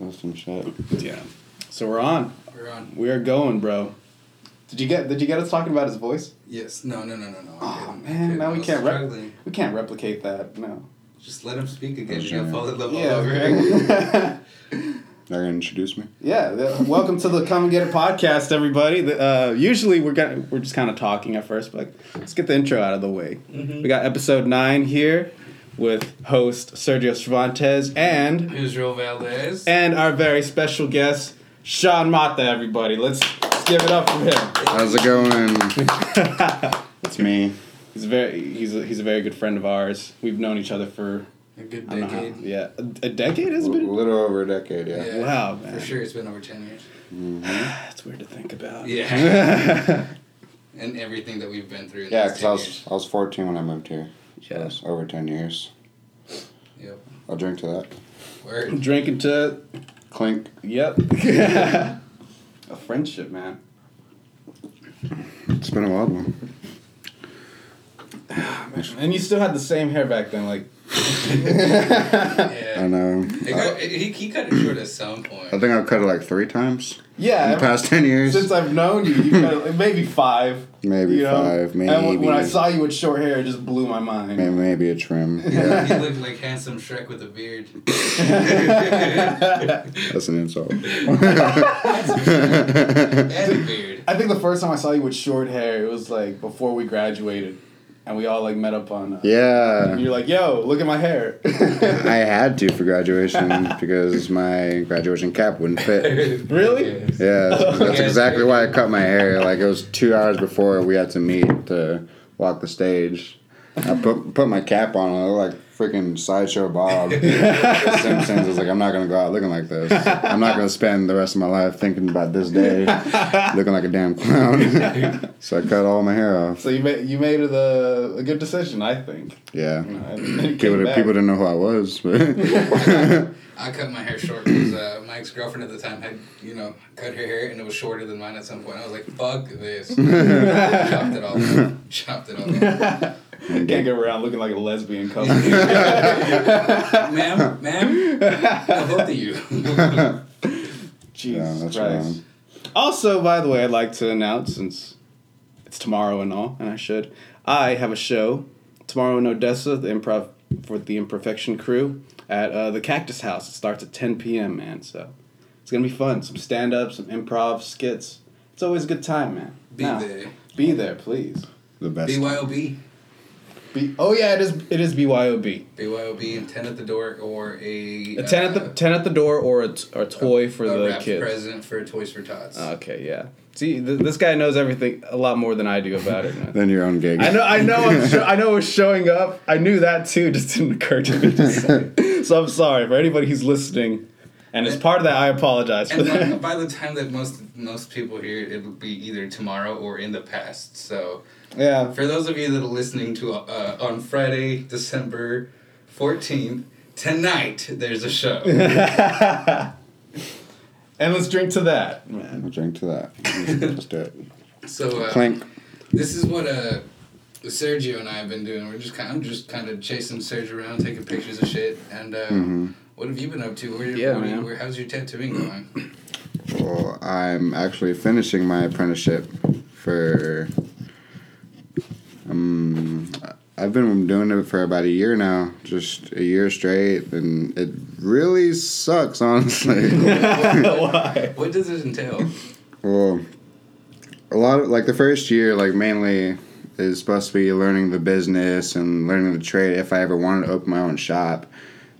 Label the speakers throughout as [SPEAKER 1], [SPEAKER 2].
[SPEAKER 1] Awesome shit.
[SPEAKER 2] Yeah. So we're on.
[SPEAKER 3] We're on.
[SPEAKER 2] We are going, bro. Did you get? Did you get us talking about his voice?
[SPEAKER 3] Yes. No, no, no, no, no.
[SPEAKER 2] Oh
[SPEAKER 3] I couldn't. I
[SPEAKER 2] man,
[SPEAKER 3] couldn't. I
[SPEAKER 2] now we
[SPEAKER 3] was
[SPEAKER 2] can't re-
[SPEAKER 3] struggling.
[SPEAKER 2] we can't replicate that. No.
[SPEAKER 3] Just let him speak again.
[SPEAKER 1] That's
[SPEAKER 3] You're going
[SPEAKER 1] right.
[SPEAKER 3] to fall in love all over again.
[SPEAKER 2] Yeah.
[SPEAKER 1] They're gonna introduce me.
[SPEAKER 2] yeah. the- Welcome to the Come and Get It podcast, everybody. The, uh, usually we're gonna, we're just kind of talking at first, but let's get the intro out of the way.
[SPEAKER 3] Mm-hmm.
[SPEAKER 2] We got episode nine here with host Sergio Cervantes and
[SPEAKER 3] Israel Valdez.
[SPEAKER 2] and our very special guest Sean Mata. Everybody, let's, let's give it up for him.
[SPEAKER 1] How's it going? it's me.
[SPEAKER 2] He's a very he's a, he's a very good friend of ours. We've known each other for
[SPEAKER 3] a good
[SPEAKER 2] I don't know how-
[SPEAKER 3] decade.
[SPEAKER 2] yeah, a, a decade has
[SPEAKER 1] A
[SPEAKER 2] it been.
[SPEAKER 1] little over a decade, yeah.
[SPEAKER 3] Yeah.
[SPEAKER 2] Wow, man.
[SPEAKER 3] For sure, it's been over 10 years.
[SPEAKER 2] That's weird to think about.
[SPEAKER 3] Yeah. and everything that we've been through. In
[SPEAKER 1] Yeah,
[SPEAKER 3] those
[SPEAKER 1] because I
[SPEAKER 3] 10
[SPEAKER 1] was I was 14 when I moved here. So
[SPEAKER 2] Yeah.
[SPEAKER 1] it's over 10 years.
[SPEAKER 3] years.
[SPEAKER 1] I'll drink to that.
[SPEAKER 3] Yep. Word.
[SPEAKER 2] Drinking to
[SPEAKER 1] Clink.
[SPEAKER 2] yep. a friendship, man.
[SPEAKER 1] It's been a wild one.
[SPEAKER 2] And you still had the same hair back then, like
[SPEAKER 1] I
[SPEAKER 3] Yeah.
[SPEAKER 1] know.
[SPEAKER 3] It got, it, he, he cut it short at some point.
[SPEAKER 1] I think I've cut it like three times in
[SPEAKER 2] yeah.
[SPEAKER 1] the past 10 years.
[SPEAKER 2] since I've known you, you kind of, maybe five.
[SPEAKER 1] Maybe
[SPEAKER 2] you know?
[SPEAKER 1] five, maybe.
[SPEAKER 2] And when, when I saw you with short hair, it just blew my mind.
[SPEAKER 1] May- Maybe a trim.
[SPEAKER 3] Yeah,
[SPEAKER 1] Yeah,
[SPEAKER 3] he looked like handsome Shrek with a beard.
[SPEAKER 1] that's an insult.
[SPEAKER 3] And a beard.
[SPEAKER 2] I think the first time I saw you with short hair, it was like before we graduated, and we all like met up on. Uh,
[SPEAKER 1] yeah.
[SPEAKER 2] You're like, yo, look at my hair.
[SPEAKER 1] I had to for graduation because my graduation cap wouldn't fit.
[SPEAKER 2] Really?
[SPEAKER 3] Yes.
[SPEAKER 1] Yeah, that's, that's
[SPEAKER 3] Yeah.
[SPEAKER 1] exactly why I cut my hair. Like it was two hours before we had to meet to walk the stage. I put put my cap on. I looked like freaking sideshow Bob. The Simpsons I was like, I'm not gonna go out looking like this. I'm not gonna spend the rest of my life thinking about this day looking like a damn clown. so I cut all my hair off.
[SPEAKER 2] So you made you made it a, a good decision, I think.
[SPEAKER 1] Yeah. People,
[SPEAKER 2] People,
[SPEAKER 1] did, people didn't know who I was, but
[SPEAKER 3] I cut my hair short because uh, my ex girlfriend at the time had, you know, cut her hair and it was shorter than mine at some point. I was like, fuck this. Chopped it all off. Chopped it all off.
[SPEAKER 2] can't get around looking like a lesbian couple.
[SPEAKER 3] ma'am, ma'am, I vote to you.
[SPEAKER 2] Jesus
[SPEAKER 1] Yeah, that's
[SPEAKER 2] Christ.
[SPEAKER 1] wrong.
[SPEAKER 2] Also, by the way, I'd like to announce since it's tomorrow and all, and I should, I have a show tomorrow in Odessa, the improv for the Imperfection crew at uh, the Cactus House. It starts at 10 p.m. Man, so it's gonna be fun. Some stand up, some improv skits. It's always a good time, man.
[SPEAKER 3] Be
[SPEAKER 2] Now,
[SPEAKER 3] there.
[SPEAKER 2] Be there, please.
[SPEAKER 1] the best.
[SPEAKER 3] BYOB.
[SPEAKER 2] Be- oh yeah, it is. It is BYOB.
[SPEAKER 3] BYOB and 10 at the door or a.
[SPEAKER 2] A ten at the ten at the door or a, t- or a toy for
[SPEAKER 3] a
[SPEAKER 2] the
[SPEAKER 3] wrapped
[SPEAKER 2] kids. Ah, Oh,
[SPEAKER 3] present for Toys for Tots.
[SPEAKER 2] Okay, yeah. See, th- this guy knows everything a lot more than I do about it. man.
[SPEAKER 1] Then your own gig.
[SPEAKER 2] I know, I know, I'm sho- I know. It was showing up. I knew that too. Just didn't occur to me. To say. So I'm sorry for anybody who's listening, and as part of that, I apologize for
[SPEAKER 3] and by,
[SPEAKER 2] that.
[SPEAKER 3] by the time that most most people hear it, it'll be either tomorrow or in the past. So
[SPEAKER 2] Yeah,
[SPEAKER 3] For those of you that are listening to uh, on Friday, December 14th, tonight there's a show.
[SPEAKER 2] and let's drink to that, man.
[SPEAKER 1] I'll drink to that. Just do it.
[SPEAKER 3] so uh,
[SPEAKER 1] Clink.
[SPEAKER 3] this is what uh, Sergio and I have been doing. We're just kind of, I'm just kind of chasing Sergio around, taking pictures of shit. And uh, what have you been up to? Where,
[SPEAKER 2] Yeah,
[SPEAKER 3] what are you-
[SPEAKER 2] man.
[SPEAKER 3] Where, how's your tattooing going?
[SPEAKER 1] Well, I'm actually finishing my apprenticeship for. Um, I've been doing it for about a year now, just a year straight, and it really sucks, honestly.
[SPEAKER 2] Why?
[SPEAKER 3] What does it entail?
[SPEAKER 1] well, a lot of like the first year, like mainly is supposed to be learning the business and learning the trade if I ever wanted to open my own shop.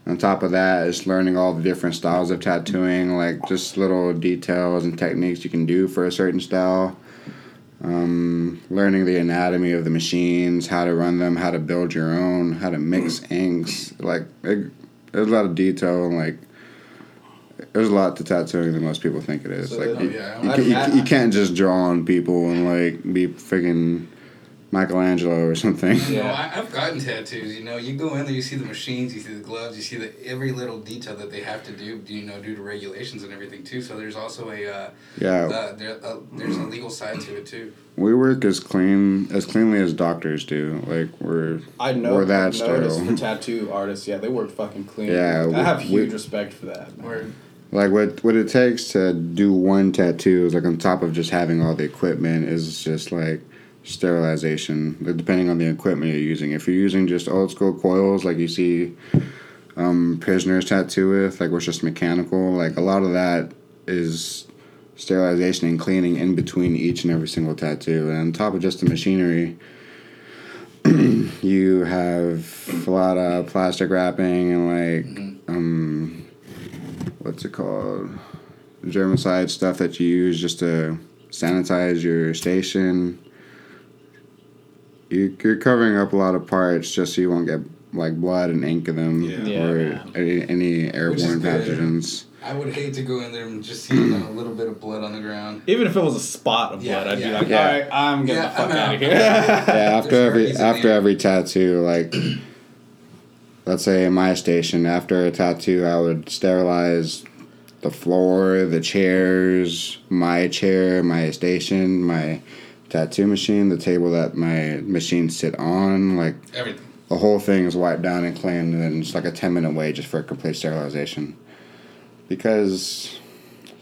[SPEAKER 1] On top of that, it's learning all the different styles of tattooing, like just little details and techniques you can do for a certain style. Um, learning the anatomy of the machines, how to run them, how to build your own, how to mix inks. Like, it, there's a lot of detail and like. There's a lot to tattooing than most people think it is.
[SPEAKER 2] So
[SPEAKER 1] like
[SPEAKER 2] then-
[SPEAKER 1] you,
[SPEAKER 3] yeah,
[SPEAKER 1] you,
[SPEAKER 2] I-
[SPEAKER 1] can,
[SPEAKER 2] I-
[SPEAKER 1] you, you can't just draw on people and like be freaking Michelangelo or something.
[SPEAKER 3] You know,
[SPEAKER 2] Yeah.
[SPEAKER 3] I, I've gotten tattoos. You know, you go in there, you see the machines, you see the gloves, you see the every little detail that they have to do. You know, due to regulations and everything too. So there's also a uh,
[SPEAKER 1] Yeah.
[SPEAKER 3] uh, there, uh, there's a legal side to it too.
[SPEAKER 1] We work as clean as cleanly as doctors do. Like we're
[SPEAKER 2] I know.
[SPEAKER 1] we're that
[SPEAKER 2] I've noticed
[SPEAKER 1] sterile.
[SPEAKER 2] for tattoo artists, yeah, they work fucking clean.
[SPEAKER 1] Yeah,
[SPEAKER 2] I have
[SPEAKER 1] we-
[SPEAKER 2] huge
[SPEAKER 1] we-
[SPEAKER 2] respect for that. man.
[SPEAKER 3] Or
[SPEAKER 1] Like what what it takes to do one tattoo is like on top of just having all the equipment is just like sterilization. Like, depending on the equipment you're using. If you're using just old school coils like you see um, prisoners tattoo with, like which is mechanical, like a lot of that is sterilization and cleaning in between each and every single tattoo. And on top of just the machinery, you have a lot of plastic wrapping and like um, what's it called germicide stuff that you use just to sanitize your station you, you're covering up a lot of parts just so you won't get like blood and ink in them
[SPEAKER 2] Yeah.
[SPEAKER 4] Yeah.
[SPEAKER 1] or
[SPEAKER 2] Yeah.
[SPEAKER 1] Any, any airborne
[SPEAKER 3] good.
[SPEAKER 1] pathogens
[SPEAKER 3] I would hate to go in there and just see you know, a little bit of blood on the ground.
[SPEAKER 2] Even if it was a spot of
[SPEAKER 3] Yeah,
[SPEAKER 2] blood, I'd be
[SPEAKER 3] yeah.
[SPEAKER 2] like,
[SPEAKER 1] Yeah.
[SPEAKER 2] all right, I'm getting
[SPEAKER 3] Yeah,
[SPEAKER 2] the fuck
[SPEAKER 3] I'm
[SPEAKER 2] out
[SPEAKER 3] out.
[SPEAKER 2] of here.
[SPEAKER 1] yeah after every
[SPEAKER 3] herpes in
[SPEAKER 1] after
[SPEAKER 3] there.
[SPEAKER 1] every tattoo like let's say in my station after a tattoo i would sterilize the floor the chairs my chair my station my tattoo machine the table that my machine sit on like
[SPEAKER 3] Everything.
[SPEAKER 1] the whole thing is wiped down and cleaned and then it's like a 10 minute wait just for complete sterilization because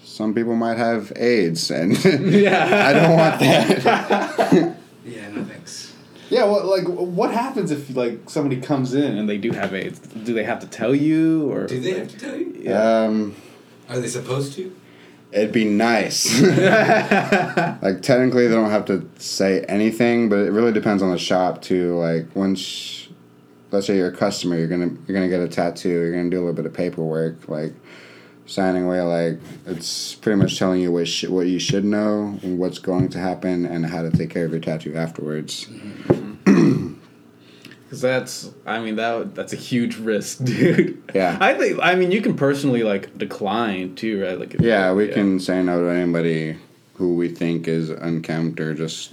[SPEAKER 1] some people might have aids and
[SPEAKER 2] yeah.
[SPEAKER 1] i don't want that
[SPEAKER 3] Yeah, no thanks.
[SPEAKER 4] Yeah, well, like, what happens if like somebody comes in and they do have AIDS? Do they have to tell you or
[SPEAKER 3] Do they have to tell you?
[SPEAKER 1] um
[SPEAKER 3] Are they supposed to?
[SPEAKER 1] It'd be nice. like technically, they don't have to say anything, but it really depends on the shop too. Like once, let's say you're a customer, you're gonna you're gonna get a tattoo. You're gonna do a little bit of paperwork, like signing away. Like it's pretty much telling you what sh- what you should know and what's going to happen and how to take care of your tattoo afterwards.
[SPEAKER 2] Because that's, I mean, that that's a huge risk, dude.
[SPEAKER 1] Yeah.
[SPEAKER 2] I think, I mean, you can personally like decline too, right? Like, if-
[SPEAKER 1] Yeah, we can say no to anybody who we think is unkempt or just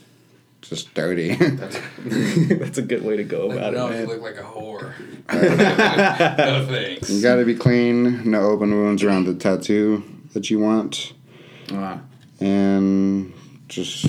[SPEAKER 1] just dirty.
[SPEAKER 2] that's a good way to go
[SPEAKER 3] Like,
[SPEAKER 2] about
[SPEAKER 3] no,
[SPEAKER 2] it. Man.
[SPEAKER 3] you look like a whore. no thanks.
[SPEAKER 1] You gotta be clean, no open wounds around the tattoo that you want,
[SPEAKER 2] Ah.
[SPEAKER 1] and just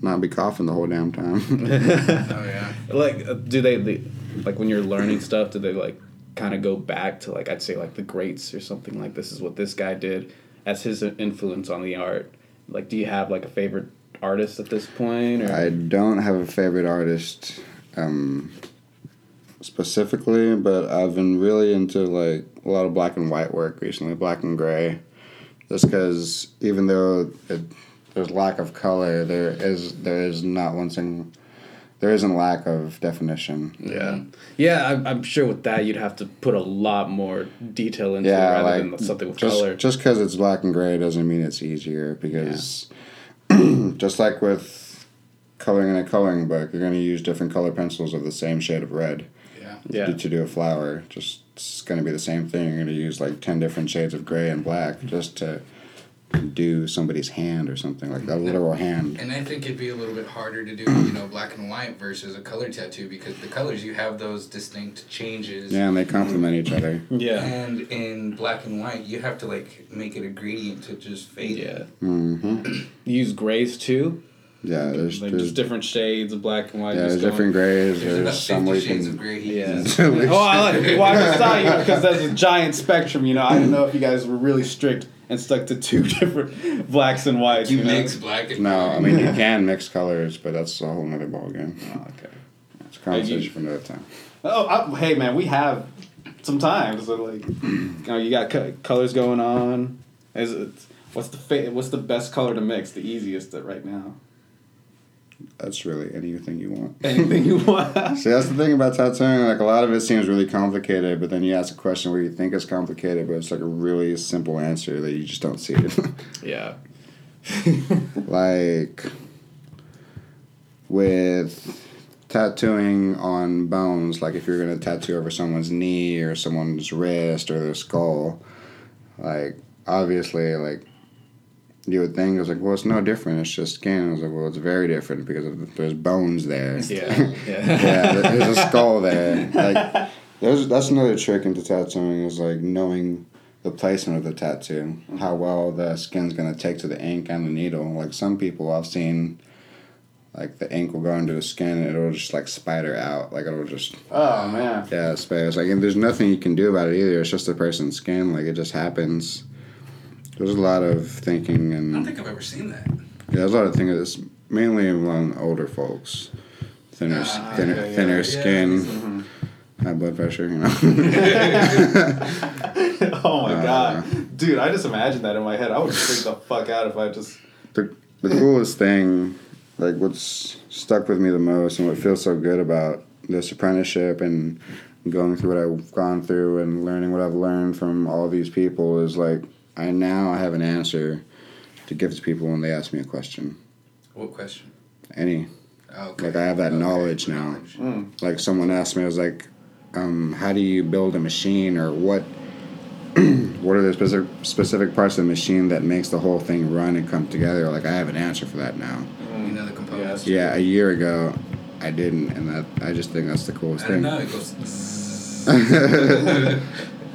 [SPEAKER 1] not be coughing the whole damn time.
[SPEAKER 3] Oh yeah.
[SPEAKER 2] like uh, do they the- like when you're learning stuff do they like kind of go back to like i'd say like the greats or something like this is what this guy did as his influence on the art like do you have like a favorite artist at this point or
[SPEAKER 1] I don't have a favorite artist um, specifically, but I've been really into like a lot of black and white work recently, black and gray, just because even though it, there's lack of color, there is there is not one thing, there isn't lack of definition.
[SPEAKER 2] yeah Mm-hmm. yeah I'm, I'm sure with that you'd have to put a lot more detail into it rather than something with
[SPEAKER 1] just,
[SPEAKER 2] color
[SPEAKER 1] Just because it's black and gray doesn't mean it's easier because just like with coloring in a coloring book, you're going to use different color pencils of the same shade of red
[SPEAKER 3] Yeah.
[SPEAKER 2] yeah
[SPEAKER 1] to, to do a flower. Just it's going to be the same thing. You're going to use like 10 different shades of gray and black just to do somebody's hand or something like a literal hand.
[SPEAKER 3] And I think it'd be a little bit harder to do, you know, black and white versus a color tattoo because the colors you have those distinct changes.
[SPEAKER 1] Yeah, and they complement each other.
[SPEAKER 2] yeah
[SPEAKER 3] And in black and white, you have to like make it a gradient to just fade.
[SPEAKER 2] yeah
[SPEAKER 1] hmm
[SPEAKER 2] use grays too
[SPEAKER 1] Yeah, there's,
[SPEAKER 2] like
[SPEAKER 1] there's,
[SPEAKER 2] just different shades of black and white
[SPEAKER 1] yeah, there's
[SPEAKER 2] just going-
[SPEAKER 1] different grays.
[SPEAKER 3] There's,
[SPEAKER 1] There's,
[SPEAKER 3] about
[SPEAKER 1] some way
[SPEAKER 3] fifty
[SPEAKER 1] you
[SPEAKER 3] shades of
[SPEAKER 1] can.
[SPEAKER 3] gray. he
[SPEAKER 2] yeah
[SPEAKER 3] uses.
[SPEAKER 2] oh i like well i just saw you because there's a giant spectrum you know i don't know if you guys were really strict and stuck to two different blacks and whites
[SPEAKER 3] You
[SPEAKER 2] know?
[SPEAKER 3] mix black and
[SPEAKER 1] No,
[SPEAKER 3] white.
[SPEAKER 1] I mean you can mix colors, but that's a whole nother ballgame.
[SPEAKER 2] oh, okay.
[SPEAKER 1] It's a conversation for another time.
[SPEAKER 2] oh I, hey man we have some time so like you know you got co- colors going on is it what's the fa- what's the best color to mix the easiest that right now
[SPEAKER 1] That's really anything you want.
[SPEAKER 2] anything you want
[SPEAKER 1] See, that's the thing about tattooing. Like a lot of it seems really complicated, but then you ask a question where you think it's complicated, but it's like a really simple answer that you just don't see it.
[SPEAKER 2] yeah
[SPEAKER 1] like with tattooing on bones, like if you're gonna tattoo over someone's knee or someone's wrist or their skull, like obviously like you would think it's like, well, it's no different. It's just skin. I was like, well, it's very different because of, there's bones there.
[SPEAKER 2] yeah
[SPEAKER 1] yeah, there- there's a skull there. Like, there's that's another trick into tattooing is like knowing the placement of the tattoo, how well the skin's gonna take to the ink and the needle. Like some people I've seen, like the ink will go into the skin and it'll just like spider out. Like it'll just
[SPEAKER 2] oh man
[SPEAKER 1] yeah, space. Like and there's nothing you can do about it either. It's just the person's skin. Like it just happens. There's a lot of thinking
[SPEAKER 3] I don't
[SPEAKER 1] and
[SPEAKER 3] think I've ever seen that.
[SPEAKER 1] yeah, there's a lot of thinking that's mainly among older folks, thinner,
[SPEAKER 3] Ah,
[SPEAKER 1] thinner,
[SPEAKER 4] yeah, yeah.
[SPEAKER 1] thinner
[SPEAKER 3] Yeah,
[SPEAKER 1] skin, high blood pressure. You know.
[SPEAKER 2] oh my
[SPEAKER 1] Uh,
[SPEAKER 2] god, dude! I just imagined that in my head. I would freak the fuck out if I just.
[SPEAKER 1] the, the coolest thing, like what's stuck with me the most and what feels so good about this apprenticeship and going through what I've gone through and learning what I've learned from all these people is like I now have an answer to give to people when they ask me a question.
[SPEAKER 3] What question?
[SPEAKER 1] Any.
[SPEAKER 3] Oh, okay.
[SPEAKER 1] Like I have that knowledge now.
[SPEAKER 2] mm.
[SPEAKER 1] Like someone asked me, I was like, um, how do you build a machine or what what are the specific specific parts of the machine that makes the whole thing run and come together? Like I have an answer for that now.
[SPEAKER 3] You know the components.
[SPEAKER 1] Yeah, a year ago, I didn't, and that I just think that's the coolest
[SPEAKER 3] I
[SPEAKER 1] thing.
[SPEAKER 3] don't know. It goes. zzz.
[SPEAKER 1] yeah,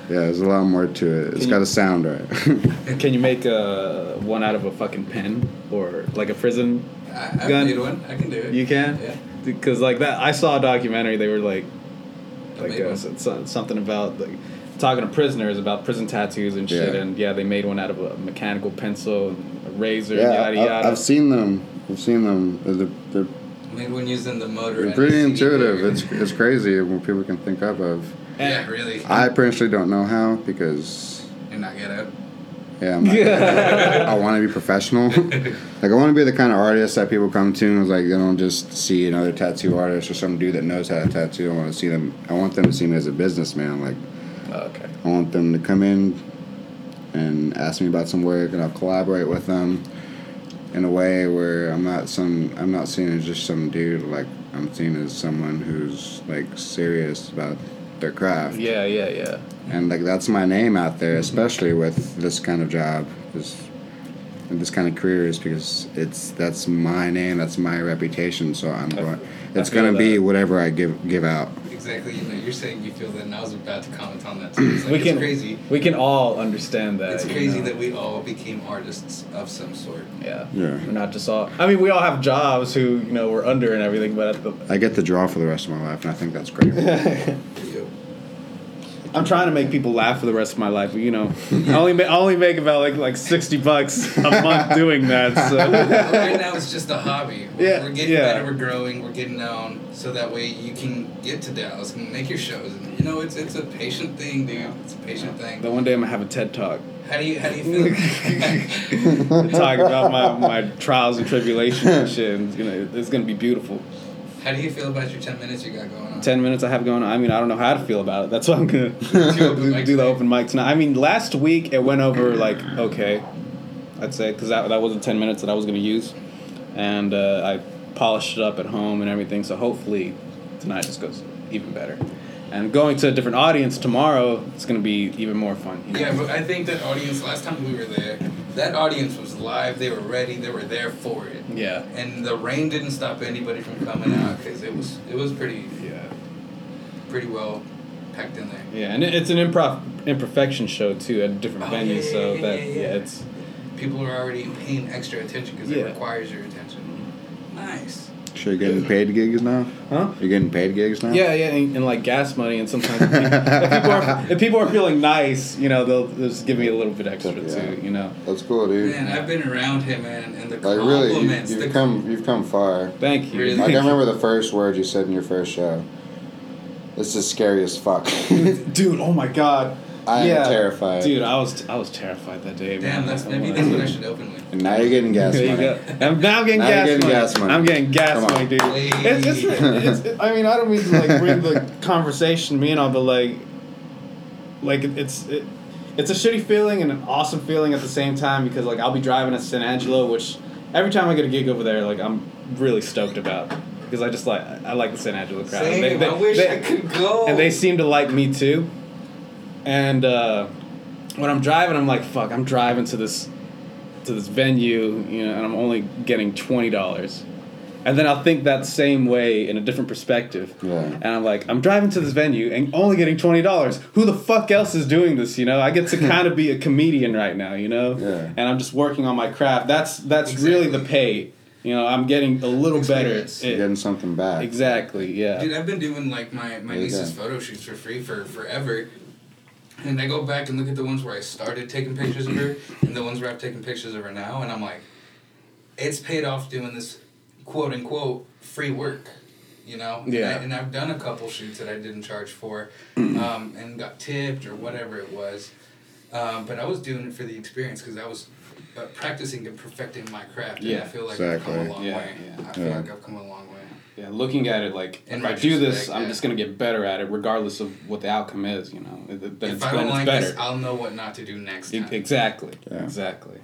[SPEAKER 1] there's a lot more to it. It's
[SPEAKER 2] Can
[SPEAKER 1] got
[SPEAKER 2] you-
[SPEAKER 1] a sound right.
[SPEAKER 2] Can you make uh, one out of a fucking pen or like a prison
[SPEAKER 3] I, I've
[SPEAKER 2] Gun.
[SPEAKER 3] made one. I can do it.
[SPEAKER 2] You can,
[SPEAKER 3] Yeah.
[SPEAKER 2] because like that. I saw a documentary. They were like,
[SPEAKER 3] I
[SPEAKER 2] like
[SPEAKER 3] made
[SPEAKER 2] uh,
[SPEAKER 3] one.
[SPEAKER 2] so- so- something about like talking to prisoners about prison tattoos and shit.
[SPEAKER 1] Yeah.
[SPEAKER 2] And yeah, they made one out of a mechanical pencil, and a razor,
[SPEAKER 1] yeah,
[SPEAKER 2] yada
[SPEAKER 1] I-
[SPEAKER 2] yada.
[SPEAKER 1] I've seen them. I've seen them. They're, they're,
[SPEAKER 3] Made one using the motor.
[SPEAKER 1] they're
[SPEAKER 3] and
[SPEAKER 1] pretty
[SPEAKER 3] the CD
[SPEAKER 1] intuitive.
[SPEAKER 3] player.
[SPEAKER 1] It's it's crazy what people can think up of.
[SPEAKER 3] yeah, really.
[SPEAKER 1] I personally don't know how because
[SPEAKER 3] and not get out.
[SPEAKER 1] yeah, I'm not- I want to be professional. like I want to be the kind of artist that people come to and it's like they don't just see another tattoo artist or some dude that knows how to tattoo. I want to see them. I want them to see me as a businessman. Like
[SPEAKER 3] Oh,
[SPEAKER 2] okay.
[SPEAKER 1] I want them to come in and ask me about some work, and I'll collaborate with them in a way where I'm not some I'm not seen as just some dude. Like I'm seen as someone who's like serious about their craft,
[SPEAKER 2] Yeah, yeah, yeah.
[SPEAKER 1] and like that's my name out there, especially with this kind of job. Is and this kind of career is because it's that's my name, that's my reputation. So I'm going. It's
[SPEAKER 2] feel
[SPEAKER 1] gonna be
[SPEAKER 2] that.
[SPEAKER 1] whatever I give give out.
[SPEAKER 3] Exactly. You know, you're saying you feel that, and I was about to comment on that too. It's, like,
[SPEAKER 2] we
[SPEAKER 3] it's
[SPEAKER 2] can
[SPEAKER 3] crazy.
[SPEAKER 2] We can all understand
[SPEAKER 1] Uh,
[SPEAKER 2] that.
[SPEAKER 3] It's
[SPEAKER 2] you
[SPEAKER 3] crazy
[SPEAKER 2] know?
[SPEAKER 3] that we all became artists of some sort.
[SPEAKER 2] Yeah.
[SPEAKER 1] Yeah.
[SPEAKER 2] We're not just all. I mean, we all have jobs who you know we're under and everything, but at the,
[SPEAKER 1] I get to draw for the rest of my life, and I think that's great.
[SPEAKER 3] Yo.
[SPEAKER 2] I'm trying to make people laugh for the rest of my life. You know, I only ma- I only make about like like sixty bucks a month doing that. So.
[SPEAKER 3] But right now, it's just a hobby. We're,
[SPEAKER 2] Yeah,
[SPEAKER 3] we're getting
[SPEAKER 2] yeah.
[SPEAKER 3] better. We're growing. We're getting known. So that way, you can get to Dallas and make your shows. And you know, it's it's a patient thing, dude. It's a patient
[SPEAKER 2] But
[SPEAKER 3] thing.
[SPEAKER 2] one day I'm gonna have a TED talk.
[SPEAKER 3] How do you how do you feel?
[SPEAKER 2] talk about my, my trials and tribulations and shit. And, you know, it's gonna be beautiful.
[SPEAKER 3] how do you feel about your ten minutes you got going on?
[SPEAKER 2] Ten minutes I have going. on, I mean, I don't know how to feel about it. That's why I'm gonna do, do the open mic tonight. I mean, last week it went over like okay, I'd say because that that was the ten minutes that I was gonna use, and uh, I polished it up at home and everything. So hopefully tonight just goes even better. And going to a different audience tomorrow, it's gonna be even more fun. you know?
[SPEAKER 3] Yeah, but I think that audience last time we were there, that audience was live. They were ready. They were there for it.
[SPEAKER 2] Yeah.
[SPEAKER 3] And the rain didn't stop anybody from coming out because it was it was pretty
[SPEAKER 2] Yeah.
[SPEAKER 3] pretty well packed in there.
[SPEAKER 2] Yeah, and it- it's an improv imperfection show too at different
[SPEAKER 3] Oh, yeah,
[SPEAKER 2] venues,
[SPEAKER 3] yeah,
[SPEAKER 2] so
[SPEAKER 3] yeah,
[SPEAKER 2] that
[SPEAKER 3] yeah,
[SPEAKER 2] yeah,
[SPEAKER 3] yeah.
[SPEAKER 2] it's
[SPEAKER 3] People are already paying extra attention because
[SPEAKER 2] Yeah.
[SPEAKER 3] it requires your attention. Nice.
[SPEAKER 1] So you're getting paid gigs now?
[SPEAKER 2] huh?
[SPEAKER 1] You're getting paid gigs now?
[SPEAKER 2] Yeah, yeah, and, and like gas money, and sometimes if people, if, people are, if people are feeling nice, you know, they'll, they'll just give me a little bit extra
[SPEAKER 1] Yeah.
[SPEAKER 2] too, you know.
[SPEAKER 1] That's cool, dude.
[SPEAKER 3] Man, I've been around him and, and the
[SPEAKER 1] like really, you,
[SPEAKER 3] compliments.
[SPEAKER 1] you've
[SPEAKER 3] the
[SPEAKER 1] come you've come far.
[SPEAKER 2] Thank you.
[SPEAKER 3] Really?
[SPEAKER 1] Like I remember the first word you said in your first show. This is scary as fuck.
[SPEAKER 2] dude, oh my god,
[SPEAKER 1] I am
[SPEAKER 2] Yeah.
[SPEAKER 1] terrified.
[SPEAKER 2] dude, I was I was terrified that day.
[SPEAKER 3] Damn,
[SPEAKER 2] man.
[SPEAKER 3] that's
[SPEAKER 2] I'm
[SPEAKER 3] maybe
[SPEAKER 2] like-
[SPEAKER 3] that's what I should open with.
[SPEAKER 1] And now you're getting gas
[SPEAKER 2] There you
[SPEAKER 1] money.
[SPEAKER 2] go. I'm now I'm getting,
[SPEAKER 1] Now you're
[SPEAKER 2] gas,
[SPEAKER 1] getting
[SPEAKER 2] money.
[SPEAKER 1] gas money.
[SPEAKER 2] I'm getting gas
[SPEAKER 1] Come on.
[SPEAKER 2] money, dude. It's, it's, it's, I mean, I don't mean to like bring the conversation me and all, but like, like it- it's it, it's a shitty feeling and an awesome feeling at the same time because like I'll be driving at San Angelo, which every time I get a gig over there, like I'm really stoked about because I just like I like the San Angelo crowd.
[SPEAKER 3] Same.
[SPEAKER 2] They- they-
[SPEAKER 3] I wish
[SPEAKER 2] they-
[SPEAKER 3] I could go.
[SPEAKER 2] and they seem to like me too. And uh, when I'm driving, I'm like, fuck, I'm driving to this to this venue, you know, and I'm only getting twenty dollars. And then I'll think that same way in a different perspective.
[SPEAKER 1] Yeah.
[SPEAKER 2] And I'm like, I'm driving to this venue and only getting twenty dollars. Who the fuck else is doing this? You know, I get to kind of be a comedian right now, you know?
[SPEAKER 1] Yeah.
[SPEAKER 2] And I'm just working on my craft. That's that's really the pay. You know, I'm getting a little
[SPEAKER 3] Experience.
[SPEAKER 1] You're
[SPEAKER 2] better.
[SPEAKER 1] getting something back.
[SPEAKER 2] exactly, yeah.
[SPEAKER 3] Dude, I've been doing like my, my
[SPEAKER 1] There you
[SPEAKER 3] niece's
[SPEAKER 1] go.
[SPEAKER 3] photo shoots for free for forever. And I go back and look at the ones where I started taking pictures of her and the ones where I've taken pictures of her now, and I'm like, it's paid off doing this quote unquote free work, you know? And I-
[SPEAKER 4] Yeah.
[SPEAKER 3] And, I, have done a couple shoots that I didn't charge for um, and got tipped or whatever it was. Um, but I was doing it for the experience because I was uh, practicing and perfecting my craft, and I
[SPEAKER 2] Yeah,
[SPEAKER 3] feel like I've
[SPEAKER 1] exactly.
[SPEAKER 3] come a long
[SPEAKER 2] Yeah,
[SPEAKER 3] way.
[SPEAKER 2] yeah.
[SPEAKER 3] I feel
[SPEAKER 1] Yeah.
[SPEAKER 3] like I've come a long way.
[SPEAKER 2] Yeah, looking at it like
[SPEAKER 3] In
[SPEAKER 2] if I do this,
[SPEAKER 3] retrospect,
[SPEAKER 2] I'm
[SPEAKER 3] yeah.
[SPEAKER 2] just gonna get better at it, regardless of what the outcome is. You know, It- it- then
[SPEAKER 3] if
[SPEAKER 2] it's,
[SPEAKER 3] I
[SPEAKER 2] then
[SPEAKER 3] don't
[SPEAKER 2] it's
[SPEAKER 3] like
[SPEAKER 2] better.
[SPEAKER 3] this, I'll know what not to do next
[SPEAKER 2] E-
[SPEAKER 3] time.
[SPEAKER 2] Exactly.
[SPEAKER 1] Yeah.
[SPEAKER 2] Exactly.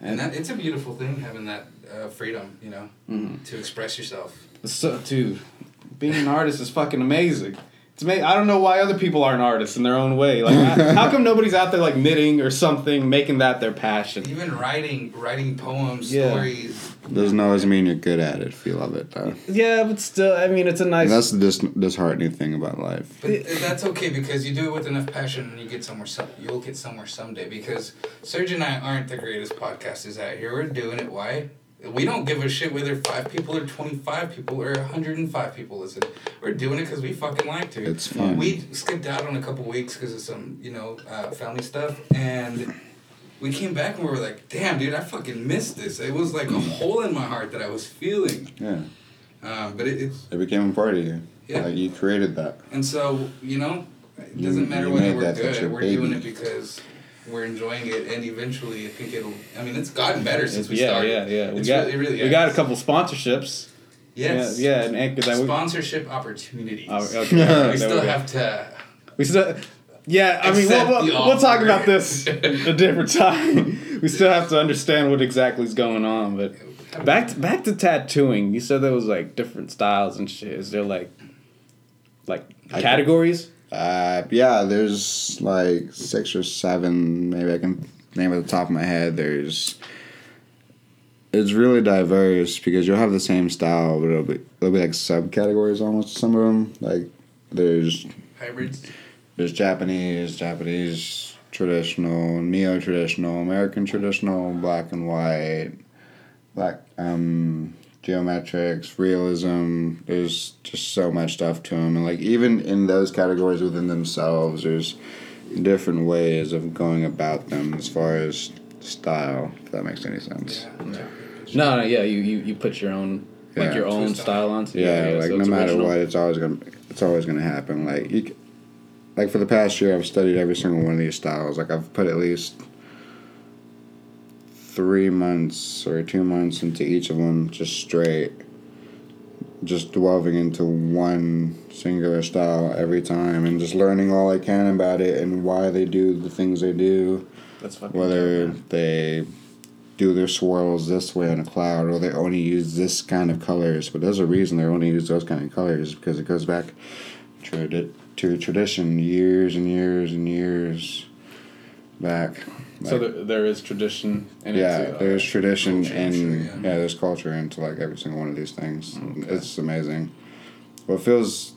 [SPEAKER 3] And that it's a beautiful thing having that uh, freedom, you know,
[SPEAKER 2] Mm-hmm.
[SPEAKER 3] to express yourself.
[SPEAKER 2] So, dude, being an artist is fucking amazing. It's ama- I don't know why other people aren't artists in their own way. Like, how, how come nobody's out there like knitting or something, making that their passion?
[SPEAKER 3] Even writing, writing poems,
[SPEAKER 2] Yeah.
[SPEAKER 3] stories.
[SPEAKER 1] Doesn't always mean you're good at it if you love it, though.
[SPEAKER 2] Yeah, but still, I mean, it's a nice.
[SPEAKER 1] And that's the dis- disheartening thing about life.
[SPEAKER 3] But th- that's okay because you do it with enough passion and you get somewhere. Some, you'll get somewhere someday. Because Serge and I aren't the greatest podcasters out here. We're doing it. Why? We don't give a shit whether five people or twenty five people or hundred and five people listen. We're doing it because we fucking like to.
[SPEAKER 1] It's fun.
[SPEAKER 3] We skipped out on a couple weeks because of some, you know, uh, family stuff and. we came back and we were like, damn, dude, I fucking missed this. It was like a hole in my heart that I was feeling.
[SPEAKER 1] Yeah,
[SPEAKER 3] Um, but it, it's
[SPEAKER 1] it became a part of you.
[SPEAKER 3] Yeah.
[SPEAKER 1] Like you created that.
[SPEAKER 3] and so you know, it
[SPEAKER 1] You-
[SPEAKER 3] doesn't matter
[SPEAKER 1] you
[SPEAKER 3] whether
[SPEAKER 1] made
[SPEAKER 3] we're
[SPEAKER 1] that, that's
[SPEAKER 3] good.
[SPEAKER 1] your
[SPEAKER 3] We're doing it
[SPEAKER 1] baby.
[SPEAKER 3] because we're enjoying it, and eventually, I think it'll. I mean, it's gotten better since we
[SPEAKER 2] yeah,
[SPEAKER 3] started.
[SPEAKER 2] yeah, yeah. We
[SPEAKER 3] It's
[SPEAKER 2] got
[SPEAKER 3] really, really
[SPEAKER 2] we got a
[SPEAKER 3] has.
[SPEAKER 2] couple sponsorships.
[SPEAKER 3] Yes.
[SPEAKER 2] Yeah, yeah, and Anchor that we.
[SPEAKER 3] Sponsorship opportunities.
[SPEAKER 2] Oh, okay, there
[SPEAKER 3] we still
[SPEAKER 2] go.
[SPEAKER 3] have to.
[SPEAKER 2] We still, yeah. I mean,
[SPEAKER 3] Accept
[SPEAKER 2] we'll,
[SPEAKER 3] the
[SPEAKER 2] we'll, we'll talk
[SPEAKER 3] offer.
[SPEAKER 2] about this a different time. we still have to understand what exactly is going on. But back to, back to tattooing. You said there was like different styles and shit. Is there like, like
[SPEAKER 1] I-
[SPEAKER 2] categories?
[SPEAKER 1] Uh, yeah, there's like six or seven, maybe I can name at the top of my head. There's. It's really diverse because you'll have the same style, but it'll be, it'll be like subcategories almost, some of them. Like, there's
[SPEAKER 3] Hybrids.
[SPEAKER 1] There's Japanese, Japanese traditional, neo traditional, American traditional, black and white, black um, geometrics, realism. There's just so much stuff to them, and like even in those categories within themselves, there's different ways of going about them as far as style. If that makes any sense.
[SPEAKER 3] Yeah.
[SPEAKER 2] No, no, yeah. You you, you put your own like
[SPEAKER 1] Yeah.
[SPEAKER 2] your own
[SPEAKER 3] Twist on
[SPEAKER 2] style onto. it.
[SPEAKER 1] Yeah, like
[SPEAKER 2] so
[SPEAKER 1] no
[SPEAKER 2] it's
[SPEAKER 1] matter
[SPEAKER 2] original.
[SPEAKER 1] what, it's always gonna it's always gonna happen. Like you, c- like for the past year, I've studied every single one of these styles. Like I've put at least three months or two months into each of them, just straight, just delving into one singular style every time, and just learning all I can about it and why they do the things they do
[SPEAKER 2] That's fucking
[SPEAKER 1] whether
[SPEAKER 2] dope, man.
[SPEAKER 1] they do their swirls this way on a cloud or they only use this kind of colors but there's a reason they only use those kind of colors because it goes back tradi- to tradition years and years and years back
[SPEAKER 2] So there, there is tradition. In
[SPEAKER 1] yeah
[SPEAKER 2] It too.
[SPEAKER 1] there's tradition
[SPEAKER 3] Culture,
[SPEAKER 1] and
[SPEAKER 3] yeah.
[SPEAKER 1] yeah. there's culture into like every single one of these things it's amazing what feels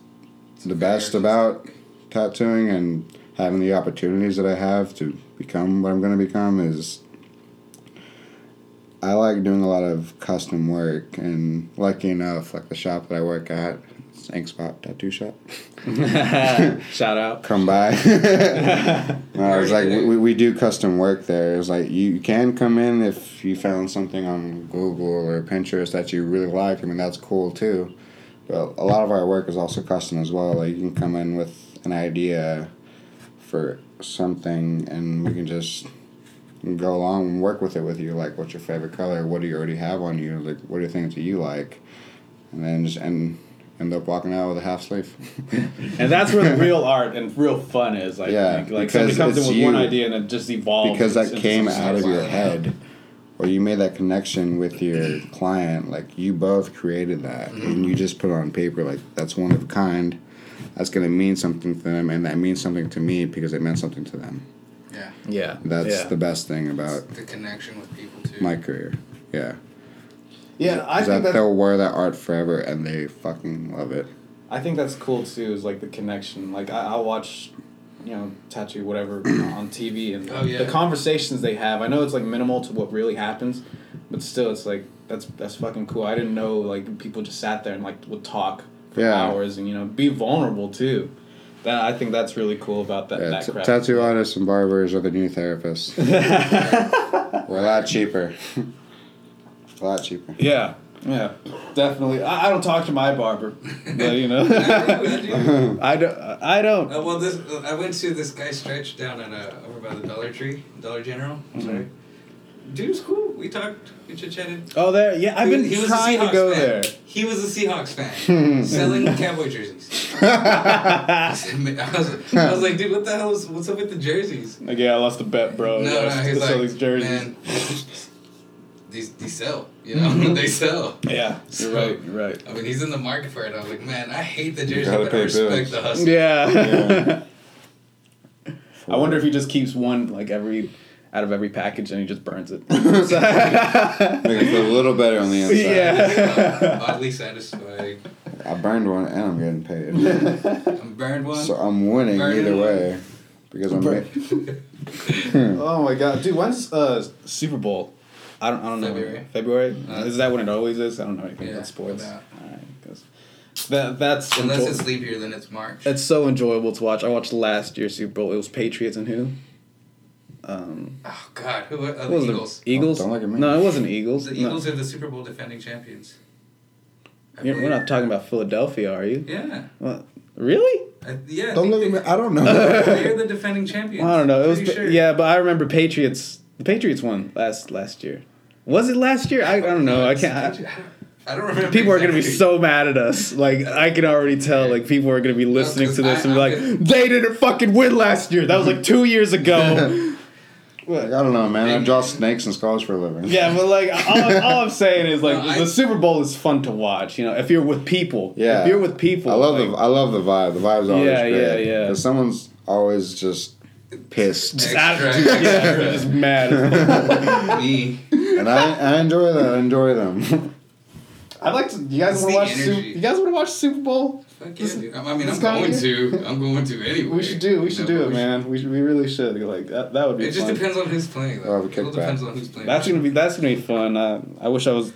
[SPEAKER 1] the best about tattooing and having the opportunities that i have to become what i'm going to become is i like doing a lot of custom work and lucky enough like the shop that i work at it's ink spot tattoo shop
[SPEAKER 2] Shout out.
[SPEAKER 1] come by. no, it's like we, we do custom work there. It's like you can come in if you found something on Google or Pinterest that you really like. I mean, that's cool too. But a lot of our work is also custom as well. Like you can come in with an idea for something, and we can just go along and work with it with you. Like, what's your favorite color? What do you already have on you? Like, what are things that you like? And then just end end up walking out with a half sleeve.
[SPEAKER 2] And that's where the real art and real fun is. Like,
[SPEAKER 1] Yeah,
[SPEAKER 2] like, like
[SPEAKER 1] because
[SPEAKER 2] somebody comes in
[SPEAKER 1] it's
[SPEAKER 2] with one
[SPEAKER 1] you.
[SPEAKER 2] idea and it just evolves.
[SPEAKER 1] because
[SPEAKER 2] It's-
[SPEAKER 1] that
[SPEAKER 2] it's
[SPEAKER 1] came
[SPEAKER 2] just-
[SPEAKER 1] out of your
[SPEAKER 3] like-
[SPEAKER 1] head or you made that connection with your client like you both created that and you just put it on paper like that's one of a kind that's going to mean something to them and that means something to me because it meant something to them
[SPEAKER 3] Yeah.
[SPEAKER 2] Yeah,
[SPEAKER 1] that's
[SPEAKER 2] yeah.
[SPEAKER 1] the best thing about
[SPEAKER 3] The connection with people too.
[SPEAKER 1] my career yeah
[SPEAKER 2] yeah. I
[SPEAKER 1] is
[SPEAKER 2] think
[SPEAKER 1] that
[SPEAKER 2] that's,
[SPEAKER 1] they'll wear that art forever and they fucking love it
[SPEAKER 2] I think that's cool too. Is like the connection. Like I, I watch, you know, tattoo whatever on TV and
[SPEAKER 3] Oh, yeah.
[SPEAKER 2] the conversations they have. I know it's like minimal to what really happens, but still, it's like that's that's fucking cool. I didn't know like people just sat there and like would talk for
[SPEAKER 1] Yeah.
[SPEAKER 2] hours and you know be vulnerable too. That I think that's really cool about that.
[SPEAKER 1] Yeah,
[SPEAKER 2] that
[SPEAKER 1] t-
[SPEAKER 2] craft.
[SPEAKER 1] tattoo artists and barbers are the new therapists. We're a lot cheaper. a lot cheaper.
[SPEAKER 2] Yeah, yeah, definitely. I, I don't talk to my barber, but you know, I don't. I don't.
[SPEAKER 3] Uh, well, this uh, I went to this guy stretch down at uh, over by the Dollar Tree, Dollar General. I'm
[SPEAKER 2] Mm-hmm.
[SPEAKER 3] Sorry, dude's cool. We talked, we chit chatted.
[SPEAKER 2] Oh, there. Yeah, I've been
[SPEAKER 3] He was a
[SPEAKER 2] trying to
[SPEAKER 3] Seahawks
[SPEAKER 2] go
[SPEAKER 3] fan.
[SPEAKER 2] there. Hmm.
[SPEAKER 3] He was a Seahawks fan selling cowboy jerseys. I, said, "Man," I was, I was like, dude, what the hell is what's up with the jerseys?
[SPEAKER 2] Like, yeah, I lost a bet, bro.
[SPEAKER 3] no,
[SPEAKER 2] Oh, Yeah,
[SPEAKER 3] no, he's
[SPEAKER 2] sell
[SPEAKER 3] like,
[SPEAKER 2] these jerseys.
[SPEAKER 3] man, these these sell, you know, they sell.
[SPEAKER 2] Yeah, you're right. You're right.
[SPEAKER 3] I mean, he's in the market for it. I was like, man, I hate the jersey,
[SPEAKER 1] gotta
[SPEAKER 3] but I
[SPEAKER 1] pay bills.
[SPEAKER 3] respect the hustle.
[SPEAKER 2] Yeah.
[SPEAKER 1] Yeah.
[SPEAKER 2] I wonder if he just keeps one like every out of every package and he just burns it.
[SPEAKER 1] Make it feel a little better on the inside.
[SPEAKER 2] yeah.
[SPEAKER 3] I'm oddly satisfied.
[SPEAKER 1] I burned one and I'm getting paid.
[SPEAKER 3] I'm burned one.
[SPEAKER 1] so I'm winning
[SPEAKER 3] Burned
[SPEAKER 1] either
[SPEAKER 3] one.
[SPEAKER 1] way. Because I'm
[SPEAKER 2] Bur-
[SPEAKER 1] ma-
[SPEAKER 2] oh my god, dude, when's uh Super Bowl? I don't. I don't know.
[SPEAKER 3] February. Uh,
[SPEAKER 2] February. is that when it always is? I don't know anything
[SPEAKER 3] Yeah,
[SPEAKER 2] about sports.
[SPEAKER 3] about.
[SPEAKER 2] All right, 'cause that that's
[SPEAKER 3] Unless
[SPEAKER 2] enjoy-
[SPEAKER 3] it's leap year, then it's March.
[SPEAKER 2] it's so enjoyable to watch. I watched last year's Super Bowl. It was Patriots and who? Um,
[SPEAKER 3] Oh God, who are, are
[SPEAKER 2] it
[SPEAKER 3] the
[SPEAKER 2] wasn't
[SPEAKER 3] Eagles?
[SPEAKER 2] Eagles.
[SPEAKER 1] Don't look at me.
[SPEAKER 2] No, it wasn't Eagles.
[SPEAKER 3] The
[SPEAKER 2] No.
[SPEAKER 3] Eagles are the Super Bowl defending champions. I
[SPEAKER 2] You're, we're
[SPEAKER 3] believe.
[SPEAKER 2] not talking about Philadelphia, are you?
[SPEAKER 3] Yeah,
[SPEAKER 2] Well, really?
[SPEAKER 3] I, yeah. I
[SPEAKER 1] Don't
[SPEAKER 3] think
[SPEAKER 1] look at me.
[SPEAKER 3] they-
[SPEAKER 1] I don't know.
[SPEAKER 3] They're the defending champions.
[SPEAKER 2] I don't know. It was
[SPEAKER 3] Pretty sure.
[SPEAKER 2] yeah, but I remember Patriots. The Patriots won last last year. Was it last year? I, I don't know. I can't. I,
[SPEAKER 3] I don't remember.
[SPEAKER 2] people are gonna be
[SPEAKER 3] exactly.
[SPEAKER 2] so mad at us. Like I can already tell. Like people are gonna be listening to this and be like, "They didn't fucking win last year. That was like two years ago."
[SPEAKER 1] I don't know, man. I draw snakes and skulls for a living.
[SPEAKER 2] yeah, but like all, all I'm saying is like
[SPEAKER 3] No, I-
[SPEAKER 2] the Super Bowl is fun to watch. You know, if you're with people.
[SPEAKER 1] Yeah.
[SPEAKER 2] If you're with people.
[SPEAKER 1] I love
[SPEAKER 2] like,
[SPEAKER 1] the I love the vibe. The vibe's always
[SPEAKER 2] Yeah,
[SPEAKER 1] great.
[SPEAKER 2] yeah, yeah.
[SPEAKER 1] 'Cause someone's always just pissed,
[SPEAKER 2] attitude.
[SPEAKER 3] Extract.
[SPEAKER 2] Yeah, they're just mad. as fuck.
[SPEAKER 3] me.
[SPEAKER 1] and I I enjoy that. I enjoy them.
[SPEAKER 2] I'd like to. You guys want
[SPEAKER 3] It's
[SPEAKER 2] to
[SPEAKER 3] the
[SPEAKER 2] watch? Super,
[SPEAKER 3] energy.
[SPEAKER 2] you guys want to watch Super Bowl?
[SPEAKER 3] Fuck yeah, dude. I mean, I'm
[SPEAKER 2] this guy
[SPEAKER 3] going
[SPEAKER 2] here-
[SPEAKER 3] to. I'm going to anyway.
[SPEAKER 2] We should do. We should
[SPEAKER 3] No,
[SPEAKER 2] do it,
[SPEAKER 3] we
[SPEAKER 2] man. We should, we really should. Like that. That would be.
[SPEAKER 3] It just
[SPEAKER 2] fun.
[SPEAKER 3] depends on who's playing. Though.
[SPEAKER 1] I'll have a
[SPEAKER 3] it all
[SPEAKER 1] kickback.
[SPEAKER 3] depends on who's playing.
[SPEAKER 2] That's gonna be. That's gonna be fun. Uh, I wish I was.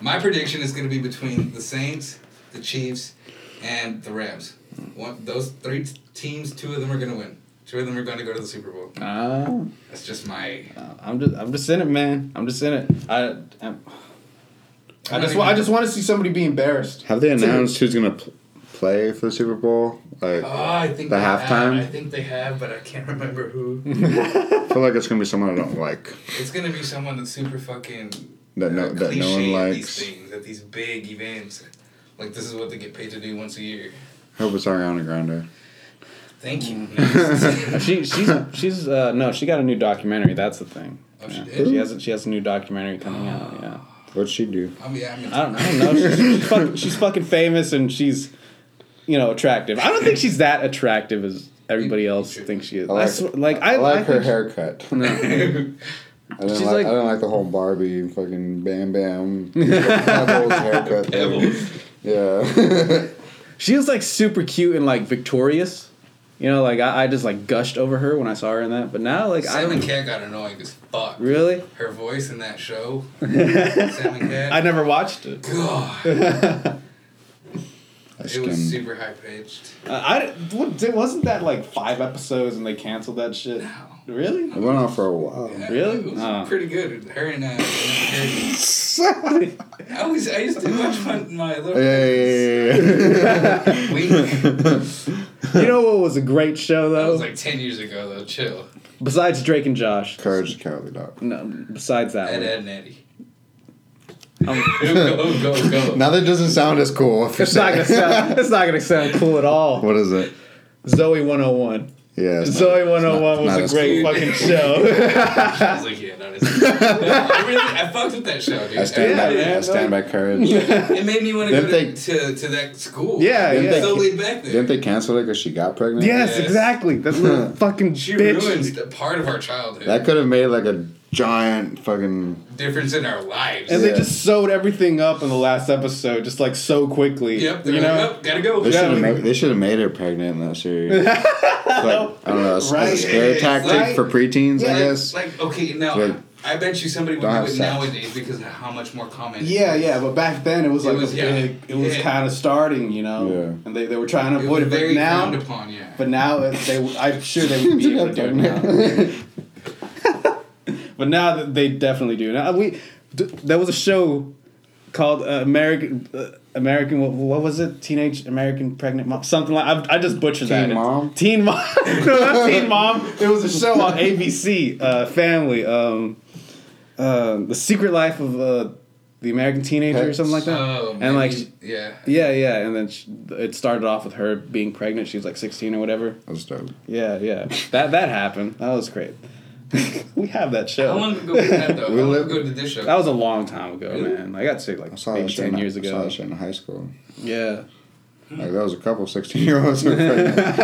[SPEAKER 3] My prediction is going to be between the Saints, the Chiefs, and the Rams. One, those three t- teams, two of them are going to win. Two of them are going to go to the Super Bowl.
[SPEAKER 2] Ah.
[SPEAKER 3] That's just my. oh,
[SPEAKER 2] I'm just. I'm just in it, man. I'm just in it. I. I'm, I
[SPEAKER 3] don't
[SPEAKER 2] just.
[SPEAKER 3] even-
[SPEAKER 2] wa- I just want to see somebody be embarrassed.
[SPEAKER 1] Have they announced who's gonna pl- play for the Super Bowl? Like,
[SPEAKER 3] Oh, I think
[SPEAKER 1] The
[SPEAKER 3] they have.
[SPEAKER 1] halftime?
[SPEAKER 3] I think they have, but I can't remember who.
[SPEAKER 1] I feel like it's gonna be someone I don't like
[SPEAKER 3] it's going to be someone that's super fucking
[SPEAKER 1] that no
[SPEAKER 3] uh,
[SPEAKER 1] that no
[SPEAKER 3] cliche
[SPEAKER 1] one
[SPEAKER 3] at these
[SPEAKER 1] likes.
[SPEAKER 3] things, at these big events. Like this is what they get paid to do once a year.
[SPEAKER 1] Hope it's Ariana Grande.
[SPEAKER 3] Thank you.
[SPEAKER 2] she. She's. She's. Uh, no. She got a new documentary. That's the thing.
[SPEAKER 3] Oh, she
[SPEAKER 2] Yeah.
[SPEAKER 3] did?
[SPEAKER 2] She has. A, she has a new documentary coming out. Yeah.
[SPEAKER 1] What'd she do?
[SPEAKER 3] I mean, I mean,
[SPEAKER 2] I don't, I don't know. She's, she's, fucking, she's fucking famous and she's, you know, attractive. I don't think she's that attractive as everybody else thinks she is. I
[SPEAKER 1] like-
[SPEAKER 2] sw- like I,
[SPEAKER 1] I like her
[SPEAKER 2] think she-
[SPEAKER 1] haircut. I don't
[SPEAKER 2] She's
[SPEAKER 1] like,
[SPEAKER 2] like-
[SPEAKER 1] I don't like the whole Barbie and fucking Bam Bam Pebbles haircut. thing.
[SPEAKER 3] Pebbles.
[SPEAKER 1] Yeah.
[SPEAKER 2] She was like super cute and like victorious. You know, like I, I just like gushed over her when I saw her in that. But now, like I
[SPEAKER 3] Simon
[SPEAKER 2] don't
[SPEAKER 3] Cat got annoying as fuck.
[SPEAKER 2] really.
[SPEAKER 3] Her voice in that show, Simon Cat.
[SPEAKER 2] I never watched it.
[SPEAKER 3] God,
[SPEAKER 1] I
[SPEAKER 3] it was
[SPEAKER 1] skimmed.
[SPEAKER 3] super high pitched.
[SPEAKER 2] Uh, I what, di- wasn't that like five episodes and they canceled that shit. Really?
[SPEAKER 1] It went on for a while.
[SPEAKER 2] Really?
[SPEAKER 3] Uh, It was
[SPEAKER 2] Oh.
[SPEAKER 3] pretty good. Her and uh, Anna Carey. I always I used to watch my, my little
[SPEAKER 1] Yeah, yeah, yeah, yeah.
[SPEAKER 3] Wink.
[SPEAKER 2] you know what was a great show
[SPEAKER 3] That
[SPEAKER 2] though?
[SPEAKER 3] was like ten years ago though. Chill.
[SPEAKER 2] besides Drake and Josh.
[SPEAKER 1] Courage the Cowardly Dog.
[SPEAKER 2] No, besides that
[SPEAKER 3] Ed,
[SPEAKER 2] one.
[SPEAKER 3] Ed, and Eddie. go go go.
[SPEAKER 1] Now that doesn't sound as cool. If you're
[SPEAKER 2] It's not gonna sound. It's not gonna sound cool at all.
[SPEAKER 1] What is it?
[SPEAKER 2] Zoe 101.
[SPEAKER 1] Yeah. it's
[SPEAKER 2] Zoe
[SPEAKER 1] not- it's not- not
[SPEAKER 2] 101 was
[SPEAKER 1] as
[SPEAKER 2] a great
[SPEAKER 1] cool.
[SPEAKER 2] fucking show.
[SPEAKER 3] I was like, yeah, no, it's- I really I fucked with that show, dude.
[SPEAKER 1] I stand
[SPEAKER 2] Yeah,
[SPEAKER 1] by.
[SPEAKER 2] man,
[SPEAKER 1] I stand by courage. didn't
[SPEAKER 3] It made me want to
[SPEAKER 1] Didn't
[SPEAKER 3] go
[SPEAKER 1] they-
[SPEAKER 3] to, to, to that school.
[SPEAKER 2] Yeah,
[SPEAKER 3] It was
[SPEAKER 2] yeah.
[SPEAKER 3] So laid back there.
[SPEAKER 1] they cancel it because she got pregnant?
[SPEAKER 2] yes,
[SPEAKER 3] Yes.
[SPEAKER 2] exactly. That little fucking
[SPEAKER 3] she
[SPEAKER 2] bitch.
[SPEAKER 3] ruins a part of our childhood.
[SPEAKER 1] That could have made like a giant fucking
[SPEAKER 3] difference in our lives.
[SPEAKER 2] And
[SPEAKER 1] Yeah.
[SPEAKER 2] they just sewed everything up in the last episode, just like so quickly.
[SPEAKER 3] Yep, they're
[SPEAKER 2] you
[SPEAKER 3] like,
[SPEAKER 2] know.
[SPEAKER 3] "Oh, gotta go.
[SPEAKER 1] They should have
[SPEAKER 2] we-
[SPEAKER 1] made, they should have made her pregnant in that series. It's like, I don't know, it's like
[SPEAKER 2] Right.
[SPEAKER 1] a scare tactic
[SPEAKER 3] Right.
[SPEAKER 1] for preteens, I guess.
[SPEAKER 3] Like, okay, now,
[SPEAKER 1] Like,
[SPEAKER 3] I bet you somebody would do
[SPEAKER 1] don't have
[SPEAKER 3] it
[SPEAKER 1] sex.
[SPEAKER 3] nowadays because of how much more common. it
[SPEAKER 2] Yeah,
[SPEAKER 3] is.
[SPEAKER 2] yeah, but back then it was
[SPEAKER 3] It
[SPEAKER 2] like
[SPEAKER 3] was-
[SPEAKER 2] a
[SPEAKER 3] yeah.
[SPEAKER 2] big. It was
[SPEAKER 3] Yeah.
[SPEAKER 2] kind of starting, you know.
[SPEAKER 1] Yeah.
[SPEAKER 2] And they, they were trying to
[SPEAKER 3] It
[SPEAKER 2] avoid it,
[SPEAKER 3] was
[SPEAKER 2] but
[SPEAKER 3] very
[SPEAKER 2] now,
[SPEAKER 3] frowned upon, yeah.
[SPEAKER 2] but now it- they, I'm sure they would be able to do it now. but now that they definitely do. Now we, d- there was a show called uh, American. Uh, American, what, what was it? Teenage American Pregnant Mom, something like I, I just butchered that.
[SPEAKER 1] Teen Mom?
[SPEAKER 2] Teen Mom, no, not Teen Mom. It was a show on ABC uh, Family. Um, uh, the Secret Life of uh, the American Teenager or
[SPEAKER 1] Pets.
[SPEAKER 2] something like that.
[SPEAKER 3] Oh,
[SPEAKER 2] and like,
[SPEAKER 3] maybe- yeah.
[SPEAKER 2] yeah, yeah. And then she, it started off with her being pregnant. She was like sixteen or whatever.
[SPEAKER 1] That's dope.
[SPEAKER 2] Yeah, yeah. That that happened. That was great. we have that show.
[SPEAKER 3] How long ago was that though?
[SPEAKER 1] We
[SPEAKER 3] How long
[SPEAKER 1] live-
[SPEAKER 3] ago did this show?
[SPEAKER 2] that was a long time ago, man. Like I'd say like
[SPEAKER 1] I saw
[SPEAKER 2] maybe
[SPEAKER 1] that shit
[SPEAKER 2] ten
[SPEAKER 1] in,
[SPEAKER 2] years
[SPEAKER 1] I saw
[SPEAKER 2] ago.
[SPEAKER 1] that shit in high school.
[SPEAKER 2] Yeah.
[SPEAKER 1] Like, that was a couple 16 year olds who were pregnant.
[SPEAKER 3] Dude,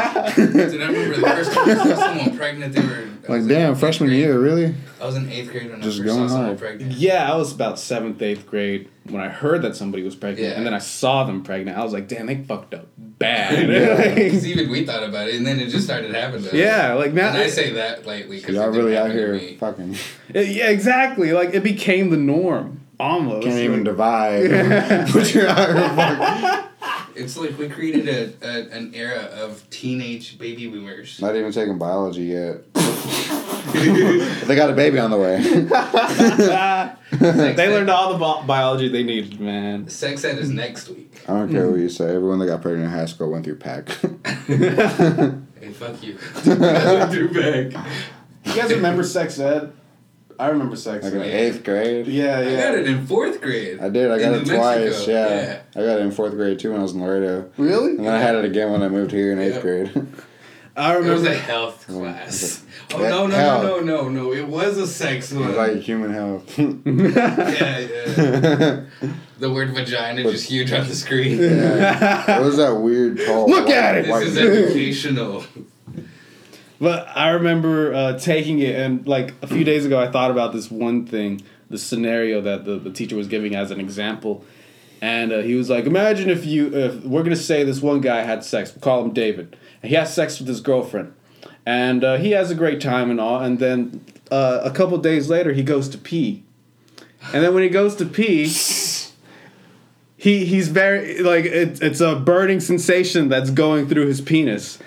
[SPEAKER 3] I remember the first time I saw someone pregnant. They were I was
[SPEAKER 1] Like,
[SPEAKER 3] in
[SPEAKER 1] damn,
[SPEAKER 3] eighth
[SPEAKER 1] freshman
[SPEAKER 3] grade.
[SPEAKER 1] year, really?
[SPEAKER 3] I was in eighth grade when
[SPEAKER 1] Just
[SPEAKER 3] I first saw
[SPEAKER 1] going
[SPEAKER 3] someone
[SPEAKER 1] hard.
[SPEAKER 3] pregnant.
[SPEAKER 2] Yeah, I was about seventh, eighth grade when I heard that somebody was pregnant,
[SPEAKER 3] Yeah.
[SPEAKER 2] and then I saw them pregnant. I was like, "Damn, they fucked up bad."
[SPEAKER 3] Because
[SPEAKER 2] Like,
[SPEAKER 3] even we thought about it, and then it just started happening.
[SPEAKER 2] yeah, like now
[SPEAKER 3] and I say that lightly because
[SPEAKER 1] Y'all really out here fucking
[SPEAKER 2] yeah, exactly. Like it became the norm almost.
[SPEAKER 1] can't even
[SPEAKER 2] Like,
[SPEAKER 1] divide. but you're out here fucking.
[SPEAKER 3] It's like we created a, a an era of teenage baby boomers.
[SPEAKER 1] Not even taking biology yet. they got a baby on the way.
[SPEAKER 2] ah. they learned all the bi- biology they needed, man.
[SPEAKER 3] Sex ed is next week.
[SPEAKER 1] I don't care what you say. Everyone that got pregnant in high school went through PAC.
[SPEAKER 3] Hey, fuck you. Drew back.
[SPEAKER 2] You guys remember sex ed? I remember sex
[SPEAKER 1] like
[SPEAKER 2] ed.
[SPEAKER 1] in eighth grade.
[SPEAKER 2] Yeah,
[SPEAKER 3] I got
[SPEAKER 2] yeah.
[SPEAKER 3] it in fourth grade.
[SPEAKER 1] I did. I got
[SPEAKER 3] In
[SPEAKER 1] it
[SPEAKER 3] New
[SPEAKER 1] twice.
[SPEAKER 3] Mexico,
[SPEAKER 1] Yeah.
[SPEAKER 3] yeah.
[SPEAKER 1] I got it in fourth grade too when I was in Laredo.
[SPEAKER 2] Really?
[SPEAKER 1] And then I had it again when I moved here in eighth
[SPEAKER 3] Yeah.
[SPEAKER 1] grade.
[SPEAKER 2] I
[SPEAKER 3] It was
[SPEAKER 2] remember.
[SPEAKER 3] a health class. Oh
[SPEAKER 1] That
[SPEAKER 3] no no
[SPEAKER 1] hell.
[SPEAKER 3] no no no no! It was a sex one.
[SPEAKER 1] It's like human health.
[SPEAKER 3] yeah, yeah. The word vagina just huge on the screen.
[SPEAKER 1] What was that weird tall?
[SPEAKER 2] Look
[SPEAKER 1] white-
[SPEAKER 2] at it!
[SPEAKER 1] white
[SPEAKER 3] This is
[SPEAKER 1] dude?
[SPEAKER 3] educational.
[SPEAKER 2] But I remember uh, taking it, and like a few days ago, I thought about this one thing the scenario that the, the teacher was giving as an example. And uh, he was like, Imagine if you, if we're going to say this one guy had sex, we'll call him David. And he has sex with his girlfriend. And uh, he has a great time and all. And then uh, a couple days later, he goes to pee. And then when he goes to pee, he he's very like it's it's a burning sensation that's going through his penis,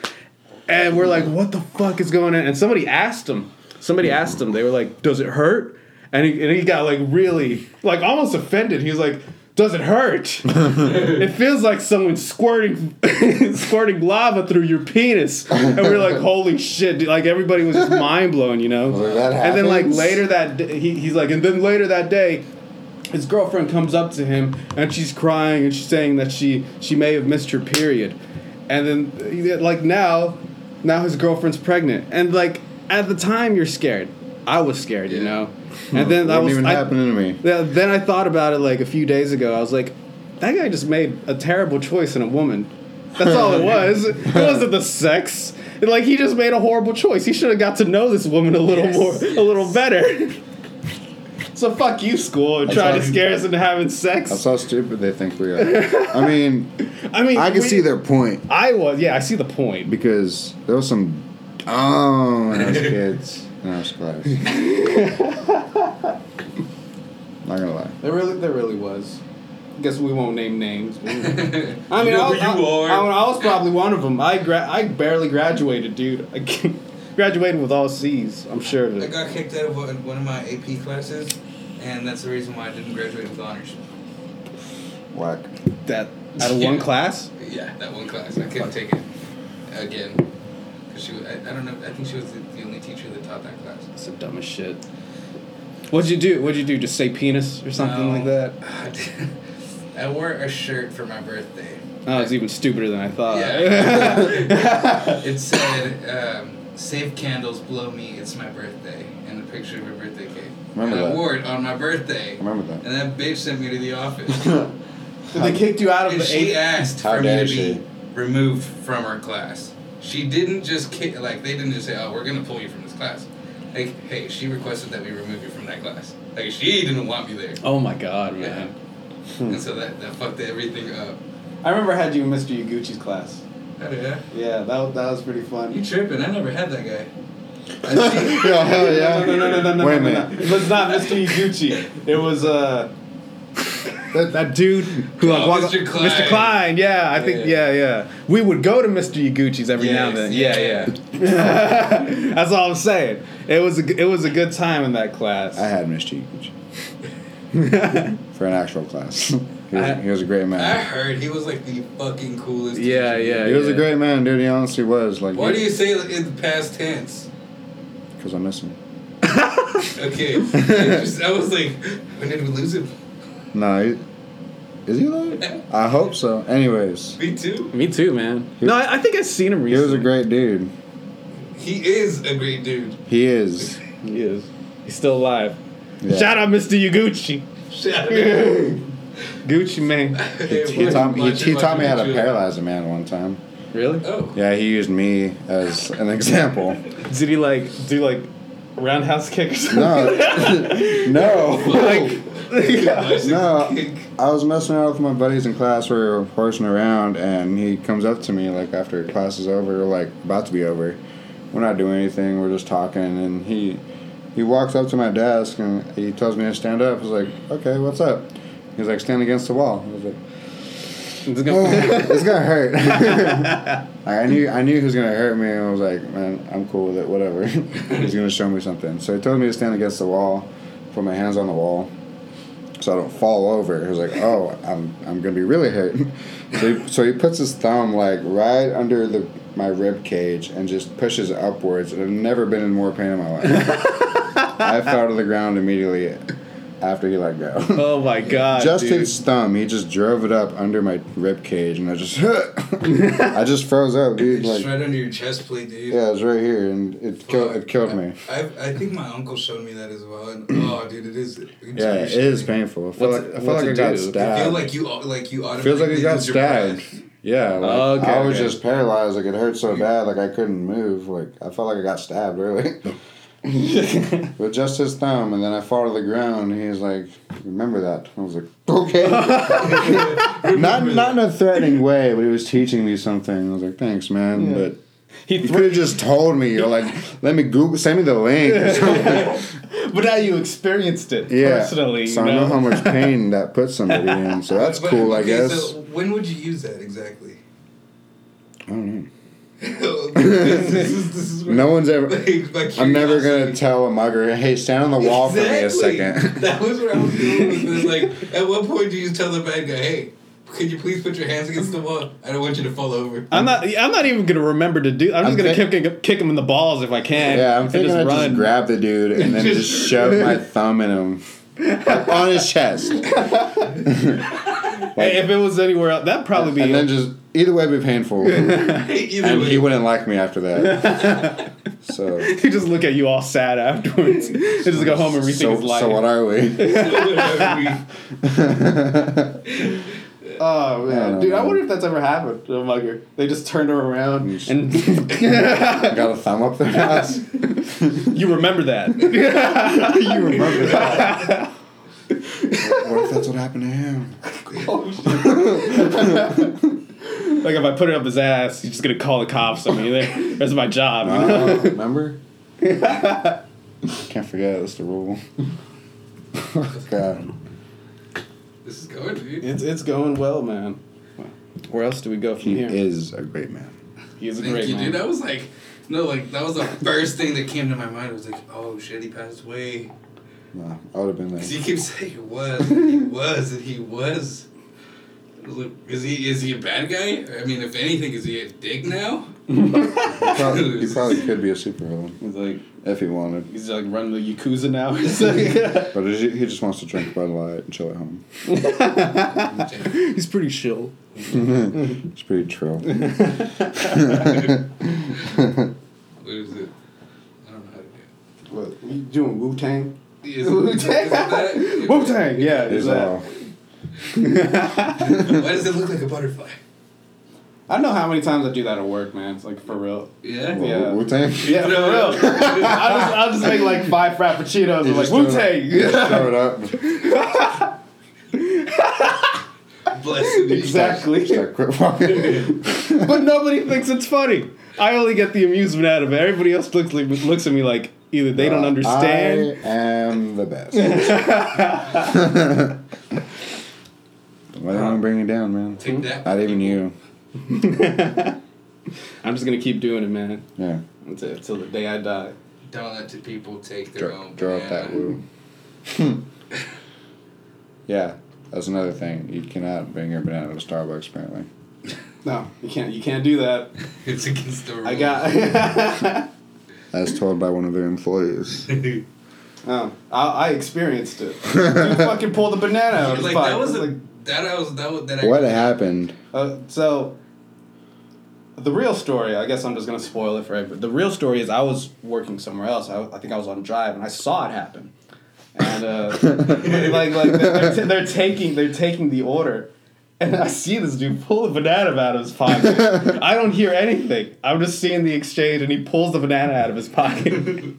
[SPEAKER 2] and we're like, what the fuck is going on? And somebody asked him, somebody asked him, they were like, does it hurt? And he and he got like really like almost offended. He was like. Does it hurt? it feels like someone squirting, squirting lava through your penis, and we're like, "Holy shit!" dude. Like everybody was just mind blown, you know.
[SPEAKER 1] Well, that
[SPEAKER 2] and then like
[SPEAKER 1] happens.
[SPEAKER 2] later that day, he, he's like, and then later that day, his girlfriend comes up to him and she's crying and she's saying that she she may have missed her period and then like now now his girlfriend's pregnant and like at the time you're scared i was scared you
[SPEAKER 3] Yeah.
[SPEAKER 2] know and then i
[SPEAKER 1] Wouldn't
[SPEAKER 2] was
[SPEAKER 1] even
[SPEAKER 2] I-
[SPEAKER 1] happening to me.
[SPEAKER 2] yeah, then i thought about it like a few days ago i was like that guy just made a terrible choice in a woman that's all it was it wasn't the sex like he just made a horrible choice he should have got to know this woman a little
[SPEAKER 3] Yes,
[SPEAKER 2] more
[SPEAKER 3] yes.
[SPEAKER 2] a little better so fuck you, school, and
[SPEAKER 1] That's
[SPEAKER 2] trying
[SPEAKER 1] how
[SPEAKER 2] to
[SPEAKER 1] you-
[SPEAKER 2] scare us into having sex.
[SPEAKER 1] That's how stupid they think we are. I mean,
[SPEAKER 2] I mean,
[SPEAKER 1] I can
[SPEAKER 2] we-
[SPEAKER 1] see their point
[SPEAKER 2] I was, yeah, I see the point.
[SPEAKER 1] because there was some dumb ass kids in our class. Not gonna lie.
[SPEAKER 2] There really, there really was. Guess we won't name names. I mean,
[SPEAKER 3] I mean, know
[SPEAKER 2] I, was,
[SPEAKER 3] who you
[SPEAKER 2] I,
[SPEAKER 3] are.
[SPEAKER 2] I mean, I was probably one of them. I gra- I barely graduated, dude. I graduated with all C's. I'm sure of
[SPEAKER 3] I
[SPEAKER 2] it.
[SPEAKER 3] got kicked out of one one of my AP classes, and that's the reason why I didn't graduate with honors.
[SPEAKER 1] Whack.
[SPEAKER 2] That out of one
[SPEAKER 3] Yeah.
[SPEAKER 2] class.
[SPEAKER 3] Yeah, that one class. I couldn't take it again. 'Cause she, was, I, I don't know. I think she was the, the only teacher that taught that class.
[SPEAKER 2] That's the dumbest shit. What'd you do? What'd you do? Just say penis or something
[SPEAKER 3] No.
[SPEAKER 2] like that?
[SPEAKER 3] I wore a shirt for my birthday.
[SPEAKER 2] Oh, it's even stupider than I thought.
[SPEAKER 3] Yeah. It said, um, "Save candles, blow me. It's my birthday," and a picture of my birthday cake.
[SPEAKER 1] Remember
[SPEAKER 3] and I
[SPEAKER 1] that.
[SPEAKER 3] wore it on my birthday.
[SPEAKER 1] Remember that.
[SPEAKER 3] And that bitch sent me to the office.
[SPEAKER 2] So they kicked you out of
[SPEAKER 3] and
[SPEAKER 2] the
[SPEAKER 3] she
[SPEAKER 2] eighth.
[SPEAKER 3] asked
[SPEAKER 1] How
[SPEAKER 3] for me
[SPEAKER 1] dare
[SPEAKER 3] to be
[SPEAKER 1] she.
[SPEAKER 3] removed from her class. She didn't just kick, like, they didn't just say, oh, we're going to pull you from this class. Like, hey, she requested that we remove you from that class. Like, she didn't want me there.
[SPEAKER 2] Oh my god, man.
[SPEAKER 1] Hmm.
[SPEAKER 3] And so that, that fucked everything up.
[SPEAKER 4] I remember I had you in Mr. Yaguchi's class.
[SPEAKER 3] Hell yeah.
[SPEAKER 4] Yeah, that, wa- that was pretty
[SPEAKER 3] You
[SPEAKER 4] fun.
[SPEAKER 3] tripping. I never had that guy.
[SPEAKER 1] Yo,
[SPEAKER 2] Oh,
[SPEAKER 1] hell
[SPEAKER 4] No,
[SPEAKER 1] yeah.
[SPEAKER 4] no, no, no, no, no,
[SPEAKER 1] Wait a
[SPEAKER 4] no, no,
[SPEAKER 1] minute.
[SPEAKER 4] no. It was not Mr. Yaguchi. It was, uh,
[SPEAKER 2] That, that dude who like
[SPEAKER 3] Oh,
[SPEAKER 2] walk-
[SPEAKER 3] Mr. Klein.
[SPEAKER 2] Mr. Klein, yeah, I think
[SPEAKER 3] Yeah.
[SPEAKER 2] yeah, yeah. We would go to Mr. Yaguchi's every now and
[SPEAKER 3] Yes,
[SPEAKER 2] then. Yeah,
[SPEAKER 3] yeah.
[SPEAKER 2] yeah. That's all I'm saying. It was a, g- it was a good time in that class.
[SPEAKER 1] I had Mr. Eakins for an actual class. He was,
[SPEAKER 2] I-
[SPEAKER 1] he was a great
[SPEAKER 3] I
[SPEAKER 1] man.
[SPEAKER 3] heard he was like the fucking coolest.
[SPEAKER 2] yeah,
[SPEAKER 3] teacher.
[SPEAKER 2] yeah.
[SPEAKER 1] He was
[SPEAKER 2] yeah.
[SPEAKER 1] a great man, dude. He honestly was. Like,
[SPEAKER 3] Why do you say it in the past tense?
[SPEAKER 1] Because I miss him.
[SPEAKER 3] Okay. I just- I was like, when did we lose him?
[SPEAKER 1] No, he, is he alive? I hope so. Anyways,
[SPEAKER 3] Me too.
[SPEAKER 2] Me too, man. No, I, I think I've seen him
[SPEAKER 1] he was a
[SPEAKER 2] recently.
[SPEAKER 1] great dude.
[SPEAKER 3] He is a great dude.
[SPEAKER 1] He is.
[SPEAKER 2] He is. He's still alive.
[SPEAKER 1] Yeah.
[SPEAKER 2] Shout out, Mr. Yaguchi.
[SPEAKER 3] Shout out.
[SPEAKER 2] Gucci man.
[SPEAKER 1] He, he taught, he, he taught me how to paralyze a man one time.
[SPEAKER 2] Really?
[SPEAKER 3] Oh.
[SPEAKER 1] Yeah, he used me as an example.
[SPEAKER 2] Did he like do like roundhouse kicks?
[SPEAKER 1] No, no.
[SPEAKER 2] like
[SPEAKER 1] No.
[SPEAKER 3] Kick.
[SPEAKER 1] I was messing around with my buddies in class. We were horsing around, and he comes up to me like after class is over, or like about to be over. We're not doing anything. We're just talking, and he he walks up to my desk and he tells me to stand up. I was like, "Okay, what's up?" He's like, "Stand against the wall." I was like,
[SPEAKER 2] It's gonna-
[SPEAKER 1] "Oh, "It's gonna hurt." Like, I knew I knew he was gonna hurt me, and I was like, "Man, I'm cool with it. Whatever." He's gonna show me something. So he told me to stand against the wall, put my hands on the wall so I don't fall over. He was like, "Oh, I'm I'm gonna be really hurt." So he, so he puts his thumb like right under the my rib cage and just pushes it upwards. And I've never been in more pain in my life. I fell to the ground immediately after he let go.
[SPEAKER 2] oh my god.
[SPEAKER 1] Just
[SPEAKER 2] dude.
[SPEAKER 1] his thumb, he just drove it up under my rib cage, and I just I just froze up, dude.
[SPEAKER 3] Just
[SPEAKER 1] Like
[SPEAKER 3] right under your chest plate, dude.
[SPEAKER 1] yeah, it was right here, and it killed it killed me.
[SPEAKER 3] I, I think my uncle showed me that as well. And, oh, dude, it is.
[SPEAKER 1] Yeah, it is painful. I feel
[SPEAKER 2] What's
[SPEAKER 1] like
[SPEAKER 2] it-
[SPEAKER 1] I feel
[SPEAKER 2] what's
[SPEAKER 1] like I
[SPEAKER 2] it
[SPEAKER 1] got
[SPEAKER 2] do? You feel
[SPEAKER 1] stabbed.
[SPEAKER 3] feel like you au- like you automatically
[SPEAKER 1] Feels like he got
[SPEAKER 3] lose your breath.
[SPEAKER 1] stabbed. Yeah, like,
[SPEAKER 2] Oh, Okay,
[SPEAKER 1] I was
[SPEAKER 2] okay.
[SPEAKER 1] just paralyzed. Like it hurt so bad, like I couldn't move. Like I felt like I got stabbed, really. With just his thumb, and then I fall to the ground. And he's like, "Remember that?" I was like, "Okay." not not in a threatening way, but he was teaching me something. I was like, "Thanks, man," but.
[SPEAKER 2] He
[SPEAKER 1] You could have just told me, or like, let me Google, send me the link. Or something.
[SPEAKER 2] But now you experienced it
[SPEAKER 1] Yeah.
[SPEAKER 2] personally.
[SPEAKER 1] so
[SPEAKER 2] you
[SPEAKER 1] I
[SPEAKER 2] know?
[SPEAKER 1] know how much pain that puts somebody in. So that's
[SPEAKER 3] But-
[SPEAKER 1] cool, I
[SPEAKER 3] okay,
[SPEAKER 1] guess.
[SPEAKER 3] So when would you use that exactly?
[SPEAKER 1] I don't know.
[SPEAKER 3] this is, this is where-
[SPEAKER 1] No one's ever.
[SPEAKER 3] like, my
[SPEAKER 1] I'm never gonna
[SPEAKER 3] curiosity-
[SPEAKER 1] tell a mugger, hey, stand on the wall for me
[SPEAKER 3] Exactly.
[SPEAKER 1] a second.
[SPEAKER 3] That was where I was going with this. Like, at what point do you tell the bad guy, hey, could you please put your hands against the wall? I don't want you to fall over.
[SPEAKER 2] I'm not. I'm not even gonna remember to do. I'm just
[SPEAKER 1] I'm
[SPEAKER 2] gonna
[SPEAKER 1] think-
[SPEAKER 2] kick, kick him in the balls if I can.
[SPEAKER 1] Yeah, I'm
[SPEAKER 2] and
[SPEAKER 1] thinking
[SPEAKER 2] just
[SPEAKER 1] I just
[SPEAKER 2] run.
[SPEAKER 1] grab the dude and then
[SPEAKER 3] Just-
[SPEAKER 1] just, shove my thumb in him Like, on his chest,
[SPEAKER 2] Hey, if it was anywhere else, that'd probably be.
[SPEAKER 1] and then just either way it'd be painful, and
[SPEAKER 3] Either way.
[SPEAKER 1] he wouldn't like me after that. So,
[SPEAKER 2] he just look at you all sad afterwards. and just go home and rethink
[SPEAKER 1] so,
[SPEAKER 2] his life.
[SPEAKER 1] so what are we?
[SPEAKER 4] oh, man.
[SPEAKER 1] no,
[SPEAKER 4] Dude, I
[SPEAKER 1] no.
[SPEAKER 4] wonder if that's ever happened to a mugger. They just turned her around.
[SPEAKER 2] and
[SPEAKER 1] Got a thumb up their ass.
[SPEAKER 2] you remember that.
[SPEAKER 1] you remember that? what if that's what happened to him?
[SPEAKER 2] like if I put it up his ass, he's just gonna call the cops. I mean, there- that's my job. You know?
[SPEAKER 1] Uh, remember? Can't forget. That's the rule. God.
[SPEAKER 3] This is going, dude.
[SPEAKER 4] It's, it's going well, man. Where else do we go from
[SPEAKER 1] He
[SPEAKER 4] here?
[SPEAKER 1] is a great man.
[SPEAKER 4] He is a
[SPEAKER 3] Thank
[SPEAKER 4] great
[SPEAKER 3] you,
[SPEAKER 4] man.
[SPEAKER 3] dude. I was like, no, like, that was the first thing that came to my mind. I was like, oh, shit, he passed away.
[SPEAKER 1] No, I would have been
[SPEAKER 3] Because you
[SPEAKER 1] like,
[SPEAKER 3] keep saying he was, and he was, and he was. Is he is he a bad guy? I mean, if anything, is he a dick now?
[SPEAKER 1] he probably, he probably could be a supervillain
[SPEAKER 4] He's like,
[SPEAKER 1] if he wanted.
[SPEAKER 4] he's like running the Yakuza now. He's like,
[SPEAKER 1] But he he just wants to drink Bud Light and chill at home.
[SPEAKER 2] he's pretty chill.
[SPEAKER 1] It's pretty true.
[SPEAKER 3] What is it? I don't know how to do.
[SPEAKER 4] what, you doing Wu Tang?
[SPEAKER 3] It. Is, it- is it that?
[SPEAKER 4] Wu Tang, yeah.
[SPEAKER 1] It's
[SPEAKER 4] that.
[SPEAKER 1] all.
[SPEAKER 3] Why does it look like a butterfly?
[SPEAKER 2] I don't know how many times I do that at work, man. It's like for real.
[SPEAKER 3] Yeah.
[SPEAKER 1] Well,
[SPEAKER 2] Yeah.
[SPEAKER 1] Wu Tang.
[SPEAKER 2] Yeah, for
[SPEAKER 3] No.
[SPEAKER 2] real. I'll just, I'll just make like five frappuccinos and like Wu Tang.
[SPEAKER 1] Showed up.
[SPEAKER 3] Bless you.
[SPEAKER 2] exactly.
[SPEAKER 1] Just like, quit walking.
[SPEAKER 2] but nobody thinks it's funny. I only get the amusement out of it. Everybody else looks like, looks at me like either they don't understand.
[SPEAKER 1] I am the best. Why they want to bring you down, man?
[SPEAKER 3] Take that.
[SPEAKER 1] Not even you.
[SPEAKER 2] I'm just gonna keep doing it, man,
[SPEAKER 1] Yeah.
[SPEAKER 2] until, until the day I die.
[SPEAKER 3] Don't let the people take their
[SPEAKER 1] Dro-
[SPEAKER 3] own.
[SPEAKER 1] drop
[SPEAKER 3] banana.
[SPEAKER 1] that woo. yeah, that's another thing. You cannot bring your banana to Starbucks, apparently.
[SPEAKER 2] No, you can't. You can't do that.
[SPEAKER 3] It's against the rules.
[SPEAKER 2] I got.
[SPEAKER 1] As told by one of their employees.
[SPEAKER 3] You're
[SPEAKER 2] oh, I, I experienced it. Dude fucking pulled the banana out of his
[SPEAKER 3] like
[SPEAKER 2] pocket.
[SPEAKER 3] that was
[SPEAKER 2] Like,
[SPEAKER 3] a, that I was that was that I
[SPEAKER 1] what happened?
[SPEAKER 2] Uh, so, the real story, I guess I'm just going to spoil it for everybody. The real story is I was working somewhere else. I, I think I was on drive and I saw it happen. And, uh, like, like they're, t- they're, taking, they're taking the order. And I see this dude pull a banana out of his pocket. I don't hear anything. I'm just seeing the exchange, and he pulls the banana out of his pocket. and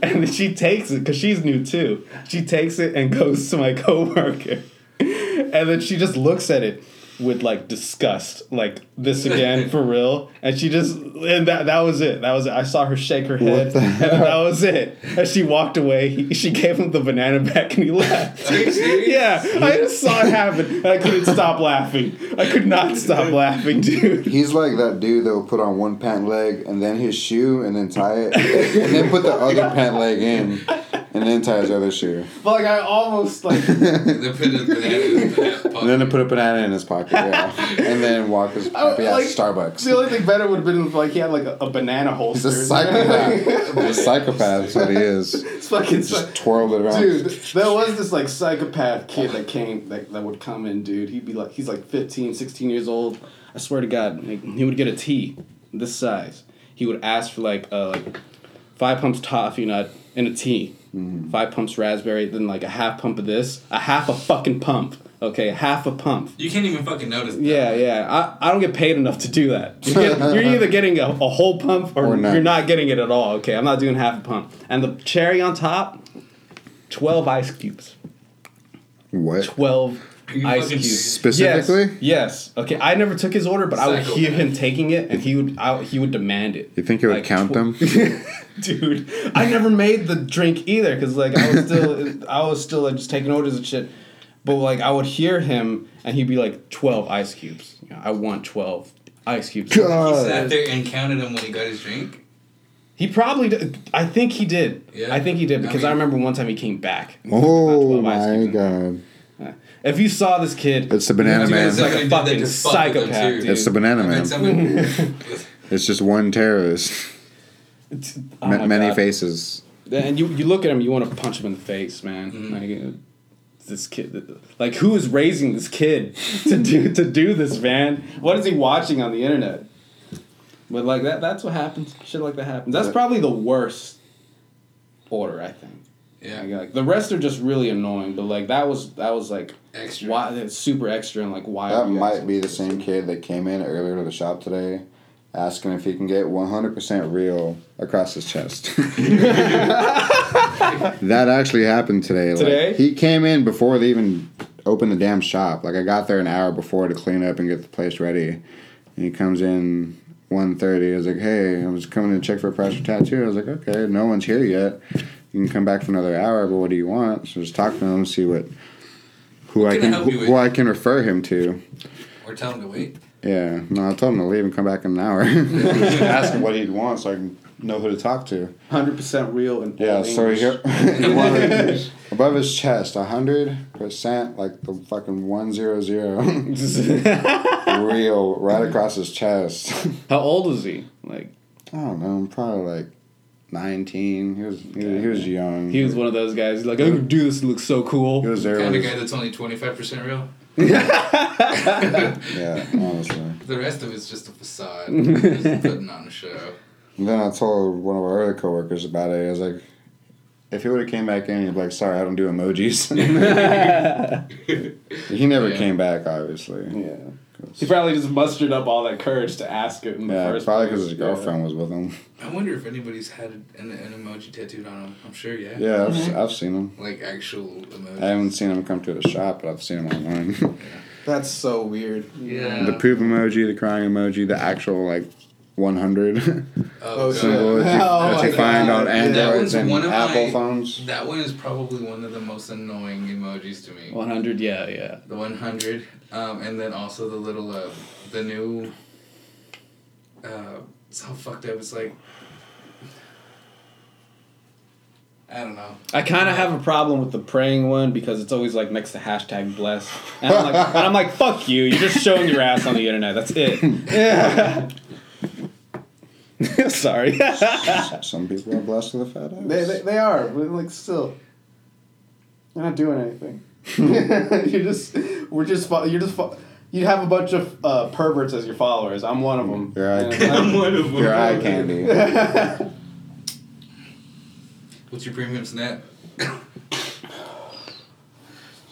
[SPEAKER 2] then she takes it, because she's new too. She takes it and goes to my coworker. and then she just looks at it with like disgust, like this again for real. And she just and that that was it. That was it. I saw her shake her head,
[SPEAKER 1] the
[SPEAKER 2] and then that was it. As she walked away, he, she gave him the banana back, and he left.
[SPEAKER 3] Are you serious?
[SPEAKER 2] yeah, I just saw it happen, and I couldn't stop laughing. I could not stop laughing, dude.
[SPEAKER 1] He's like that dude that will put on one pant leg and then his shoe and then tie it and then put the other pant leg in and then tie his other shoe.
[SPEAKER 2] But like I almost like
[SPEAKER 3] They put a banana in that
[SPEAKER 1] And then
[SPEAKER 3] pocket.
[SPEAKER 1] to put a banana in his pocket, yeah. and then walk his happy ass
[SPEAKER 2] Oh, like-
[SPEAKER 1] to Starbucks.
[SPEAKER 2] the only thing better would have been if like he had like a, a banana
[SPEAKER 1] He's
[SPEAKER 2] holster.
[SPEAKER 1] a psychopath. a psychopath is what he is.
[SPEAKER 2] It's fucking psy-
[SPEAKER 1] Just twirled it around.
[SPEAKER 2] Dude, there was this like psychopath kid that came that, that would come in, dude. He'd be like he's like 15, 16 years old. I swear to God, like, he would get a tea this size. He would ask for like uh like five pumps toffee nut and a tea.
[SPEAKER 1] Mm-hmm.
[SPEAKER 2] Five pumps raspberry, then like a half pump of this, a half a fucking pump. Okay, half a pump.
[SPEAKER 3] You can't even fucking notice. That.
[SPEAKER 2] Yeah, yeah. I, I don't get paid enough to do that. You get- You're, either getting a, a whole pump or,
[SPEAKER 1] Or not.
[SPEAKER 2] you're not getting it at all. Okay, I'm not doing half a pump. And the cherry on top, 12 ice cubes.
[SPEAKER 1] What?
[SPEAKER 2] 12
[SPEAKER 3] Are you
[SPEAKER 2] ice cubes.
[SPEAKER 3] fucking serious?
[SPEAKER 1] Specifically?
[SPEAKER 2] Yes, yes. Okay, I never took his order, but I would hear
[SPEAKER 3] Psychopath.
[SPEAKER 2] him taking it and he would I, he would demand it.
[SPEAKER 1] You think he would
[SPEAKER 2] Like,
[SPEAKER 1] count
[SPEAKER 2] tw-
[SPEAKER 1] them?
[SPEAKER 2] Dude, I never made the drink either cuz like I was still I was still like just taking orders and shit. But like I would hear him and he'd be like 12 ice cubes. You know, I want 12 ice cubes.
[SPEAKER 3] He
[SPEAKER 1] God.
[SPEAKER 3] sat there and counted them when he got his drink.
[SPEAKER 2] He probably did. I think he did.
[SPEAKER 3] Yeah.
[SPEAKER 2] I think he did because I,
[SPEAKER 3] I mean-
[SPEAKER 2] remember one time he came back.
[SPEAKER 1] Oh
[SPEAKER 2] Not 12 ice
[SPEAKER 1] my
[SPEAKER 2] cubes.
[SPEAKER 1] god.
[SPEAKER 2] If you saw this kid,
[SPEAKER 1] It's the banana
[SPEAKER 2] dude,
[SPEAKER 1] man.
[SPEAKER 2] It's like
[SPEAKER 3] Somebody
[SPEAKER 2] a
[SPEAKER 3] did that
[SPEAKER 2] fucking
[SPEAKER 3] to fuck with them,
[SPEAKER 2] psychopath.
[SPEAKER 3] too.
[SPEAKER 2] dude.
[SPEAKER 1] It's the banana
[SPEAKER 3] I
[SPEAKER 1] man.
[SPEAKER 3] bet somebody-
[SPEAKER 1] It's just one terrorist.
[SPEAKER 2] Oh
[SPEAKER 1] Ma-
[SPEAKER 2] my
[SPEAKER 1] many
[SPEAKER 2] God.
[SPEAKER 1] faces.
[SPEAKER 2] And you, you look at him, you want to punch him in the face, man. Like, uh, this kid, like who is raising this kid to do to do this, man? What is he watching on the internet? But like that, that's what happens. Shit like that happens. That's probably the worst order, I think. Like,
[SPEAKER 3] yeah.
[SPEAKER 2] like, the rest are just really annoying, but like that was that was like
[SPEAKER 3] Extra.
[SPEAKER 2] why that's super extra and like why
[SPEAKER 1] That
[SPEAKER 2] are you guys-
[SPEAKER 1] might be the same kid that came in earlier to the shop today asking if he can get 100% real across his chest. that actually happened today. Like,
[SPEAKER 2] Today?
[SPEAKER 1] he came in before they even opened the damn shop. Like I got there an hour before to clean up and get the place ready. And he comes in 1.30. I was like, hey, I was coming to check for a price for tattoo. I was like, okay, no one's here yet. You can come back for another hour, but what do you want? So just talk to him, see what who I
[SPEAKER 3] can I
[SPEAKER 1] can
[SPEAKER 3] help you
[SPEAKER 1] who
[SPEAKER 3] with?
[SPEAKER 1] I can refer him to.
[SPEAKER 3] Or tell him to wait.
[SPEAKER 1] Yeah, no, I told him to leave and come back in an hour. Ask him what he'd want so I can know who to talk to.
[SPEAKER 2] hundred percent real and
[SPEAKER 1] Yeah,
[SPEAKER 2] all
[SPEAKER 1] so
[SPEAKER 2] English.
[SPEAKER 1] here, he wanted above his chest, hundred percent, like the fucking one zero zero, real, right across his chest.
[SPEAKER 2] How old was he? Like
[SPEAKER 1] I don't know, I'm probably like nineteen. He was he, he was young.
[SPEAKER 2] he was one of those guys. He's like I can do this. It looks so
[SPEAKER 1] he
[SPEAKER 2] cool.
[SPEAKER 1] was there.
[SPEAKER 3] Kind
[SPEAKER 1] when
[SPEAKER 3] of
[SPEAKER 1] he-
[SPEAKER 3] guy that's only twenty five percent real.
[SPEAKER 1] yeah, honestly.
[SPEAKER 3] The rest of it's just a facade. just putting on a show.
[SPEAKER 1] And then I told one of our other coworkers about it. I was like, if he would have came back in, he'd be like, sorry, I don't do emojis. he never
[SPEAKER 3] Yeah.
[SPEAKER 1] came back, obviously.
[SPEAKER 2] Yeah. He probably just mustered up all that courage to ask it in the
[SPEAKER 1] Yeah,
[SPEAKER 2] first
[SPEAKER 1] probably
[SPEAKER 2] place.
[SPEAKER 1] because his
[SPEAKER 2] Yeah.
[SPEAKER 1] girlfriend was with him.
[SPEAKER 3] I wonder if anybody's had an, an emoji tattooed on them. I'm sure, yeah.
[SPEAKER 1] Yeah, I've, I've seen him.
[SPEAKER 3] Like actual emoji.
[SPEAKER 1] I haven't seen him come to the shop, but I've seen him online.
[SPEAKER 2] That's so weird.
[SPEAKER 3] yeah.
[SPEAKER 1] the poop emoji, the crying emoji, the actual like 100
[SPEAKER 3] oh, God.
[SPEAKER 1] symbol that you,
[SPEAKER 2] Oh
[SPEAKER 1] that
[SPEAKER 2] my
[SPEAKER 1] you find
[SPEAKER 2] God.
[SPEAKER 1] on
[SPEAKER 2] Yeah.
[SPEAKER 3] That
[SPEAKER 1] Androids
[SPEAKER 3] one's
[SPEAKER 1] and
[SPEAKER 3] one of
[SPEAKER 1] Apple
[SPEAKER 3] my-
[SPEAKER 1] phones.
[SPEAKER 3] That one is probably one of the most annoying emojis to me.
[SPEAKER 2] 100, yeah, yeah.
[SPEAKER 3] The 100, um, and then also the little, uh, the new, uh, it's all fucked up. It's like, I don't know.
[SPEAKER 2] I kind of have a problem with the praying one because it's always like next to hashtag blessed. And I'm like, and I'm like fuck you. You're just showing your ass on the internet. That's it. Yeah. Sorry.
[SPEAKER 1] Some people are blessed with a fat ass.
[SPEAKER 2] They, they, they are, but like still, you're not doing anything. you're just, we're just, fo- you're just, fo- you have a bunch of uh, perverts as your followers. I'm one of them.
[SPEAKER 1] You're right.
[SPEAKER 3] one of
[SPEAKER 1] Your eye candy.
[SPEAKER 3] What's your premium snap?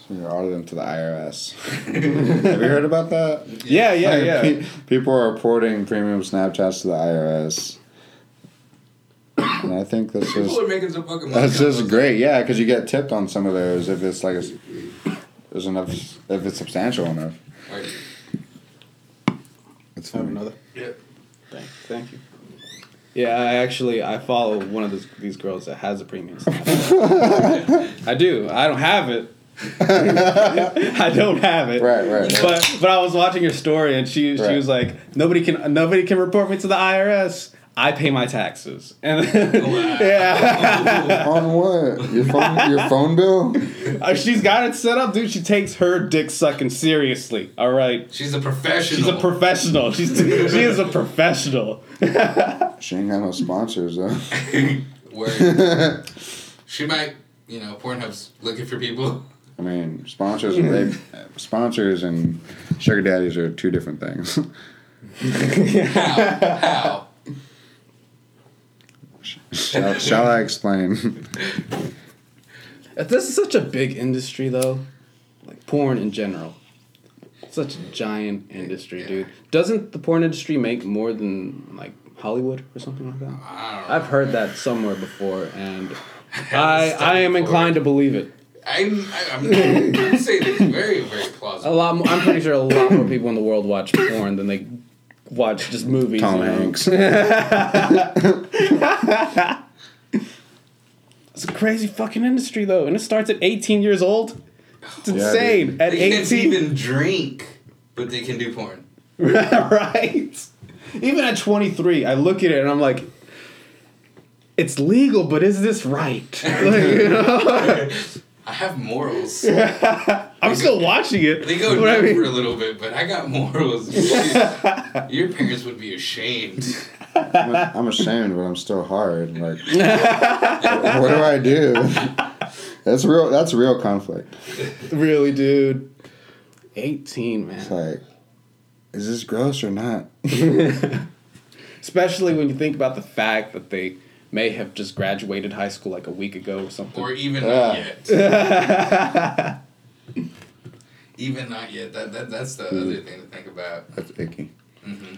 [SPEAKER 1] You're auditing to the IRS. Have you heard about that?
[SPEAKER 2] yeah, yeah,
[SPEAKER 1] Like,
[SPEAKER 2] yeah.
[SPEAKER 1] pe- people are reporting premium Snapchats to the IRS. And I think this is
[SPEAKER 3] People are making some fucking money.
[SPEAKER 1] that's
[SPEAKER 3] off
[SPEAKER 1] just
[SPEAKER 3] this.
[SPEAKER 1] great, yeah, because you get tipped on some of those if it's like there's enough if it's substantial enough.
[SPEAKER 3] Alright.
[SPEAKER 1] It's
[SPEAKER 2] Have
[SPEAKER 1] funny.
[SPEAKER 2] another.
[SPEAKER 3] Yeah.
[SPEAKER 2] Thank, thank you. Yeah, I actually I follow one of those, these girls that has a premium. Snapchat. I do. I don't have it. I don't have it.
[SPEAKER 1] Right, right, right.
[SPEAKER 2] But but I was watching her story and she she
[SPEAKER 1] Right.
[SPEAKER 2] was like nobody can nobody can report me to the IRS. I pay my taxes. And yeah.
[SPEAKER 1] on what? Your phone your phone bill?
[SPEAKER 2] Uh, She's got it set up, dude. She takes her dick sucking seriously. All right.
[SPEAKER 3] She's a professional.
[SPEAKER 2] She's a professional. She's she is a professional.
[SPEAKER 1] She ain't got no sponsors though.
[SPEAKER 3] Word. she might, you know, Pornhub's looking for people.
[SPEAKER 1] I mean, sponsors and they, sponsors and sugar daddies are two different things.
[SPEAKER 3] How? How?
[SPEAKER 1] shall, shall I explain?
[SPEAKER 2] This is such a big industry, though. Like porn in general, such a giant industry, dude. Doesn't the porn industry make more than like Hollywood or something like that?
[SPEAKER 3] I don't know.
[SPEAKER 2] I've heard that somewhere before, and I
[SPEAKER 3] haven't
[SPEAKER 2] I am
[SPEAKER 3] studied
[SPEAKER 2] inclined to believe it.
[SPEAKER 3] I'm, I'm, I'm saying it's very, very
[SPEAKER 2] A
[SPEAKER 3] plausible.
[SPEAKER 2] lot. More, I'm pretty sure a lot more people in the world watch porn than they watch just movies.
[SPEAKER 1] Tom
[SPEAKER 2] you know?
[SPEAKER 1] Hanks.
[SPEAKER 2] It's a crazy fucking industry, though, and it starts at 18 years old. It's
[SPEAKER 1] dude.
[SPEAKER 2] insane. at
[SPEAKER 3] They
[SPEAKER 2] 18,
[SPEAKER 3] can't even drink, but they can do porn.
[SPEAKER 2] right? Even at 23, I look at it and I'm like, it's legal, but is this right? Like, you know?
[SPEAKER 3] I have morals.
[SPEAKER 2] I'm still watching it.
[SPEAKER 3] They go
[SPEAKER 2] but I
[SPEAKER 3] down
[SPEAKER 2] mean-
[SPEAKER 3] for a little bit, but I got morals. Your parents would be ashamed.
[SPEAKER 1] I'm, I'm ashamed, but I'm still hard. Like, wh- what do I do? That's real. That's real conflict.
[SPEAKER 2] really, dude. 18,
[SPEAKER 1] It's
[SPEAKER 2] man.
[SPEAKER 1] like, is this gross or not?
[SPEAKER 2] Especially when you think about the fact that they may have just graduated high school like a week ago or something.
[SPEAKER 3] Or even not
[SPEAKER 1] Yeah.
[SPEAKER 3] yet. even not yet. That, that That's the other
[SPEAKER 2] Hmm.
[SPEAKER 3] thing to think about.
[SPEAKER 1] That's icky.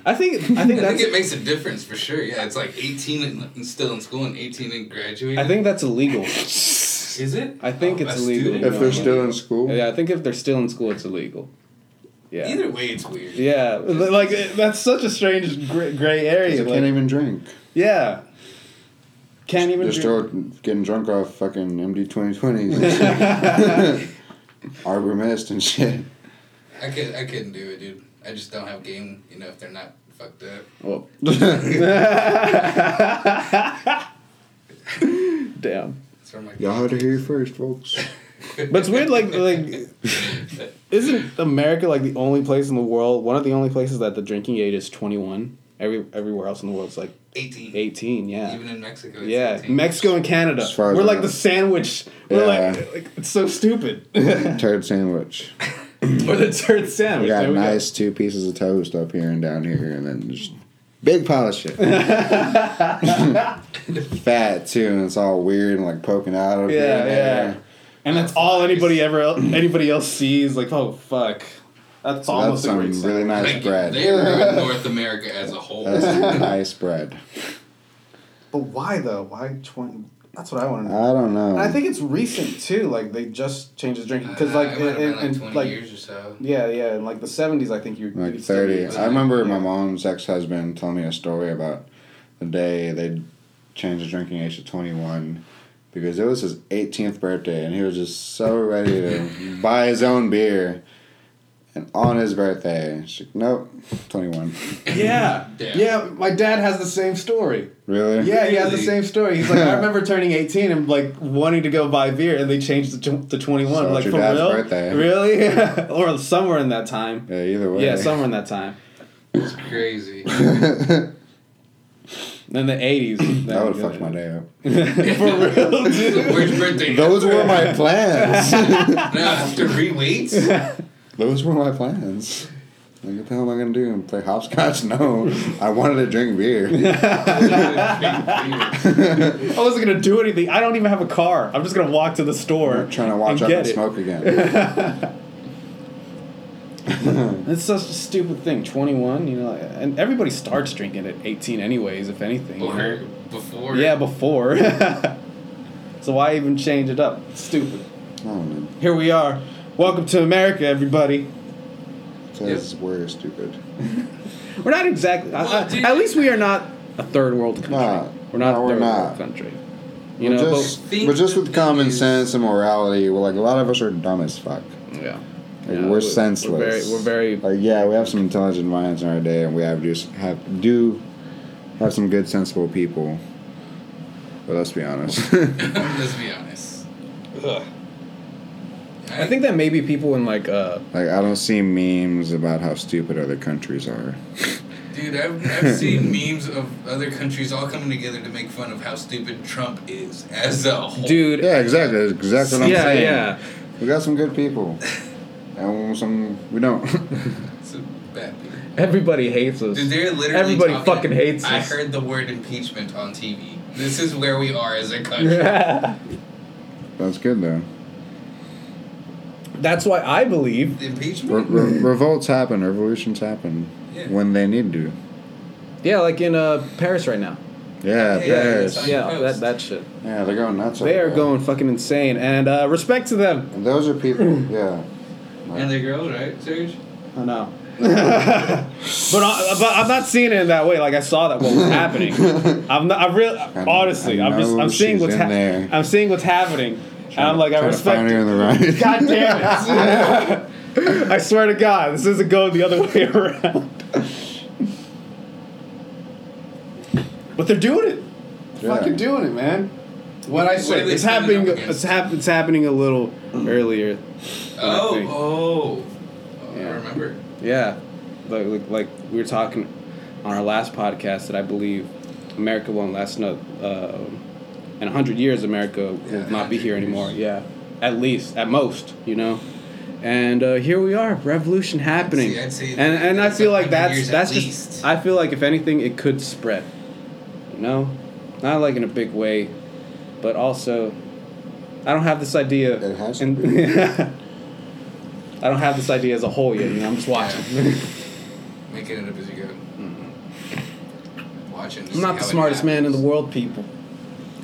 [SPEAKER 2] I think I think
[SPEAKER 3] I think
[SPEAKER 2] that's
[SPEAKER 3] it makes a difference for sure. Yeah, it's like 18 and, and still in school and 18 and graduating.
[SPEAKER 2] I think that's illegal.
[SPEAKER 3] Is it? Oh,
[SPEAKER 2] I think it's
[SPEAKER 3] a
[SPEAKER 2] illegal.
[SPEAKER 3] student?
[SPEAKER 1] If they're still in school,
[SPEAKER 2] Yeah, I think if they're still in school, it's illegal. Yeah.
[SPEAKER 3] Either way, it's weird.
[SPEAKER 2] Yeah, like it- that's such a strange gray, gray
[SPEAKER 1] they
[SPEAKER 2] area. like-
[SPEAKER 1] can't even drink.
[SPEAKER 2] yeah, can't even.
[SPEAKER 1] They're
[SPEAKER 2] drink-
[SPEAKER 1] still getting drunk off fucking MD twenty twenties, Arbor Mist and shit.
[SPEAKER 3] I could I couldn't do it, dude. I just don't have game. You know, if they're not fucked up.
[SPEAKER 2] Well, damn.
[SPEAKER 3] That's where my
[SPEAKER 1] Y'all heard it here first, folks.
[SPEAKER 2] But it's weird, like like, isn't America like the only place in the world? One of the only places that the drinking age is twenty one. Every everywhere else in the world is like
[SPEAKER 3] 18.
[SPEAKER 2] eighteen. Yeah.
[SPEAKER 3] Even in Mexico. It's
[SPEAKER 2] Yeah,
[SPEAKER 3] 18.
[SPEAKER 2] Mexico and Canada.
[SPEAKER 1] As far as
[SPEAKER 2] We're
[SPEAKER 1] I
[SPEAKER 2] like
[SPEAKER 1] know.
[SPEAKER 2] the sandwich. We're
[SPEAKER 1] Yeah.
[SPEAKER 2] like, like, it's so stupid. We're
[SPEAKER 1] Turd sandwich.
[SPEAKER 2] the turd sandwich.
[SPEAKER 1] We got
[SPEAKER 2] There we go.
[SPEAKER 1] nice two pieces of toast up here and down here, and then just big pile of shit. Fat too, and it's all weird and like poking out of
[SPEAKER 2] Yeah,
[SPEAKER 1] here.
[SPEAKER 2] yeah. And that's all anybody ever el- anybody else sees. Like, oh fuck,
[SPEAKER 4] That's
[SPEAKER 1] So that's
[SPEAKER 4] almost
[SPEAKER 1] some
[SPEAKER 4] a great
[SPEAKER 1] really
[SPEAKER 4] really
[SPEAKER 1] nice
[SPEAKER 3] Like,
[SPEAKER 1] bread.
[SPEAKER 3] They ruined North America as a whole.
[SPEAKER 1] That's some nice bread.
[SPEAKER 4] But why though? Why twenty? That's what I want to
[SPEAKER 1] I
[SPEAKER 4] know.
[SPEAKER 1] don't know.
[SPEAKER 4] And I think it's recent too. Like they just changed his drinking because like
[SPEAKER 3] Uh,
[SPEAKER 4] in,
[SPEAKER 3] it might have been
[SPEAKER 4] in,
[SPEAKER 3] like
[SPEAKER 4] in,
[SPEAKER 3] twenty
[SPEAKER 4] like
[SPEAKER 3] years or so.
[SPEAKER 4] yeah yeah in like the seventies I think you you
[SPEAKER 1] like
[SPEAKER 4] could still be-
[SPEAKER 1] thirty. I remember my mom's ex husband telling me a story about the day they changed the drinking age to twenty one because it was his eighteenth birthday and he was just so ready to buy his own beer. And on his birthday, she's like, nope, 21.
[SPEAKER 2] Yeah.
[SPEAKER 3] Yeah.
[SPEAKER 2] Yeah, my dad has the same story.
[SPEAKER 1] Really?
[SPEAKER 2] Yeah, he has the
[SPEAKER 3] Really?
[SPEAKER 2] same story. He's like, I remember turning 18 and like wanting to go buy beer, and they changed it to, to 21.
[SPEAKER 1] So it's
[SPEAKER 2] like,
[SPEAKER 1] your
[SPEAKER 2] for
[SPEAKER 1] dad's
[SPEAKER 2] real?
[SPEAKER 1] birthday.
[SPEAKER 2] Really? Yeah. or somewhere in that time.
[SPEAKER 1] Yeah, either way.
[SPEAKER 2] Yeah, somewhere in that time.
[SPEAKER 3] It's crazy.
[SPEAKER 2] In the 80s.
[SPEAKER 1] that would fuck my day up.
[SPEAKER 2] for real,
[SPEAKER 3] It's the
[SPEAKER 2] dude.
[SPEAKER 3] worst birthday.
[SPEAKER 1] Those
[SPEAKER 3] ever.
[SPEAKER 1] were my plans.
[SPEAKER 3] No, after three weeks. That's
[SPEAKER 1] Those were my plans. Like, what the hell am I gonna do? Play hopscotch? No. I wanted to drink beer.
[SPEAKER 2] I wasn't gonna do anything. I don't even have a car. I'm just gonna walk to the store.
[SPEAKER 1] I'm trying to watch
[SPEAKER 2] and
[SPEAKER 1] out
[SPEAKER 2] get
[SPEAKER 1] and
[SPEAKER 2] it.
[SPEAKER 1] smoke again.
[SPEAKER 2] It's such a stupid thing. 21, you know, and everybody starts drinking at 18 anyways, if anything. you know?
[SPEAKER 3] Or before.
[SPEAKER 2] Yeah, before. so why even change it up? It's stupid.
[SPEAKER 1] I don't know.
[SPEAKER 2] Here we are. Welcome to America, everybody.
[SPEAKER 1] Says we're stupid.
[SPEAKER 2] We're not exactly. I-
[SPEAKER 3] Well,
[SPEAKER 2] I-
[SPEAKER 3] dude-
[SPEAKER 2] at least we are not a third world country.
[SPEAKER 1] No.
[SPEAKER 2] we're not
[SPEAKER 1] No,
[SPEAKER 2] a
[SPEAKER 1] we're
[SPEAKER 2] third
[SPEAKER 1] not.
[SPEAKER 2] world country. You
[SPEAKER 1] You know,
[SPEAKER 2] know,
[SPEAKER 1] just,
[SPEAKER 3] think
[SPEAKER 1] but just with
[SPEAKER 3] that
[SPEAKER 1] common
[SPEAKER 3] is-
[SPEAKER 1] sense and morality, we're like a lot of us are dumb as fuck.
[SPEAKER 2] but, yeah.
[SPEAKER 1] Like,
[SPEAKER 2] Yeah,
[SPEAKER 1] we're, senseless.
[SPEAKER 2] We're very. We're very
[SPEAKER 1] like yeah, we have some intelligent minds in our day, and we have do have do have some good, sensible people. But let's be honest.
[SPEAKER 3] Let's be honest.
[SPEAKER 2] I think that maybe people in like uh,
[SPEAKER 1] Like I don't see memes about how stupid other countries are.
[SPEAKER 3] Dude, I've, I've seen memes of other countries all coming together to make fun of how stupid Trump is as a whole.
[SPEAKER 2] dude.
[SPEAKER 1] Yeah, exactly. That's exactly what I'm
[SPEAKER 2] yeah,
[SPEAKER 1] saying.
[SPEAKER 2] yeah.
[SPEAKER 1] We got some good people. And some we don't.
[SPEAKER 3] It's a bad thing.
[SPEAKER 2] Everybody hates us.
[SPEAKER 3] Dude, they're literally
[SPEAKER 2] Everybody
[SPEAKER 3] talking-
[SPEAKER 2] fucking hates
[SPEAKER 3] I
[SPEAKER 2] us.
[SPEAKER 3] heard the word impeachment on TV. This is where we are as a country.
[SPEAKER 1] That's good though.
[SPEAKER 2] That's why I believe.
[SPEAKER 1] Re-
[SPEAKER 3] Impeachment?
[SPEAKER 1] re- revolts happen. Revolutions happen
[SPEAKER 3] Yeah.
[SPEAKER 1] when they need to.
[SPEAKER 2] Yeah, like in uh, Paris right now.
[SPEAKER 1] Yeah,
[SPEAKER 3] Yeah,
[SPEAKER 1] Paris.
[SPEAKER 3] it's-
[SPEAKER 1] yeah.
[SPEAKER 2] Yeah, that that shit.
[SPEAKER 1] they're going nuts.
[SPEAKER 2] They
[SPEAKER 1] over
[SPEAKER 2] are
[SPEAKER 1] there.
[SPEAKER 2] going fucking insane, and uh, respect to them.
[SPEAKER 1] And those are people. Yeah.
[SPEAKER 3] And the girls, right, Serge?
[SPEAKER 2] I know. but, I, uh, but I'm not seeing it in that way. Like I saw that what was happening. I'm not. I'm real. Honestly,
[SPEAKER 1] I
[SPEAKER 2] I'm just.
[SPEAKER 1] know
[SPEAKER 2] I'm seeing
[SPEAKER 1] she's
[SPEAKER 2] what's
[SPEAKER 1] in there.
[SPEAKER 2] happening. I'm seeing what's happening, and I'm like, I
[SPEAKER 1] Trying to find
[SPEAKER 2] respect.
[SPEAKER 1] her
[SPEAKER 2] It.
[SPEAKER 1] in the right.
[SPEAKER 2] God damn it! I swear to God, this isn't going the other way around. but they're doing it.
[SPEAKER 1] Yeah.
[SPEAKER 2] Fucking doing it, man. What I
[SPEAKER 3] What are
[SPEAKER 2] said.
[SPEAKER 3] they
[SPEAKER 2] It's
[SPEAKER 3] standing
[SPEAKER 2] happening.
[SPEAKER 3] up
[SPEAKER 2] It's,
[SPEAKER 3] against?
[SPEAKER 2] hap- it's happening a little earlier.
[SPEAKER 3] Oh,
[SPEAKER 2] thing.
[SPEAKER 3] oh. Oh,
[SPEAKER 2] Yeah.
[SPEAKER 3] I remember.
[SPEAKER 2] Yeah, like, like like we were talking on our last podcast that I believe America won't last no, uh, in hundred years. America
[SPEAKER 3] Yeah,
[SPEAKER 2] will not be
[SPEAKER 3] 100
[SPEAKER 2] here
[SPEAKER 3] years.
[SPEAKER 2] anymore. Yeah, at least at most, you know. And uh, here we are, revolution happening.
[SPEAKER 3] I'd say
[SPEAKER 2] and and I
[SPEAKER 3] that's
[SPEAKER 2] feel like
[SPEAKER 3] 100
[SPEAKER 2] that's
[SPEAKER 3] years
[SPEAKER 2] that's
[SPEAKER 3] at
[SPEAKER 2] just
[SPEAKER 3] least.
[SPEAKER 2] I feel like if anything, it could spread. You know, not like in a big way, but also. I don't have this idea.
[SPEAKER 1] It has to
[SPEAKER 2] in-
[SPEAKER 1] be.
[SPEAKER 2] I don't have this idea as a whole yet. You know, I'm just watching.
[SPEAKER 3] Making it up as you go. Watching. to
[SPEAKER 2] I'm
[SPEAKER 3] see
[SPEAKER 2] not the
[SPEAKER 3] how it
[SPEAKER 2] smartest man in the
[SPEAKER 3] happens.
[SPEAKER 2] world, people.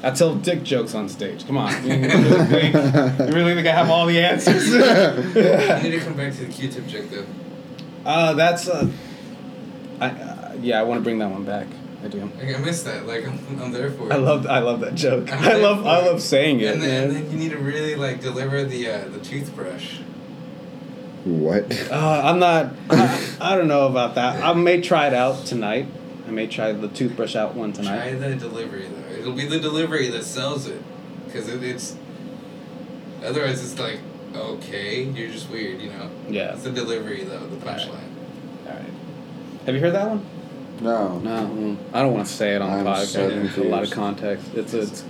[SPEAKER 2] I tell dick jokes on stage. Come on. You really think, you really think I have all the answers?
[SPEAKER 3] You need to come back to the Q-tip joke, though.
[SPEAKER 2] uh, that's. Uh, I, uh, yeah, I want to bring that one back. I do.
[SPEAKER 3] Like, I missed that. Like, I'm, I'm there for it.
[SPEAKER 2] I love I love that joke.
[SPEAKER 3] I'm
[SPEAKER 2] I
[SPEAKER 3] there
[SPEAKER 2] love
[SPEAKER 3] for
[SPEAKER 2] I
[SPEAKER 3] it.
[SPEAKER 2] love saying it.
[SPEAKER 3] And then, and
[SPEAKER 2] man.
[SPEAKER 3] then you need to really, like, deliver the uh, the toothbrush.
[SPEAKER 1] What?
[SPEAKER 2] Uh, I'm not. I, I don't know about that. I may try it out tonight. I may try the toothbrush out one
[SPEAKER 3] Try
[SPEAKER 2] tonight.
[SPEAKER 3] the delivery though. It'll be the delivery that sells it, because it, it's. Otherwise, it's like okay, you're just weird, you know.
[SPEAKER 2] Yeah.
[SPEAKER 3] It's the delivery though, the punchline.
[SPEAKER 2] All right. Have you heard that one?
[SPEAKER 1] No.
[SPEAKER 2] No, mm, I don't want to say it on the
[SPEAKER 1] I'm
[SPEAKER 2] podcast.
[SPEAKER 1] so
[SPEAKER 2] There's a lot of
[SPEAKER 1] confused.
[SPEAKER 2] context. It's a it's,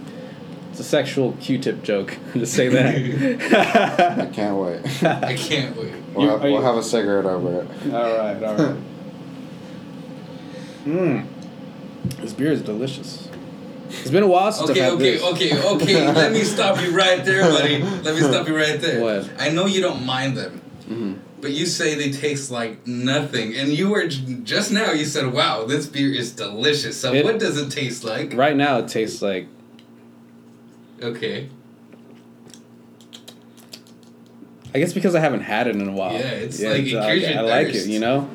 [SPEAKER 2] it's a sexual Q-tip joke. Just say that.
[SPEAKER 1] I can't wait.
[SPEAKER 3] I can't wait.
[SPEAKER 1] We'll, have,
[SPEAKER 2] are you-
[SPEAKER 1] we'll have a cigarette over it.
[SPEAKER 2] all right, all right. Mmm, this beer is delicious. It's been a while since
[SPEAKER 3] Okay,
[SPEAKER 2] I've had
[SPEAKER 3] okay,
[SPEAKER 2] this.
[SPEAKER 3] okay, okay. Let me stop you right there, buddy. Let me stop you right there.
[SPEAKER 2] What? Mm-hmm.
[SPEAKER 3] I know you don't mind them. But you say they taste like nothing, and you were j- just now. You said, "Wow, this beer is delicious." So
[SPEAKER 2] It-
[SPEAKER 3] what does it taste like?
[SPEAKER 2] Right now, it tastes like
[SPEAKER 3] Okay.
[SPEAKER 2] I guess because I haven't had it in a while.
[SPEAKER 3] Yeah, it's like, it
[SPEAKER 2] I-
[SPEAKER 3] cures your
[SPEAKER 2] I like it,
[SPEAKER 3] thirst.
[SPEAKER 2] you know.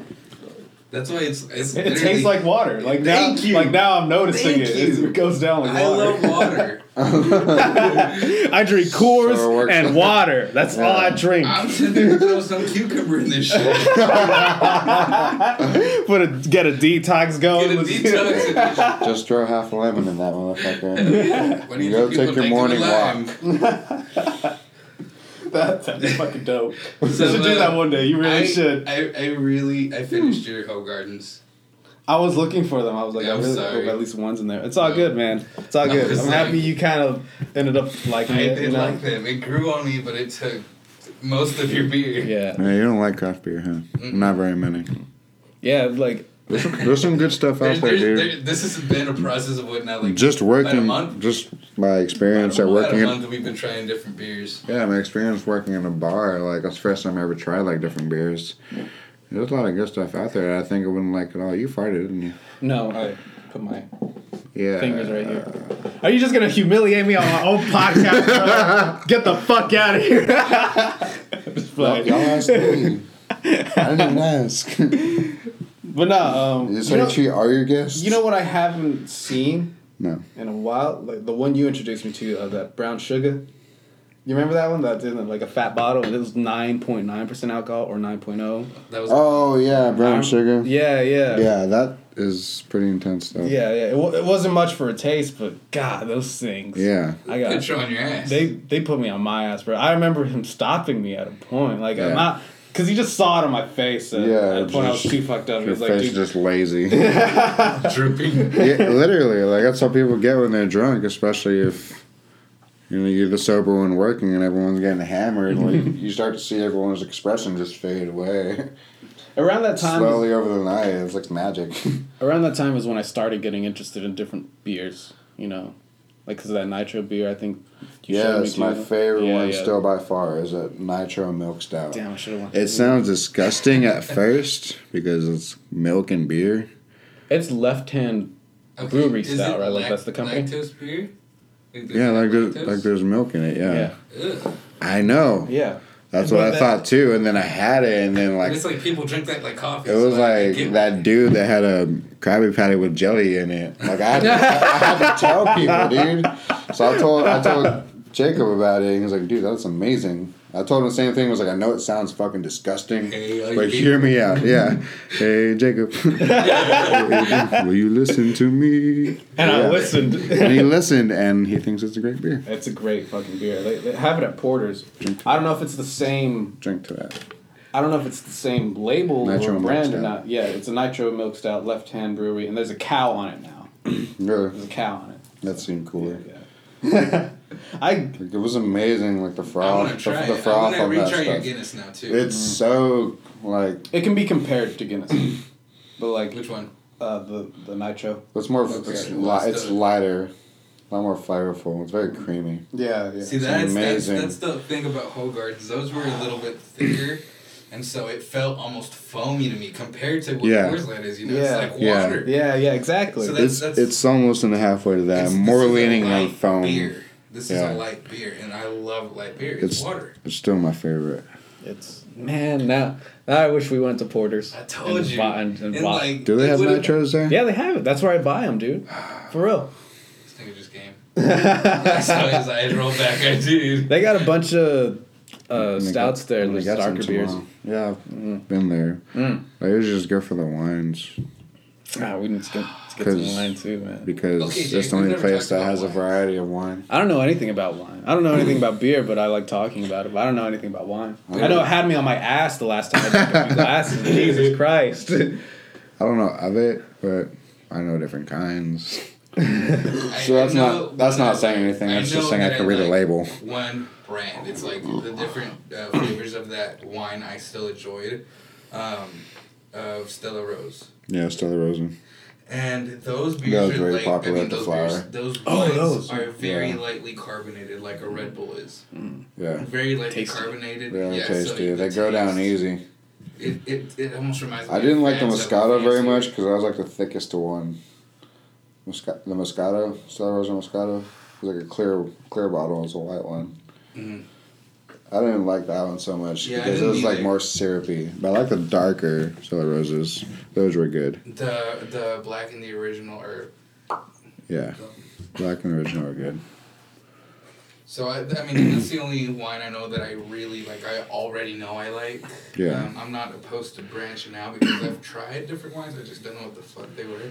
[SPEAKER 3] That's why it's it's
[SPEAKER 4] It,
[SPEAKER 3] literally-
[SPEAKER 4] tastes like water. Like now,
[SPEAKER 3] Thank you.
[SPEAKER 4] like now I'm noticing
[SPEAKER 3] Thank
[SPEAKER 4] it.
[SPEAKER 3] you.
[SPEAKER 4] It goes down like
[SPEAKER 3] I
[SPEAKER 4] water.
[SPEAKER 3] love water.
[SPEAKER 2] I drink Coors
[SPEAKER 1] Sure works.
[SPEAKER 2] and water. That's all I drink.
[SPEAKER 3] I'm sitting there throwing some cucumber in this shit.
[SPEAKER 2] Put a get a detox
[SPEAKER 3] Get a
[SPEAKER 2] going.
[SPEAKER 3] detox. in this shit.
[SPEAKER 1] Just throw half a lemon in that motherfucker.
[SPEAKER 3] Why do you
[SPEAKER 1] You go take your
[SPEAKER 3] think people think of
[SPEAKER 1] morning
[SPEAKER 3] lime?
[SPEAKER 4] that, that's fucking dope. You
[SPEAKER 3] So,
[SPEAKER 4] should do
[SPEAKER 3] uh,
[SPEAKER 4] that one day. You really
[SPEAKER 3] I,
[SPEAKER 4] should.
[SPEAKER 3] I, I really I
[SPEAKER 2] Hmm.
[SPEAKER 3] finished your Ho Gardens.
[SPEAKER 4] I was looking for them. I was like,
[SPEAKER 3] Yeah,
[SPEAKER 4] I
[SPEAKER 3] I'm
[SPEAKER 4] really
[SPEAKER 3] sorry.
[SPEAKER 4] hope at least one's in there. It's all
[SPEAKER 3] No.
[SPEAKER 4] good, man. It's all
[SPEAKER 3] I'm
[SPEAKER 4] good. I'm
[SPEAKER 3] just
[SPEAKER 4] happy
[SPEAKER 3] saying.
[SPEAKER 4] you kind of ended up liking
[SPEAKER 3] I
[SPEAKER 4] it.
[SPEAKER 3] did
[SPEAKER 4] you know?
[SPEAKER 3] like them. It grew on me, but it took most of your beer.
[SPEAKER 2] Yeah,
[SPEAKER 1] yeah, you don't like craft beer, huh? Not very many.
[SPEAKER 2] yeah. Like
[SPEAKER 1] There's some, there's some good stuff out
[SPEAKER 3] There's,
[SPEAKER 1] there,
[SPEAKER 3] there's,
[SPEAKER 1] dude.
[SPEAKER 3] there, this has been a process of what now like
[SPEAKER 1] Just
[SPEAKER 3] about a
[SPEAKER 1] working,
[SPEAKER 3] month?
[SPEAKER 1] just my experience at
[SPEAKER 3] about
[SPEAKER 1] working
[SPEAKER 3] a
[SPEAKER 1] in
[SPEAKER 3] month we've been trying different beers.
[SPEAKER 1] Yeah, my experience working in a bar, like that's the first time I ever tried like different beers. There's a lot of good stuff out there that I think I wouldn't like at all. You farted, didn't you?
[SPEAKER 2] no, I put my
[SPEAKER 1] Yeah.
[SPEAKER 2] fingers right here.
[SPEAKER 4] Are you just gonna humiliate me on my own podcast? bro? Get the fuck out of here. Just
[SPEAKER 1] Y'all,
[SPEAKER 4] playing.
[SPEAKER 1] y'all asked me. I didn't even ask. you
[SPEAKER 4] But no, um,
[SPEAKER 1] just
[SPEAKER 4] you,
[SPEAKER 1] how
[SPEAKER 4] know,
[SPEAKER 1] you treat all your guests?
[SPEAKER 4] you know what I haven't seen
[SPEAKER 1] No.
[SPEAKER 4] in a while? Like the one you introduced me to, uh, that brown sugar. You remember that one? That's in like a fat bottle. and It was nine point nine percent alcohol or 9.0.
[SPEAKER 3] That was
[SPEAKER 1] Oh yeah, brown sugar. Yeah.
[SPEAKER 4] Yeah, yeah,
[SPEAKER 1] that is pretty intense stuff.
[SPEAKER 4] yeah, yeah. It, w- it wasn't much for a taste, but God, those things.
[SPEAKER 1] Yeah.
[SPEAKER 4] I
[SPEAKER 3] good
[SPEAKER 4] got
[SPEAKER 3] show on your ass.
[SPEAKER 4] They they put me on my ass, bro. I remember him stopping me at a point, like
[SPEAKER 1] Yeah.
[SPEAKER 4] I'm not, cause he just saw it on my face. And
[SPEAKER 1] Yeah,
[SPEAKER 4] at a point I was
[SPEAKER 1] just-
[SPEAKER 4] too fucked up. He
[SPEAKER 1] Your
[SPEAKER 4] was like,
[SPEAKER 1] face
[SPEAKER 4] dude,
[SPEAKER 1] is just lazy.
[SPEAKER 3] drooping.
[SPEAKER 1] yeah, literally, like that's how people get when they're drunk, especially if you know you're the sober one working and everyone's getting hammered.
[SPEAKER 2] Mm-hmm.
[SPEAKER 1] Like you start to see everyone's expression just fade away
[SPEAKER 2] Around that time,
[SPEAKER 1] slowly over the night. It's like magic.
[SPEAKER 2] around that time is when I started getting interested in different beers. You know, like because that nitro beer, I think. You
[SPEAKER 1] yeah,
[SPEAKER 2] showed me
[SPEAKER 1] it's my
[SPEAKER 2] too.
[SPEAKER 1] favorite
[SPEAKER 2] Yeah,
[SPEAKER 1] one
[SPEAKER 2] yeah.
[SPEAKER 1] still by far. Is a nitro milk stout.
[SPEAKER 2] Damn, I should have won.
[SPEAKER 1] It sounds disgusting at first because it's milk and beer.
[SPEAKER 2] It's left hand.
[SPEAKER 3] Okay,
[SPEAKER 2] Brewery
[SPEAKER 3] is
[SPEAKER 2] style,
[SPEAKER 3] it
[SPEAKER 2] right? Like, that's the company?
[SPEAKER 3] Lactose beer.
[SPEAKER 1] Yeah, like there's,
[SPEAKER 3] Lactose?
[SPEAKER 1] like there's milk in it. Yeah,
[SPEAKER 2] Yeah.
[SPEAKER 3] Ugh.
[SPEAKER 1] I know.
[SPEAKER 2] Yeah.
[SPEAKER 1] That's what
[SPEAKER 4] But
[SPEAKER 1] I
[SPEAKER 4] that-
[SPEAKER 1] thought too. And then I had it, and then like
[SPEAKER 3] And it's like people drink that like coffee.
[SPEAKER 1] It
[SPEAKER 3] so
[SPEAKER 1] was
[SPEAKER 3] I- I
[SPEAKER 1] like
[SPEAKER 3] get-
[SPEAKER 1] that dude that had a Krabby Patty with jelly in it. Like I had to, I had to tell people, dude. So I told I told Jacob about it, and he was like, "Dude, that's amazing." I told him the same thing. I was like, "I know it sounds fucking disgusting,
[SPEAKER 3] Hey, I
[SPEAKER 1] but
[SPEAKER 3] hate-
[SPEAKER 1] hear me out." Yeah, hey Jacob, will you listen to me?
[SPEAKER 4] and I
[SPEAKER 1] Yeah.
[SPEAKER 4] listened.
[SPEAKER 1] And he listened, and he thinks it's a great beer.
[SPEAKER 4] It's a great fucking beer. They, they have it at Porter's. I don't know if it's the same.
[SPEAKER 1] Drink to that.
[SPEAKER 4] I don't know if it's the same label
[SPEAKER 1] Nitro
[SPEAKER 4] or
[SPEAKER 1] Milk
[SPEAKER 4] brand or
[SPEAKER 1] Stout.
[SPEAKER 4] not. Yeah, it's a Nitro Milk Stout Left Hand Brewery, and there's a cow on it now.
[SPEAKER 1] Yeah,
[SPEAKER 4] There's a cow on it.
[SPEAKER 1] that seemed cooler.
[SPEAKER 4] Yeah. I
[SPEAKER 1] Like, it was amazing, like the
[SPEAKER 3] I
[SPEAKER 1] froth,
[SPEAKER 3] want to
[SPEAKER 1] the,
[SPEAKER 3] try.
[SPEAKER 1] the
[SPEAKER 3] it. I want
[SPEAKER 1] froth
[SPEAKER 3] to
[SPEAKER 1] on that
[SPEAKER 3] retry your
[SPEAKER 1] stuff.
[SPEAKER 3] Guinness now too.
[SPEAKER 1] It's so like
[SPEAKER 4] it can be compared to Guinness, but like
[SPEAKER 3] Which one?
[SPEAKER 4] uh, the the Nitro.
[SPEAKER 1] It's more.
[SPEAKER 3] Okay.
[SPEAKER 1] It's, li- it's lighter, a lot more flavorful. It's
[SPEAKER 3] Mm.
[SPEAKER 1] very creamy.
[SPEAKER 4] Yeah, yeah.
[SPEAKER 3] See, that's, that's
[SPEAKER 1] amazing.
[SPEAKER 3] that's the thing about Hogarth's. Those were a little bit thicker, and so it felt almost foamy to me compared to what
[SPEAKER 1] Yeah.
[SPEAKER 3] Coors Light is. You know,
[SPEAKER 4] Yeah.
[SPEAKER 3] it's like
[SPEAKER 1] Yeah.
[SPEAKER 3] water.
[SPEAKER 4] Yeah, yeah, exactly.
[SPEAKER 3] So that-
[SPEAKER 1] It's
[SPEAKER 3] that's-
[SPEAKER 1] it's almost in the halfway to that.
[SPEAKER 3] It's-
[SPEAKER 1] more
[SPEAKER 3] this is a
[SPEAKER 1] leaning on
[SPEAKER 3] light
[SPEAKER 1] foam.
[SPEAKER 3] Beer. This
[SPEAKER 1] Yeah.
[SPEAKER 3] is a light beer, and I love light beer. It's,
[SPEAKER 1] It's
[SPEAKER 3] water.
[SPEAKER 1] It's still my favorite.
[SPEAKER 2] It's man. Now, now I wish we went to Porter's.
[SPEAKER 3] I
[SPEAKER 2] and
[SPEAKER 3] told
[SPEAKER 2] just
[SPEAKER 3] you.
[SPEAKER 2] bought- and- and
[SPEAKER 3] And,
[SPEAKER 2] bought-
[SPEAKER 3] like,
[SPEAKER 1] Do
[SPEAKER 3] it
[SPEAKER 1] they have
[SPEAKER 3] would've-
[SPEAKER 1] nitros there?
[SPEAKER 2] Yeah, they have it. That's where I buy them, dude. For real.
[SPEAKER 3] This nigga just came. so his eyes roll back. I did.
[SPEAKER 2] They got a bunch of uh,
[SPEAKER 1] I'm gonna
[SPEAKER 2] stouts
[SPEAKER 1] get-
[SPEAKER 2] there,
[SPEAKER 1] I'm gonna
[SPEAKER 2] there's
[SPEAKER 1] get some
[SPEAKER 2] darker beers.
[SPEAKER 1] tomorrow. Yeah, I've been there. I usually just go for the wines
[SPEAKER 2] Ah, we need to get, let's get some
[SPEAKER 1] 'Cause-
[SPEAKER 2] wine too, man.
[SPEAKER 1] because
[SPEAKER 3] Okay, Jake,
[SPEAKER 1] it's the
[SPEAKER 3] we've
[SPEAKER 1] only
[SPEAKER 3] never
[SPEAKER 1] place
[SPEAKER 3] talked
[SPEAKER 1] that
[SPEAKER 3] about
[SPEAKER 1] has a
[SPEAKER 3] wines.
[SPEAKER 1] variety of wine.
[SPEAKER 2] I don't know anything about wine. I don't know anything about beer, but I like talking about it. But I don't know anything about wine. I know it had me on my ass the last time I drank a few glasses. Jesus Christ.
[SPEAKER 1] I don't know of it, but I know different kinds.
[SPEAKER 3] I-
[SPEAKER 1] So that's
[SPEAKER 3] I know
[SPEAKER 1] not that's not
[SPEAKER 3] that-
[SPEAKER 1] saying anything. That's
[SPEAKER 3] know
[SPEAKER 1] just saying I
[SPEAKER 3] that
[SPEAKER 1] can read a
[SPEAKER 3] like
[SPEAKER 1] label.
[SPEAKER 3] One brand. It's like the different uh, flavors of that wine I still enjoyed um, of Stella Rose.
[SPEAKER 1] Yeah, Stella Rosen.
[SPEAKER 3] And those beers
[SPEAKER 1] Those
[SPEAKER 3] are
[SPEAKER 1] very
[SPEAKER 3] like,
[SPEAKER 1] popular
[SPEAKER 3] I
[SPEAKER 1] at
[SPEAKER 3] mean,
[SPEAKER 1] the
[SPEAKER 3] those
[SPEAKER 1] Flower.
[SPEAKER 3] beers, those wines
[SPEAKER 2] Oh, those.
[SPEAKER 3] are very
[SPEAKER 1] Yeah.
[SPEAKER 3] lightly carbonated, like a Red Bull is.
[SPEAKER 1] Yeah,
[SPEAKER 3] Very lightly
[SPEAKER 2] Tasty.
[SPEAKER 3] carbonated.
[SPEAKER 1] they're
[SPEAKER 3] yeah, so
[SPEAKER 1] tasty.
[SPEAKER 3] you
[SPEAKER 1] they
[SPEAKER 3] can
[SPEAKER 1] go down
[SPEAKER 3] taste-
[SPEAKER 1] easy.
[SPEAKER 3] It, it, it almost reminds me.
[SPEAKER 1] I
[SPEAKER 3] of
[SPEAKER 1] didn't like the
[SPEAKER 3] Fats
[SPEAKER 1] Moscato
[SPEAKER 3] Up
[SPEAKER 1] very
[SPEAKER 3] Fancy.
[SPEAKER 1] much because I was like the thickest to one. Mosca- the Moscato, Star Wars Moscato, it was like a clear clear bottle. It was a white one.
[SPEAKER 3] Mhm.
[SPEAKER 1] I didn't like that one so much
[SPEAKER 3] Yeah, I
[SPEAKER 1] because it
[SPEAKER 3] didn't
[SPEAKER 1] was like
[SPEAKER 3] either.
[SPEAKER 1] more syrupy. But I like the darker Stella Roses. Those were good.
[SPEAKER 3] The the black and the original or
[SPEAKER 1] Yeah, black and original were good.
[SPEAKER 3] so I, I mean that's the only wine I know that I really like. I already know I like.
[SPEAKER 1] Yeah.
[SPEAKER 3] Um, I'm not opposed to branching out because I've tried different wines. I just don't know what the fuck they were.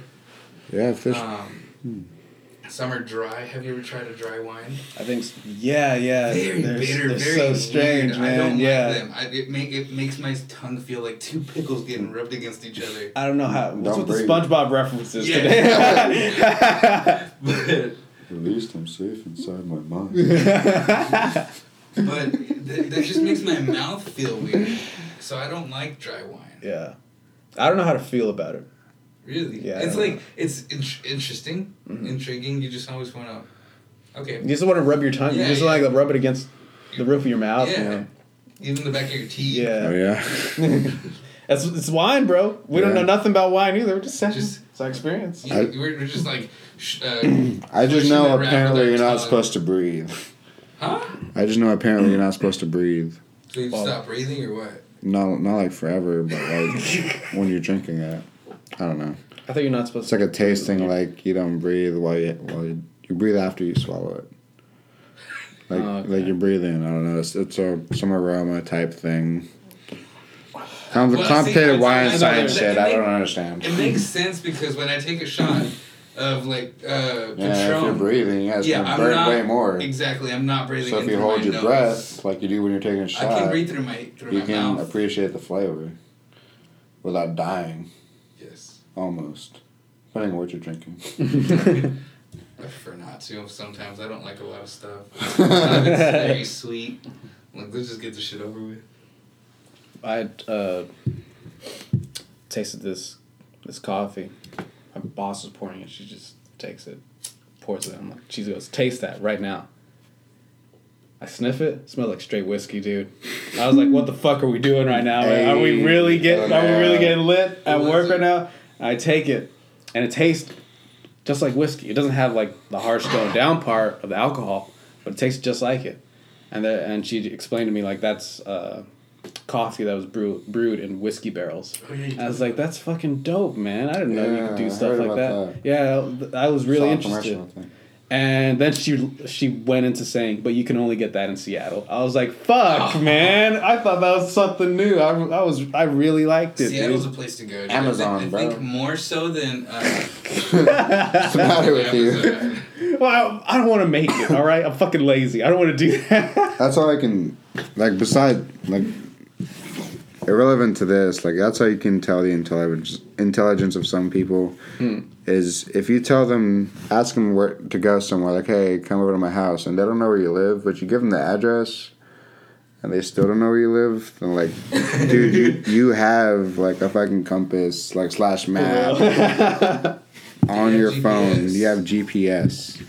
[SPEAKER 1] Yeah, fish.
[SPEAKER 3] Um, Some are dry. Have you ever tried a dry wine?
[SPEAKER 2] I think. s- Yeah, yeah.
[SPEAKER 3] Very
[SPEAKER 2] they're,
[SPEAKER 3] bitter,
[SPEAKER 2] they're
[SPEAKER 3] very
[SPEAKER 2] so strange,
[SPEAKER 3] weird.
[SPEAKER 2] man.
[SPEAKER 3] I don't
[SPEAKER 2] yeah.
[SPEAKER 3] like them. I, it, make, it makes my tongue feel like two pickles getting rubbed against each other.
[SPEAKER 2] I don't know how. What's
[SPEAKER 1] Don't
[SPEAKER 2] with the
[SPEAKER 1] breathe.
[SPEAKER 2] SpongeBob references
[SPEAKER 3] Yeah.
[SPEAKER 2] today?
[SPEAKER 3] But
[SPEAKER 1] Released, I'm safe inside my mind.
[SPEAKER 3] but th- that just makes my mouth feel weird. So I don't like dry wine.
[SPEAKER 2] yeah. I don't know how to feel about it.
[SPEAKER 3] Really.
[SPEAKER 2] Yeah, I
[SPEAKER 3] It's
[SPEAKER 2] don't Mm-hmm.
[SPEAKER 3] like it's in- interesting, intriguing. You just always want to. Okay.
[SPEAKER 2] You just want to rub your tongue.
[SPEAKER 3] Yeah,
[SPEAKER 2] you just
[SPEAKER 3] yeah.
[SPEAKER 2] want to like, rub it against the roof of your mouth.
[SPEAKER 3] yeah.
[SPEAKER 2] you know?
[SPEAKER 3] Even the back of your teeth.
[SPEAKER 1] oh
[SPEAKER 2] Yeah.
[SPEAKER 1] yeah,
[SPEAKER 2] It's, it's wine, bro. We don't
[SPEAKER 1] Yeah.
[SPEAKER 2] know nothing about wine either. We're just saying.
[SPEAKER 3] Just-
[SPEAKER 2] it's our experience.
[SPEAKER 3] You,
[SPEAKER 1] I-
[SPEAKER 3] we're, we're just like, sh- uh,
[SPEAKER 1] I just
[SPEAKER 3] pushing it
[SPEAKER 1] know
[SPEAKER 3] around with our
[SPEAKER 1] apparently you're not
[SPEAKER 3] tongue.
[SPEAKER 1] supposed to breathe.
[SPEAKER 3] Huh?
[SPEAKER 1] I just know apparently you're not supposed to breathe.
[SPEAKER 3] So you
[SPEAKER 2] Well-
[SPEAKER 3] stop breathing or what?
[SPEAKER 1] Not not like forever, but like when you're drinking it. I don't know.
[SPEAKER 2] I thought you're not supposed
[SPEAKER 1] It's like a tasting, like you don't breathe while you while you, you breathe after you swallow it. Like
[SPEAKER 2] Oh, okay.
[SPEAKER 1] like you're breathing. I don't know. It's, it's a some aroma type thing. Com-
[SPEAKER 3] Well, see,
[SPEAKER 1] complicated
[SPEAKER 3] that's-
[SPEAKER 1] wine
[SPEAKER 3] that's-
[SPEAKER 1] science
[SPEAKER 3] that-
[SPEAKER 1] shit.
[SPEAKER 3] that
[SPEAKER 1] I don't
[SPEAKER 3] make-
[SPEAKER 1] understand.
[SPEAKER 3] It makes sense because when I take a shot of like uh,
[SPEAKER 1] Yeah, if you're
[SPEAKER 3] Patron,
[SPEAKER 1] breathing, yeah, it's
[SPEAKER 3] yeah,
[SPEAKER 1] gonna
[SPEAKER 3] I'm
[SPEAKER 1] burn
[SPEAKER 3] not
[SPEAKER 1] way more.
[SPEAKER 3] Exactly, I'm not breathing.
[SPEAKER 1] So if
[SPEAKER 3] in
[SPEAKER 1] you
[SPEAKER 3] through
[SPEAKER 1] hold
[SPEAKER 3] my
[SPEAKER 1] your
[SPEAKER 3] nose.
[SPEAKER 1] breath like you do when you're taking a
[SPEAKER 3] I
[SPEAKER 1] shot,
[SPEAKER 3] can breathe through my through
[SPEAKER 1] you
[SPEAKER 3] my
[SPEAKER 1] can
[SPEAKER 3] mouth.
[SPEAKER 1] appreciate the flavor without dying.
[SPEAKER 3] Yes,
[SPEAKER 1] Almost, depending on what you're drinking.
[SPEAKER 3] I prefer not to. Sometimes I don't like a lot of stuff. it's very sweet. Like let's just get this shit over with.
[SPEAKER 2] I uh, tasted this this coffee. My boss was pouring it. She just takes it, pours it. I'm like, she goes, taste that right now. I sniff it. it Smells like straight whiskey, dude. I was like, what the fuck are we doing right now? man? are we
[SPEAKER 1] Hey,
[SPEAKER 2] really getting? Are we really
[SPEAKER 1] yeah.
[SPEAKER 2] getting lit at
[SPEAKER 3] was
[SPEAKER 2] work
[SPEAKER 3] it?
[SPEAKER 2] right now? I take it, and it tastes just like whiskey. It doesn't have like the harsh going down part of the alcohol, but it tastes just like it. And the, and she explained to me like that's uh, coffee that was brew, brewed in whiskey barrels.
[SPEAKER 3] Oh, yeah, you
[SPEAKER 2] And I was like, that's fucking dope, man. I didn't know you could
[SPEAKER 1] Yeah, I
[SPEAKER 2] do stuff
[SPEAKER 1] heard
[SPEAKER 2] like
[SPEAKER 1] about
[SPEAKER 2] that. Yeah, th- I was really
[SPEAKER 1] Saw a
[SPEAKER 2] interested.
[SPEAKER 1] commercial, I think.
[SPEAKER 2] And then she she went into saying, but you can only get that in Seattle. I was like, fuck, man. I thought that was something new. I, I was I really liked it.
[SPEAKER 3] Seattle's
[SPEAKER 2] dude.
[SPEAKER 3] a place to go. dude.
[SPEAKER 1] Amazon,
[SPEAKER 3] I think, I
[SPEAKER 1] bro.
[SPEAKER 3] think more so than. Uh,
[SPEAKER 1] What's the matter with you?
[SPEAKER 3] Amazon.
[SPEAKER 2] Well, I, I don't want to make it. All right, I'm fucking lazy. I don't want to do that.
[SPEAKER 1] That's all I can like. Beside like irrelevant to this, like that's how you can tell the intelligence intelligence of some people is if you tell them, ask them where to go somewhere, like hey, come over to my house, and they don't know where you live, but you give them the address. And they still don't know where you live. Then like, dude, you you have like a fucking compass, like slash map on
[SPEAKER 3] Yeah,
[SPEAKER 1] your phone.
[SPEAKER 3] GPS.
[SPEAKER 1] You have GPS,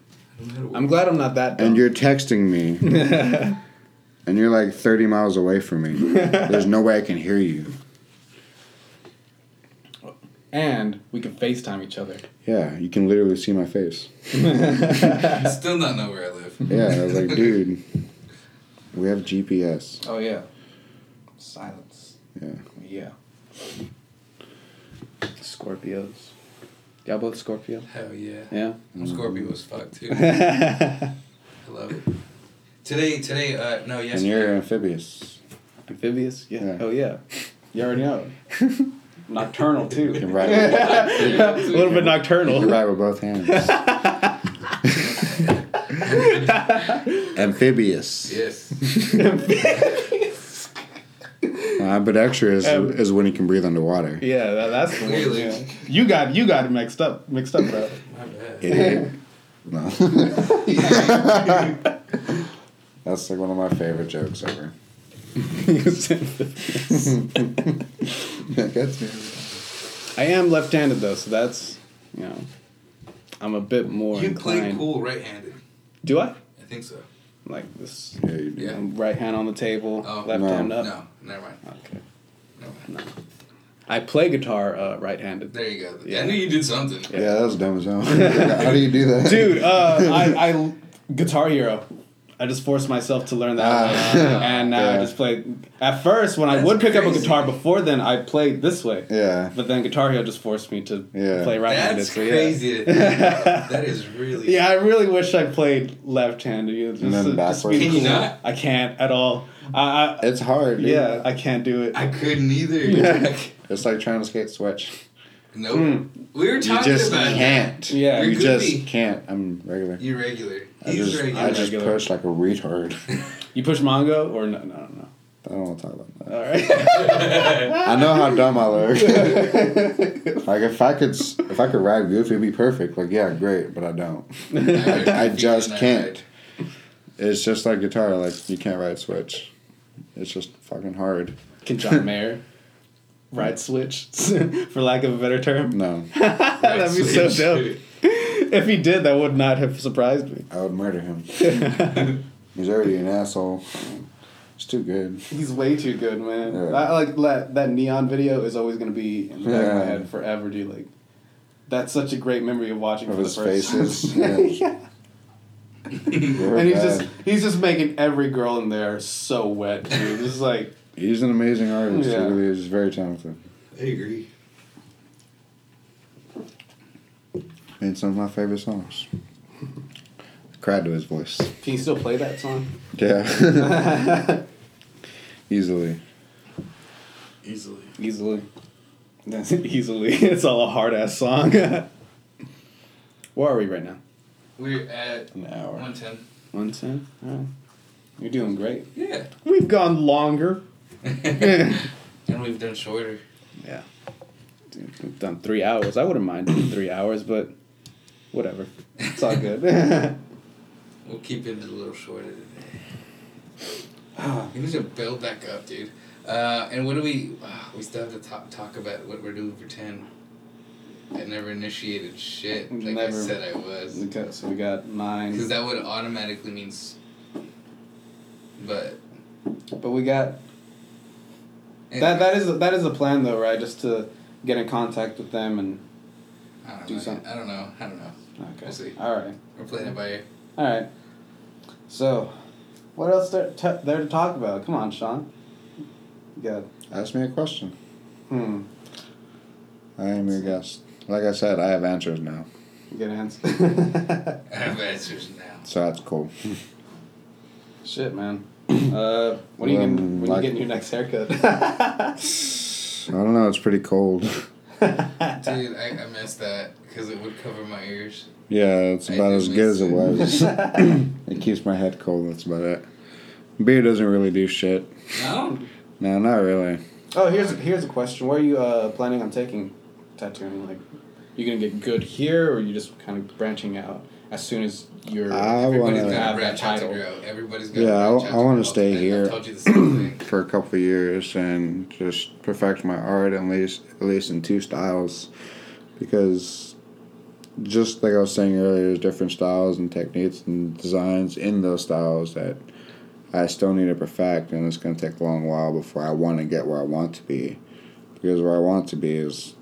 [SPEAKER 2] I'm glad I'm not that. Dumb.
[SPEAKER 1] and you're texting me. and you're like 30 miles away from me. There's no way I can hear you.
[SPEAKER 2] and we can FaceTime each other.
[SPEAKER 1] Yeah, you can literally see my face.
[SPEAKER 3] Still not know where I live.
[SPEAKER 1] Yeah, I was like, dude, we have GPS.
[SPEAKER 2] Oh yeah. Silence.
[SPEAKER 1] Yeah.
[SPEAKER 2] Yeah. Scorpios. Y'all both Scorpio?
[SPEAKER 3] Hell yeah.
[SPEAKER 2] Yeah.
[SPEAKER 3] I'm Scorpio as fuck too. I
[SPEAKER 2] Amphibious.
[SPEAKER 3] love it. Today, today, uh, no,
[SPEAKER 1] And you're
[SPEAKER 3] yesterday.
[SPEAKER 1] amphibious.
[SPEAKER 2] Yeah.
[SPEAKER 1] Yeah.
[SPEAKER 2] Oh yeah. You already know. nocturnal
[SPEAKER 1] You
[SPEAKER 2] too.
[SPEAKER 1] can ride with,
[SPEAKER 2] A little bit
[SPEAKER 1] you can
[SPEAKER 2] nocturnal.
[SPEAKER 1] ride with both hands. amphibious.
[SPEAKER 3] Yes.
[SPEAKER 1] Uh, but extra is, is when you can breathe underwater.
[SPEAKER 2] Yeah, that, that's the one.
[SPEAKER 3] Clearly.
[SPEAKER 2] Yeah. You got you got it mixed up mixed up, bro.
[SPEAKER 3] My bad.
[SPEAKER 1] Idiot. No. That's like one of my favorite jokes ever. That's me.
[SPEAKER 2] I am left-handed though, so that's you know, I'm a bit more
[SPEAKER 3] You play
[SPEAKER 2] inclined.
[SPEAKER 3] cool right-handed.
[SPEAKER 2] Do I?
[SPEAKER 3] I think so.
[SPEAKER 2] Like this, um,
[SPEAKER 1] Yeah, you do.
[SPEAKER 3] Yeah.
[SPEAKER 2] right hand on the table,
[SPEAKER 3] Oh.
[SPEAKER 2] left
[SPEAKER 1] No.
[SPEAKER 2] hand up.
[SPEAKER 3] No, never mind.
[SPEAKER 2] Okay.
[SPEAKER 5] I play guitar uh, right-handed.
[SPEAKER 3] There you go. I knew you did something.
[SPEAKER 1] Yeah, that was dumb as hell. How do you do that?
[SPEAKER 5] Dude, uh,
[SPEAKER 2] I, I Guitar Hero. I just forced myself to learn that,
[SPEAKER 1] Ah.
[SPEAKER 2] one, and now
[SPEAKER 1] Yeah.
[SPEAKER 2] I just play. At first, when I would pick up a
[SPEAKER 3] crazy.
[SPEAKER 2] guitar before then, I played this way.
[SPEAKER 1] Yeah.
[SPEAKER 2] But then Guitar Hero just forced me to
[SPEAKER 1] Yeah.
[SPEAKER 2] play right-handed.
[SPEAKER 3] That's
[SPEAKER 2] so yeah.
[SPEAKER 3] crazy. that is really.
[SPEAKER 2] Yeah, I really wish I played left-handed. you know,
[SPEAKER 1] And then
[SPEAKER 2] just- uh, just be
[SPEAKER 1] backwards.
[SPEAKER 3] Can you
[SPEAKER 2] cool.
[SPEAKER 3] not?
[SPEAKER 2] I can't at all. I, I,
[SPEAKER 1] It's hard. Dude.
[SPEAKER 2] yeah, I can't do it.
[SPEAKER 3] I couldn't either.
[SPEAKER 1] It's like trying to skate switch.
[SPEAKER 3] nope. We
[SPEAKER 1] Hmm.
[SPEAKER 3] were
[SPEAKER 1] You
[SPEAKER 3] talking
[SPEAKER 1] just
[SPEAKER 3] about that.
[SPEAKER 1] can't.
[SPEAKER 2] Yeah.
[SPEAKER 1] You
[SPEAKER 3] You're
[SPEAKER 1] just
[SPEAKER 3] goofy.
[SPEAKER 1] can't. I'm regular.
[SPEAKER 3] You regular.
[SPEAKER 1] I
[SPEAKER 3] He's
[SPEAKER 1] just
[SPEAKER 3] regular.
[SPEAKER 1] I just
[SPEAKER 2] Regular.
[SPEAKER 1] push like a retard.
[SPEAKER 2] You push Mongo or no? No, no.
[SPEAKER 1] I don't want to talk about that.
[SPEAKER 2] All right.
[SPEAKER 1] I know how dumb I look. like if I could, s- if I could ride Goofy, it'd be perfect. Like yeah, great, but I don't. I, I just can't. It's just like guitar. Like you can't ride switch. It's just fucking hard.
[SPEAKER 2] Can John Mayer ride switch, for lack of a better term?
[SPEAKER 1] No,
[SPEAKER 2] That'd be so dope. If he did, that would not have surprised me.
[SPEAKER 1] I would murder him. He's already an asshole. It's too good.
[SPEAKER 2] He's way too good, man.
[SPEAKER 1] Yeah.
[SPEAKER 2] I, like that that neon video is always gonna be in the back of my
[SPEAKER 1] Yeah.
[SPEAKER 2] head forever, dude. Like, that's such a great memory of watching
[SPEAKER 1] Of
[SPEAKER 2] for
[SPEAKER 1] his
[SPEAKER 2] the first
[SPEAKER 1] faces.
[SPEAKER 2] time.
[SPEAKER 1] Yeah. We're
[SPEAKER 2] And he's
[SPEAKER 1] bad.
[SPEAKER 2] just he's just making every girl in there so wet, dude. This is like
[SPEAKER 1] He's an amazing artist.
[SPEAKER 2] Yeah.
[SPEAKER 1] He really is. He's very talented.
[SPEAKER 3] I agree.
[SPEAKER 1] And some of my favorite songs. Cried to his voice.
[SPEAKER 2] can you still play that song?
[SPEAKER 1] Yeah. Easily.
[SPEAKER 3] Easily.
[SPEAKER 5] Easily. That's easily. It's all a hard-ass song. Where are we right now?
[SPEAKER 3] We're at
[SPEAKER 1] An hour.
[SPEAKER 3] 110.
[SPEAKER 5] 110? All right. You're doing great.
[SPEAKER 3] Yeah.
[SPEAKER 5] We've gone longer.
[SPEAKER 3] And we've done shorter.
[SPEAKER 5] Yeah. Dude, we've done three hours. I wouldn't mind doing three hours, but whatever. It's all good.
[SPEAKER 3] We'll keep it a little shorter today. You need to build back up, dude. Uh, and what do we? ah, we still have to talk, talk about what we're doing for ten. I never initiated shit like I
[SPEAKER 2] Never.
[SPEAKER 3] said I
[SPEAKER 1] Mm.
[SPEAKER 3] was,
[SPEAKER 2] Okay, so we got
[SPEAKER 3] because
[SPEAKER 2] nine,
[SPEAKER 3] that would automatically means. But
[SPEAKER 2] but we got that. That is that is a plan though, right? Just to get in contact with them and
[SPEAKER 3] I don't know,
[SPEAKER 2] do
[SPEAKER 3] man.
[SPEAKER 2] something.
[SPEAKER 3] I don't know. I don't know.
[SPEAKER 2] okay,
[SPEAKER 3] We'll see.
[SPEAKER 2] all right,
[SPEAKER 3] We're playing it by ear.
[SPEAKER 2] all right. So, what else there, t- there to talk about? Come on, Sean. Good.
[SPEAKER 1] Ask me a question.
[SPEAKER 2] Hmm.
[SPEAKER 1] I am your guest. Like I said, I have answers now.
[SPEAKER 2] Good answer.
[SPEAKER 3] I have answers now.
[SPEAKER 1] So that's cool.
[SPEAKER 2] Shit, man. Uh, when are you
[SPEAKER 1] Um,
[SPEAKER 2] getting when you
[SPEAKER 1] like-
[SPEAKER 2] getting your next haircut?
[SPEAKER 1] I don't know, it's pretty cold.
[SPEAKER 3] Dude, I, I missed that because it would cover my ears.
[SPEAKER 1] Yeah, it's
[SPEAKER 3] I
[SPEAKER 1] about
[SPEAKER 3] do
[SPEAKER 1] as good as it
[SPEAKER 3] miss
[SPEAKER 1] was. it keeps my head cold, that's about it. Beer doesn't really do shit.
[SPEAKER 3] No.
[SPEAKER 1] No, not really.
[SPEAKER 2] oh, here's here's a question. Where are you uh, planning on taking tattooing? Like, you gonna get good here, or you just kind of branching out as soon as you're?
[SPEAKER 1] I
[SPEAKER 3] Everybody's
[SPEAKER 1] wanna-
[SPEAKER 3] gotta
[SPEAKER 2] have that
[SPEAKER 3] branch out to
[SPEAKER 2] title.
[SPEAKER 3] grow. Everybody's gotta
[SPEAKER 1] Yeah, I-
[SPEAKER 3] branch out
[SPEAKER 1] I
[SPEAKER 3] to
[SPEAKER 1] wanna
[SPEAKER 3] grow.
[SPEAKER 1] stay
[SPEAKER 3] I- I
[SPEAKER 1] here.
[SPEAKER 3] told you the same thing.
[SPEAKER 1] for a couple of years and just perfect my art at least at least in two styles because just like I was saying earlier, there's different styles and techniques and designs in those styles that I still need to perfect and it's gonna take a long while before I wanna get where I want to be. Because where I want to be is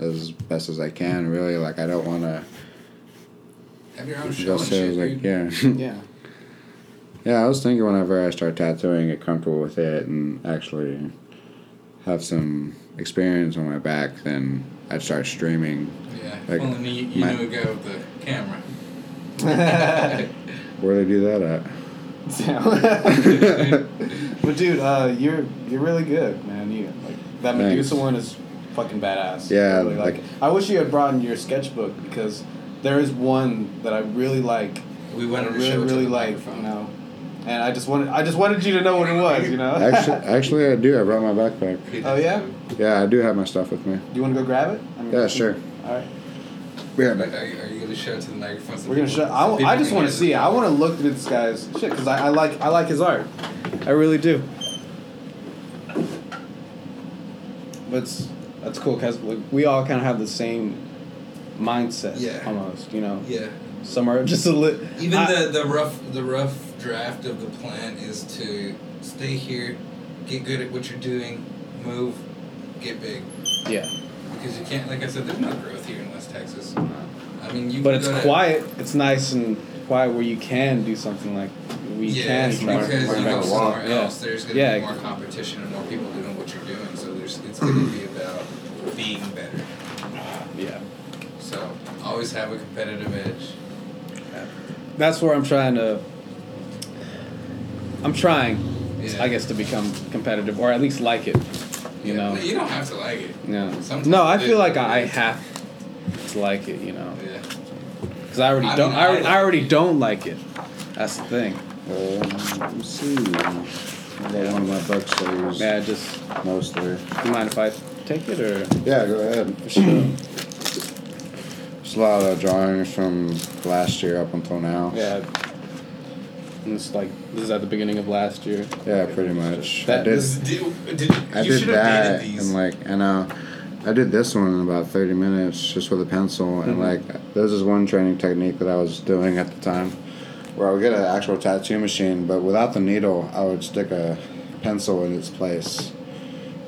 [SPEAKER 1] as best as I can really. Like I don't wanna
[SPEAKER 3] Have your own show
[SPEAKER 1] just
[SPEAKER 3] and
[SPEAKER 1] say
[SPEAKER 3] shit,
[SPEAKER 1] like
[SPEAKER 3] Oh, dude.
[SPEAKER 1] yeah.
[SPEAKER 2] yeah.
[SPEAKER 1] Yeah, I was thinking whenever I start tattooing, get comfortable with it, and actually have some experience on my back, then I'd start streaming.
[SPEAKER 3] Yeah.
[SPEAKER 1] Like,
[SPEAKER 3] well, and you, you
[SPEAKER 1] my-
[SPEAKER 3] knew a guy with the camera.
[SPEAKER 1] Where do they do that at?
[SPEAKER 2] Damn. but dude, uh, you're you're really good, man. You like that
[SPEAKER 1] Thanks.
[SPEAKER 2] Medusa one is fucking badass.
[SPEAKER 1] Yeah,
[SPEAKER 2] Really, like,
[SPEAKER 1] like-
[SPEAKER 2] I wish you had brought in your sketchbook because there is one that I really like.
[SPEAKER 3] We
[SPEAKER 2] I
[SPEAKER 3] wanted to
[SPEAKER 2] really
[SPEAKER 3] show it to
[SPEAKER 2] really
[SPEAKER 3] the
[SPEAKER 2] like, you
[SPEAKER 3] microphone.
[SPEAKER 2] know. And I just wanted I just wanted you to know what it was, you know.
[SPEAKER 1] actually, actually, I do. I brought my backpack.
[SPEAKER 3] He
[SPEAKER 2] Oh,
[SPEAKER 3] does
[SPEAKER 2] yeah?
[SPEAKER 3] too.
[SPEAKER 1] Yeah, I do have my stuff with me.
[SPEAKER 2] Do you want to go grab it? I mean,
[SPEAKER 1] Yeah, sure.
[SPEAKER 2] All right.
[SPEAKER 1] Yeah,
[SPEAKER 3] But are, you- are you gonna show it to the microphone? so
[SPEAKER 2] We're gonna
[SPEAKER 3] people-
[SPEAKER 2] show. I,
[SPEAKER 3] so people
[SPEAKER 2] I just
[SPEAKER 3] can
[SPEAKER 2] want
[SPEAKER 3] hear
[SPEAKER 2] to see.
[SPEAKER 3] this?
[SPEAKER 2] it. I want to look through this guy's shit because I, I like I like his art. I really do. But it's, that's cool because we, we all kind of have the same mindset,
[SPEAKER 3] Yeah.
[SPEAKER 2] almost. You know,
[SPEAKER 3] Yeah.
[SPEAKER 2] some are just a little.
[SPEAKER 3] Even the, the rough the rough draft of the plan is to stay here, get good at what you're doing, move, get big.
[SPEAKER 2] Yeah.
[SPEAKER 3] Because you can't, like I said, there's no growth here in West Texas. I mean, you.
[SPEAKER 2] But
[SPEAKER 3] can
[SPEAKER 2] it's
[SPEAKER 3] go to-
[SPEAKER 2] quiet. It's nice and quiet where you can do something like we
[SPEAKER 3] Yeah,
[SPEAKER 2] can.
[SPEAKER 3] it's
[SPEAKER 2] tomorrow.
[SPEAKER 3] because
[SPEAKER 1] learn
[SPEAKER 3] you
[SPEAKER 1] how
[SPEAKER 3] go
[SPEAKER 1] to walk,
[SPEAKER 3] somewhere
[SPEAKER 2] yeah.
[SPEAKER 3] else. There's gonna
[SPEAKER 2] Yeah.
[SPEAKER 3] be more competition and more people doing what you're doing. So there's it's gonna be about being better.
[SPEAKER 2] yeah.
[SPEAKER 3] So always have a competitive edge.
[SPEAKER 2] That's where I'm trying to. I'm trying,
[SPEAKER 3] Yeah.
[SPEAKER 2] I guess, to become competitive or at least like it. You
[SPEAKER 3] Yeah,
[SPEAKER 2] know.
[SPEAKER 3] you don't have to like it.
[SPEAKER 2] Yeah.
[SPEAKER 3] Sometimes
[SPEAKER 2] no, I
[SPEAKER 3] it
[SPEAKER 2] feel
[SPEAKER 3] is
[SPEAKER 2] like
[SPEAKER 3] what it
[SPEAKER 2] I, I
[SPEAKER 3] is.
[SPEAKER 2] have to like it, you know,
[SPEAKER 3] Yeah.
[SPEAKER 2] because I already
[SPEAKER 3] I
[SPEAKER 2] don't.
[SPEAKER 3] mean,
[SPEAKER 2] I, already,
[SPEAKER 3] I-
[SPEAKER 2] I already don't like it. That's the thing.
[SPEAKER 1] Um, let me see. I got one of my books that I use
[SPEAKER 2] Yeah, just
[SPEAKER 1] mostly.
[SPEAKER 2] do you mind if I take it or?
[SPEAKER 1] Yeah, go ahead. There's a lot of drawings from last year up until now.
[SPEAKER 2] yeah. And it's like this is at the beginning of last year.
[SPEAKER 1] Yeah, pretty much.
[SPEAKER 2] That-
[SPEAKER 1] I did,
[SPEAKER 2] this-
[SPEAKER 3] Did, did,
[SPEAKER 1] I
[SPEAKER 3] you
[SPEAKER 1] did
[SPEAKER 3] should have
[SPEAKER 1] that
[SPEAKER 3] dated these.
[SPEAKER 1] and like and uh, I did this one in about thirty minutes just with a pencil
[SPEAKER 3] Mm-hmm.
[SPEAKER 1] and like this is one training technique that I was doing at the time where I would get an actual tattoo machine but without the needle I would stick a pencil in its place.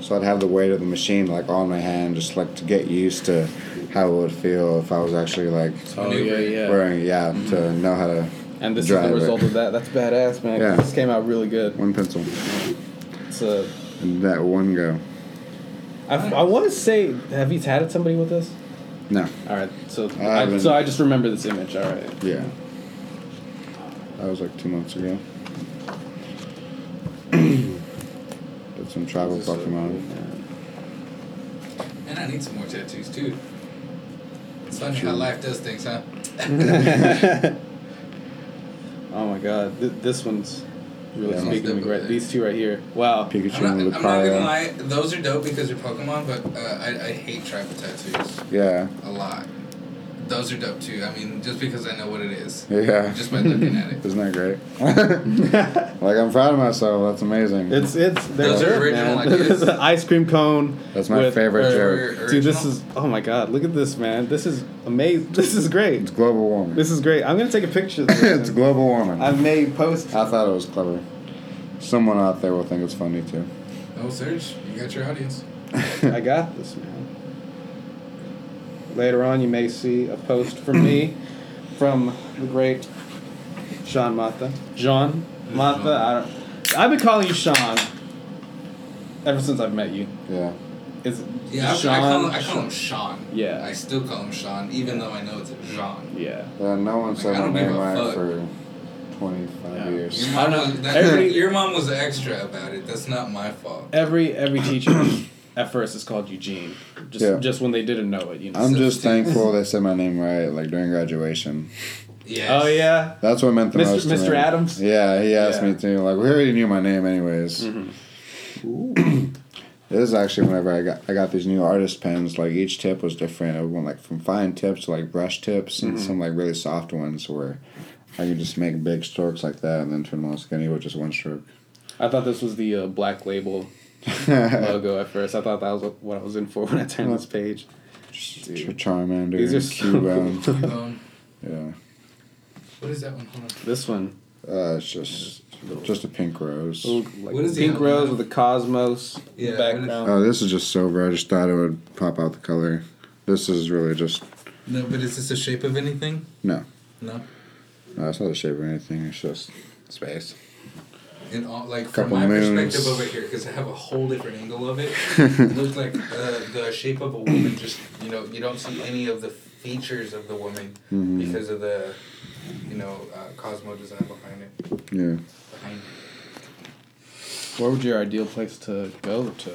[SPEAKER 1] So I'd have the weight of the machine like on my hand just like to get used to how it would feel if I was actually like
[SPEAKER 2] Oh yeah, yeah.
[SPEAKER 1] wearing yeah, to
[SPEAKER 3] Mm-hmm.
[SPEAKER 1] know how to
[SPEAKER 2] And this
[SPEAKER 1] drive
[SPEAKER 2] is the result
[SPEAKER 1] it.
[SPEAKER 2] of that. That's badass, man. 'cause
[SPEAKER 1] Yeah.
[SPEAKER 2] This came out really good.
[SPEAKER 1] one pencil.
[SPEAKER 2] It's a.
[SPEAKER 1] And that one go.
[SPEAKER 2] I, I want to say, have you tatted somebody with this?
[SPEAKER 1] No.
[SPEAKER 2] All right, so I,
[SPEAKER 1] haven't.
[SPEAKER 2] so I just remember this image. All right.
[SPEAKER 1] Yeah. That was like two months ago. Did some travel
[SPEAKER 2] This is so
[SPEAKER 1] Pokemon.
[SPEAKER 2] cool, man.
[SPEAKER 3] And I need some more tattoos too. It's funny how life does things, huh?
[SPEAKER 2] oh my god, Th- this one's really
[SPEAKER 1] Yeah.
[SPEAKER 2] speaking to me right. These two right here. Wow.
[SPEAKER 1] Pikachu
[SPEAKER 3] I'm
[SPEAKER 1] and
[SPEAKER 3] not, I'm not gonna
[SPEAKER 1] Lucario.
[SPEAKER 3] lie, those are dope because they're Pokemon, but uh, I, I hate tribal tattoos
[SPEAKER 1] Yeah.
[SPEAKER 3] a lot. Those are dope too. I mean, just because I know what it is,
[SPEAKER 1] Yeah.
[SPEAKER 3] just by looking at it.
[SPEAKER 1] Isn't that great? like I'm proud of myself. That's amazing.
[SPEAKER 2] It's it's they're
[SPEAKER 3] Those are
[SPEAKER 2] good,
[SPEAKER 3] original
[SPEAKER 2] man.
[SPEAKER 3] ideas.
[SPEAKER 2] This is an ice cream cone.
[SPEAKER 1] That's my favorite
[SPEAKER 2] or-
[SPEAKER 3] joke.
[SPEAKER 2] Dude, this
[SPEAKER 3] Original?
[SPEAKER 2] is oh my god, look at this man. This is amazing. This is great.
[SPEAKER 1] It's global warming.
[SPEAKER 2] This is great. I'm gonna take a picture. Of this
[SPEAKER 1] it's global warming.
[SPEAKER 2] I may post.
[SPEAKER 1] I thought it was clever. Someone out there will think it's funny too.
[SPEAKER 3] Oh, Serge, you got your audience.
[SPEAKER 2] I got this man. Later on, you may see a post from me, from the great Sean Mata. John Mata. I don't, I've been calling you Sean ever since I've met you.
[SPEAKER 1] Yeah.
[SPEAKER 2] Is
[SPEAKER 3] Yeah, I,
[SPEAKER 2] Sean?
[SPEAKER 3] I call, him, I call him Sean.
[SPEAKER 2] Yeah.
[SPEAKER 3] I still call him Sean, even though I know it's a Jean.
[SPEAKER 2] yeah.
[SPEAKER 1] Yeah, Uh, no one said
[SPEAKER 3] I
[SPEAKER 1] my
[SPEAKER 3] don't give
[SPEAKER 1] name
[SPEAKER 3] a
[SPEAKER 1] right
[SPEAKER 3] fuck.
[SPEAKER 1] for 25
[SPEAKER 2] Yeah.
[SPEAKER 1] years.
[SPEAKER 3] Your
[SPEAKER 2] I
[SPEAKER 3] mom,
[SPEAKER 2] know.
[SPEAKER 3] was, that,
[SPEAKER 2] Every-
[SPEAKER 3] your mom was extra about it. That's not my fault.
[SPEAKER 2] Every every teacher at first is called Eugene. Just
[SPEAKER 1] Yeah.
[SPEAKER 2] just when they didn't know it, you know.
[SPEAKER 1] I'm
[SPEAKER 3] So
[SPEAKER 1] just
[SPEAKER 3] stupid.
[SPEAKER 1] thankful they said my name right, like during graduation.
[SPEAKER 3] Yes.
[SPEAKER 2] oh yeah.
[SPEAKER 1] That's what meant the
[SPEAKER 2] Mr.
[SPEAKER 1] most. to
[SPEAKER 2] Mr.
[SPEAKER 1] me.
[SPEAKER 2] Adams?
[SPEAKER 1] Yeah, he asked
[SPEAKER 2] Yeah. Mm-hmm.
[SPEAKER 1] me to. Like, we already knew my name, anyways. this is actually whenever I got I got these new artist pens. Like each tip was different. I went like from fine tips to like brush tips,
[SPEAKER 2] Mm-hmm.
[SPEAKER 1] and some like really soft ones where I could just make big strokes like that, and then turn them all skinny with just one stroke.
[SPEAKER 2] I thought this was the uh, black label logo at first. I thought that was what I was in for when I turned this page.
[SPEAKER 1] Char- Charmander,
[SPEAKER 2] These are so
[SPEAKER 1] Cubone.
[SPEAKER 2] cool.
[SPEAKER 3] T-Bone.
[SPEAKER 1] yeah,
[SPEAKER 3] What is that one? Hold on.
[SPEAKER 2] This one,
[SPEAKER 1] uh, it's just just a pink rose.
[SPEAKER 2] little, like
[SPEAKER 3] What is the
[SPEAKER 2] pink
[SPEAKER 3] other
[SPEAKER 2] rose
[SPEAKER 3] one?
[SPEAKER 2] with a cosmos
[SPEAKER 3] Yeah,
[SPEAKER 2] background.
[SPEAKER 1] Oh, this is just silver. I just thought it would pop out the color. This is really just
[SPEAKER 3] No, but is this a shape of anything?
[SPEAKER 1] no.
[SPEAKER 3] No.
[SPEAKER 1] No, it's not a shape or anything. It's just space.
[SPEAKER 3] In all, like from
[SPEAKER 1] Couple
[SPEAKER 3] my
[SPEAKER 1] moons.
[SPEAKER 3] perspective over here, because I have a whole different angle of it. it looked like uh, the shape of a woman. Just you know, you don't see any of the features of the woman
[SPEAKER 1] Mm-hmm.
[SPEAKER 3] because of the, you know, uh, Cosmo design behind it.
[SPEAKER 1] Yeah.
[SPEAKER 3] Behind it.
[SPEAKER 2] Where would your ideal place to go to?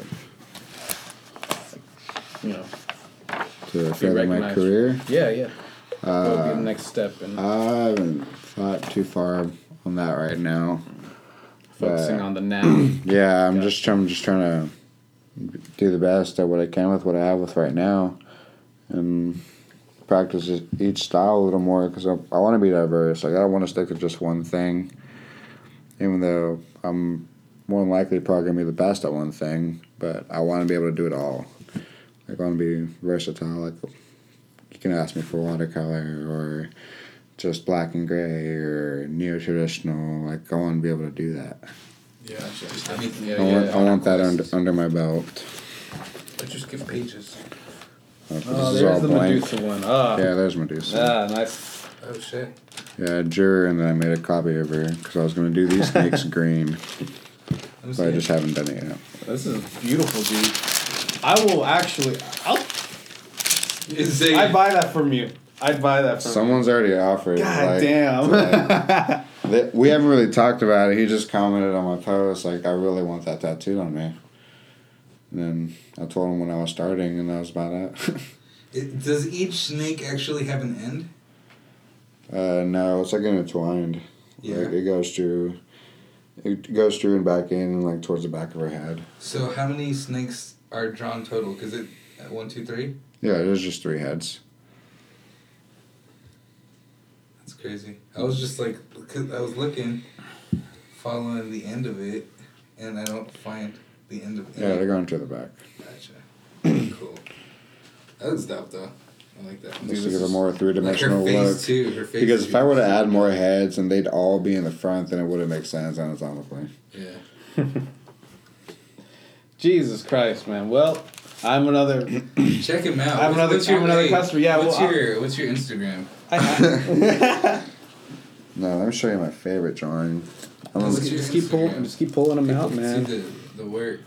[SPEAKER 2] You know,
[SPEAKER 1] To further my
[SPEAKER 2] recognized.
[SPEAKER 1] career,
[SPEAKER 2] yeah, yeah. what
[SPEAKER 1] Uh,
[SPEAKER 2] would be the next step in
[SPEAKER 1] I haven't thought too far on that right now.
[SPEAKER 2] focusing on the now?
[SPEAKER 1] Yeah, I'm
[SPEAKER 2] Yeah.
[SPEAKER 1] just I'm just trying to do the best at what I can with what I have with right now, and practice e- each style a little more because I, I want to be diverse. Like I don't want to stick to just one thing, even though I'm more than likely probably gonna be the best at one thing. But I want to be able to do it all. Like I want to be versatile. Like you can ask me for watercolor or just black and gray or neo traditional. Like I want to be able to do that.
[SPEAKER 6] Yeah, just,
[SPEAKER 3] I mean,
[SPEAKER 1] I want, I want that under, under my belt.
[SPEAKER 3] but just give pages.
[SPEAKER 1] Oh, this
[SPEAKER 2] Oh,
[SPEAKER 1] is
[SPEAKER 2] there's
[SPEAKER 1] all
[SPEAKER 2] the
[SPEAKER 1] blank.
[SPEAKER 2] Medusa one. Ah,
[SPEAKER 1] Yeah, there's Medusa.
[SPEAKER 2] ah, nice.
[SPEAKER 3] Oh shit.
[SPEAKER 1] Yeah, juror, and then I made a copy of her because I was gonna do these snakes green,
[SPEAKER 3] Let me
[SPEAKER 1] but I
[SPEAKER 3] see.
[SPEAKER 1] just haven't done it yet.
[SPEAKER 2] This is beautiful, dude. I will actually. I'll.
[SPEAKER 3] Is it-
[SPEAKER 2] I buy that from you. I'd buy that from.
[SPEAKER 1] Someone's already offered.
[SPEAKER 2] God
[SPEAKER 1] like,
[SPEAKER 2] damn.
[SPEAKER 1] th- we haven't really talked about it. He just commented on my post like, "I really want that tattooed on me." And then I told him when I was starting, and that was about it.
[SPEAKER 3] It- does each snake actually have an end?
[SPEAKER 1] Uh, no, it's like intertwined.
[SPEAKER 3] Yeah.
[SPEAKER 1] Like it goes through, it goes through and back in, and like towards the back of her head.
[SPEAKER 3] So how many snakes are drawn total? Because it uh, one, two, three.
[SPEAKER 1] Yeah, it is just three heads.
[SPEAKER 3] That's crazy. I was just like, cause I was looking, following the end of it, and I don't find the end of
[SPEAKER 1] Yeah, they're
[SPEAKER 3] it.
[SPEAKER 1] going to the back.
[SPEAKER 3] Gotcha. cool. That was dope though. I like that one.
[SPEAKER 1] Just to
[SPEAKER 3] This
[SPEAKER 1] give a
[SPEAKER 3] is-
[SPEAKER 1] more three
[SPEAKER 3] like her
[SPEAKER 1] dimensional look.
[SPEAKER 3] face too. Her face.
[SPEAKER 1] Because
[SPEAKER 3] too.
[SPEAKER 1] if I were to add more heads and they'd all be in the front, then it wouldn't make sense anatomically.
[SPEAKER 3] Yeah.
[SPEAKER 2] Jesus Christ, man. Well, I'm another.
[SPEAKER 3] Check him out.
[SPEAKER 2] I have another- I have another customer. Yeah,
[SPEAKER 3] What's
[SPEAKER 2] well, uh, I-
[SPEAKER 3] your What's your Instagram?
[SPEAKER 1] No, let me show you my favorite drawing. I'm
[SPEAKER 3] Let's
[SPEAKER 1] gonna-
[SPEAKER 3] get-
[SPEAKER 2] just keep pulling. Just keep pulling them out, man.
[SPEAKER 3] See the the work.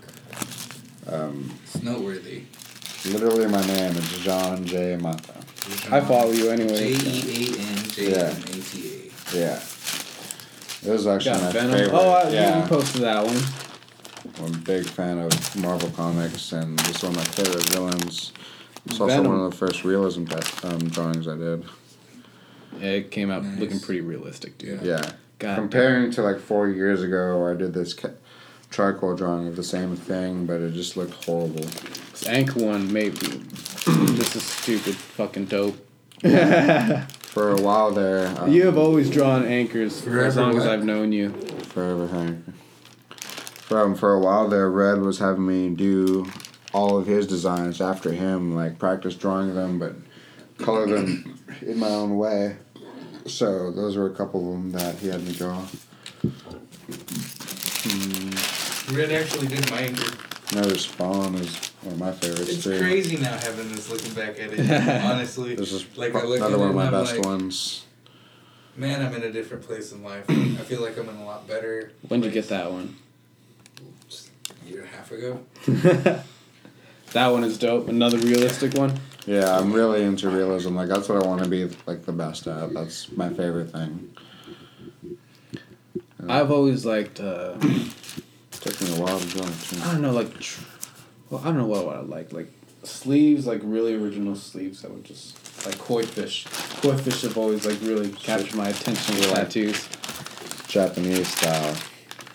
[SPEAKER 3] Um. It's noteworthy.
[SPEAKER 1] literally, my name is John J. Mata.
[SPEAKER 2] I follow you
[SPEAKER 3] J
[SPEAKER 2] anyway.
[SPEAKER 3] E A N J M A T
[SPEAKER 1] Yeah. This is actually
[SPEAKER 2] Got
[SPEAKER 1] my
[SPEAKER 2] Venom.
[SPEAKER 1] favorite.
[SPEAKER 2] Oh, I, yeah.
[SPEAKER 1] yeah.
[SPEAKER 2] you posted that one.
[SPEAKER 1] I'm a big fan of Marvel comics, and this is one of my favorite villains. It's also
[SPEAKER 2] Venom.
[SPEAKER 1] one of the first realism that, um, drawings I did.
[SPEAKER 2] Yeah, it came out
[SPEAKER 3] Nice.
[SPEAKER 2] looking pretty realistic, dude.
[SPEAKER 1] Yeah.
[SPEAKER 2] God.
[SPEAKER 1] Comparing to like four years ago, where I did this ca- charcoal drawing of the same thing, but it just looked horrible.
[SPEAKER 2] This Ank one, maybe. this is stupid. Fucking dope.
[SPEAKER 1] For a while there, um,
[SPEAKER 2] You have always drawn anchors for as
[SPEAKER 3] Forever
[SPEAKER 2] long as
[SPEAKER 3] what?
[SPEAKER 2] I've known you.
[SPEAKER 1] forever Hank. From for a while there, Red was having me do all of his designs after him, like practice drawing them, but color them in my own way. So those were a couple of them that he had me draw.
[SPEAKER 3] A. Red actually did my anger.
[SPEAKER 1] Another Spawn is one of my favorites
[SPEAKER 3] It's
[SPEAKER 1] too.
[SPEAKER 3] crazy now having this looking back at it. honestly,
[SPEAKER 1] This is
[SPEAKER 3] like I
[SPEAKER 1] pro-
[SPEAKER 3] look at
[SPEAKER 1] another
[SPEAKER 3] it
[SPEAKER 1] one of
[SPEAKER 3] and
[SPEAKER 1] my
[SPEAKER 3] I'm
[SPEAKER 1] best
[SPEAKER 3] like,
[SPEAKER 1] ones.
[SPEAKER 3] Man, I'm in a different place in life. I feel like I'm in a lot better.
[SPEAKER 2] When'd you get that one?
[SPEAKER 3] A year and a half ago.
[SPEAKER 2] That one is dope. Another realistic one.
[SPEAKER 1] Yeah, I'm really into realism. Like that's what I want to be like the best at. That's my favorite thing.
[SPEAKER 2] I've always liked. Uh,
[SPEAKER 1] Took me a while to draw it too.
[SPEAKER 2] I don't know, like, tr- well, I don't know what, what I like. Like sleeves, like really original sleeves that would just like koi fish. Koi fish have always like really captured my attention with tattoos.
[SPEAKER 1] Japanese style.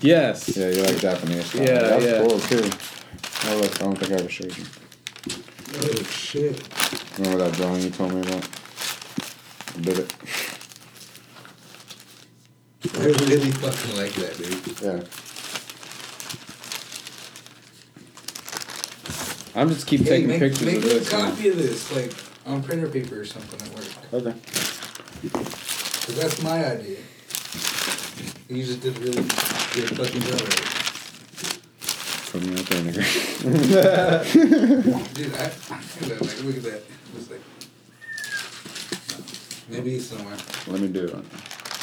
[SPEAKER 2] Yes.
[SPEAKER 1] Yeah, you like Japanese style.
[SPEAKER 2] Yeah,
[SPEAKER 1] that's
[SPEAKER 2] yeah.
[SPEAKER 1] cool too. Oh, look, I don't think I ever showed you.
[SPEAKER 3] Oh shit!
[SPEAKER 1] Remember that drawing you told me about? I did it.
[SPEAKER 3] I really fucking like that, dude.
[SPEAKER 1] Yeah.
[SPEAKER 2] I'm just keep
[SPEAKER 3] Hey,
[SPEAKER 2] taking
[SPEAKER 3] make,
[SPEAKER 2] pictures
[SPEAKER 3] make
[SPEAKER 2] of
[SPEAKER 3] me
[SPEAKER 2] this.
[SPEAKER 3] a
[SPEAKER 2] man.
[SPEAKER 3] copy of this, like on printer paper or something at work.
[SPEAKER 1] Okay.
[SPEAKER 3] Cause that's my idea. You just did really good fucking job. at
[SPEAKER 1] Put me out there, nigga.
[SPEAKER 3] it. Dude, I, look at that, like, look at that. It was like, maybe somewhere,
[SPEAKER 1] Let me do it.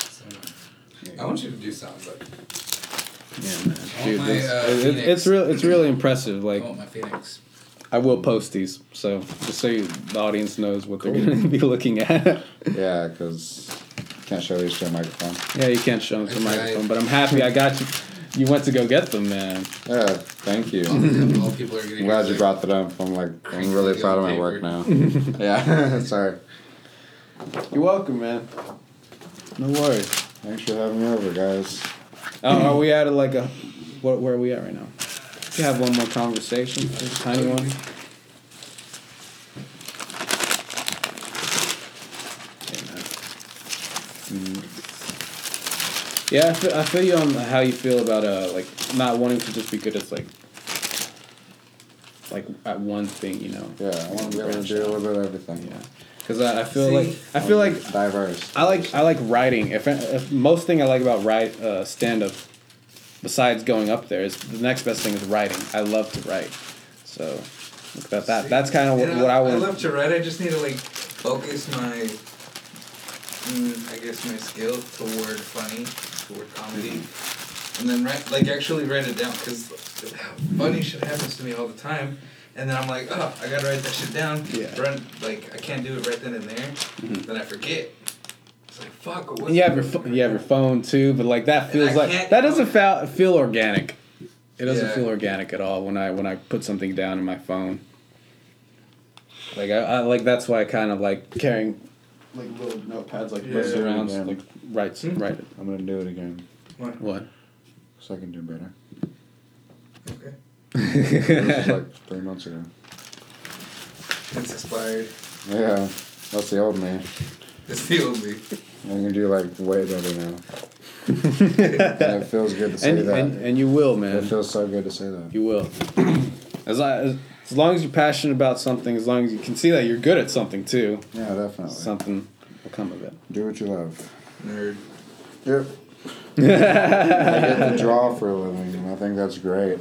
[SPEAKER 3] somewhere. I want you to do something, but
[SPEAKER 2] Yeah, man.
[SPEAKER 3] I
[SPEAKER 2] Dude,
[SPEAKER 3] want my,
[SPEAKER 2] this-
[SPEAKER 3] uh,
[SPEAKER 2] it- it-
[SPEAKER 3] Phoenix.
[SPEAKER 2] it's real. It's really impressive.
[SPEAKER 3] I
[SPEAKER 2] Like
[SPEAKER 3] want my Phoenix.
[SPEAKER 2] I will post these, so just so you, the audience knows what they're going to be looking at.
[SPEAKER 1] Yeah, because can't show these to a microphone.
[SPEAKER 2] yeah, you can't show them to the
[SPEAKER 3] That's right.
[SPEAKER 2] microphone, but I'm happy I got you. You went to go get them, man.
[SPEAKER 1] Yeah, thank you. I'm
[SPEAKER 3] All people are getting.
[SPEAKER 1] glad you brought that up. I'm like, I'm really proud of my work now. yeah, sorry.
[SPEAKER 2] You're welcome, man. No worries.
[SPEAKER 1] Thanks for having me over, guys.
[SPEAKER 2] Oh, are we at a, like a what? Where are we at right now? We have one more conversation, just a tiny one. Yeah, I feel, I feel you on how you feel about uh like not wanting to just be good at like like at one thing, you know.
[SPEAKER 1] Yeah, I want to be able to do a little bit of everything.
[SPEAKER 2] Yeah, because I, I feel
[SPEAKER 3] See?
[SPEAKER 2] like I feel
[SPEAKER 1] um,
[SPEAKER 2] like
[SPEAKER 1] diverse.
[SPEAKER 2] I like I like writing. If, if most thing I like about write uh, stand up besides going up there is the next best thing is writing. I love to write, so look about that. That's kind of what,
[SPEAKER 6] Yeah,
[SPEAKER 2] what I
[SPEAKER 6] I
[SPEAKER 2] want.
[SPEAKER 6] love to write. I just need to like focus my, mm, I guess my skill toward funny, toward comedy, and
[SPEAKER 2] Mm-hmm.
[SPEAKER 6] then write like actually write it down because funny shit happens to me all the time, and then I'm like, oh, I gotta write that shit down.
[SPEAKER 2] Yeah. Mm-hmm.
[SPEAKER 6] Run like I can't do it right then and there. Then I forget. It's like fuck. What was
[SPEAKER 2] You have
[SPEAKER 6] it?
[SPEAKER 2] your pho- you have your phone too, but like that feels
[SPEAKER 6] I
[SPEAKER 2] like
[SPEAKER 6] can't-
[SPEAKER 2] that doesn't feel feel organic. It doesn't
[SPEAKER 6] Yeah.
[SPEAKER 2] feel organic at all when I when I put something down in my phone. Like I, I like that's why I kind of like carrying like little notepads like
[SPEAKER 6] Yeah.
[SPEAKER 2] this around
[SPEAKER 1] Yeah.
[SPEAKER 2] like write
[SPEAKER 6] Hmm?
[SPEAKER 2] write it.
[SPEAKER 1] I'm gonna do it again
[SPEAKER 6] What?
[SPEAKER 2] What?
[SPEAKER 1] so I can do better.
[SPEAKER 6] Okay.
[SPEAKER 1] This was like three months ago.
[SPEAKER 6] It's expired.
[SPEAKER 1] Yeah, that's the old me.
[SPEAKER 6] It's the old me.
[SPEAKER 1] I'm gonna do like way better now. and it feels good to say
[SPEAKER 2] and,
[SPEAKER 1] that.
[SPEAKER 2] and and you will,
[SPEAKER 1] it
[SPEAKER 2] man.
[SPEAKER 1] feels so good to say that.
[SPEAKER 2] You will. As, I, as as long as you're passionate about something, as long as you can see that you're good at something too,
[SPEAKER 1] Yeah, definitely.
[SPEAKER 2] something will come of it.
[SPEAKER 1] do what you love.
[SPEAKER 6] Nerd.
[SPEAKER 1] Yep. I get to draw for a living, and I think that's great.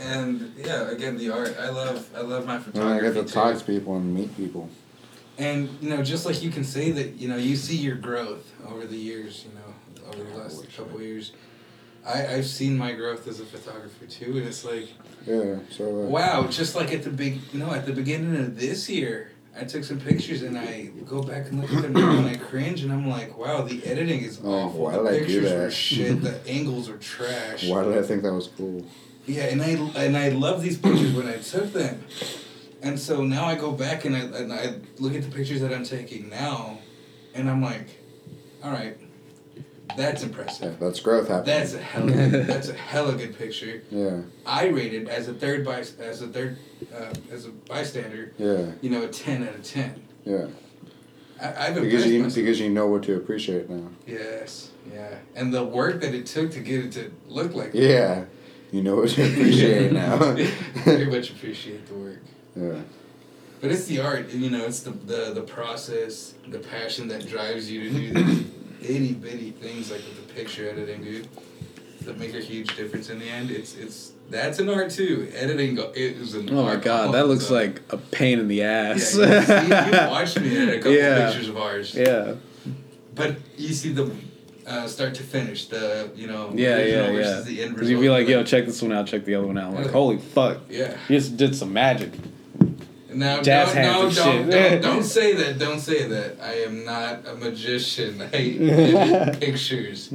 [SPEAKER 6] And yeah, again the art. I love I love my
[SPEAKER 1] and I
[SPEAKER 6] photography.
[SPEAKER 1] get to
[SPEAKER 6] too.
[SPEAKER 1] talk to people and meet people.
[SPEAKER 3] And you know, just like you can say that, you know, you see your growth over the years, you know, over the last couple years. I, I've seen my growth as a photographer too, and it's like
[SPEAKER 1] Yeah. So. Uh,
[SPEAKER 3] wow, just like at the big no, at the beginning of this year, I took some pictures and I go back and look at them now and I cringe and I'm like, wow, the editing is
[SPEAKER 1] Oh,
[SPEAKER 3] awful.
[SPEAKER 1] why
[SPEAKER 3] The
[SPEAKER 1] did I do
[SPEAKER 3] pictures
[SPEAKER 1] that?
[SPEAKER 3] were shit, the angles were trash.
[SPEAKER 1] Why did I think that was cool?
[SPEAKER 3] Yeah, and I and I love these pictures when I took them, and so now I go back and I and I look at the pictures that I'm taking now, and I'm like, all right, that's
[SPEAKER 1] Yeah,
[SPEAKER 3] impressive.
[SPEAKER 1] that's growth happening.
[SPEAKER 3] That's a hella good, that's a hella good picture.
[SPEAKER 1] yeah.
[SPEAKER 3] I rated as a third by as a third uh, as a bystander,
[SPEAKER 1] Yeah.
[SPEAKER 3] you know, a ten out of ten.
[SPEAKER 1] Yeah.
[SPEAKER 3] I, I've
[SPEAKER 1] Because you
[SPEAKER 3] impressed myself.
[SPEAKER 1] because you know what to appreciate now.
[SPEAKER 3] Yes, yeah, and the work that it took to get it to look like that.
[SPEAKER 1] Yeah. You know what to appreciate now.
[SPEAKER 3] Very much appreciate the work.
[SPEAKER 1] yeah.
[SPEAKER 3] But it's the art, and you know, it's the, the the process, the passion that drives you to do these itty bitty things like with the picture editing, dude. That make a huge difference in the end. It's it's that's an art too. Editing go- it is an.
[SPEAKER 2] Oh my
[SPEAKER 3] art
[SPEAKER 2] god,
[SPEAKER 3] all
[SPEAKER 2] that looks
[SPEAKER 3] itself.
[SPEAKER 2] like a pain in the
[SPEAKER 3] Yeah, you,
[SPEAKER 2] ass.
[SPEAKER 3] see, you watched me edit a couple
[SPEAKER 2] Yeah.
[SPEAKER 3] pictures of ours.
[SPEAKER 2] yeah.
[SPEAKER 3] But you see the uh, start to finish, the you know
[SPEAKER 2] Yeah,
[SPEAKER 3] original
[SPEAKER 2] yeah, yeah.
[SPEAKER 3] versus the end
[SPEAKER 2] Because you'd be
[SPEAKER 3] result.
[SPEAKER 2] like, yo, check this one out, check the other one out. Like,
[SPEAKER 3] Yeah.
[SPEAKER 2] holy fuck.
[SPEAKER 3] yeah.
[SPEAKER 2] You just did some magic.
[SPEAKER 3] No,
[SPEAKER 2] Jazz
[SPEAKER 3] no, no,
[SPEAKER 2] hands and
[SPEAKER 3] don't,
[SPEAKER 2] shit.
[SPEAKER 3] don't, don't say that. Don't say that. I am not a magician. I edit pictures.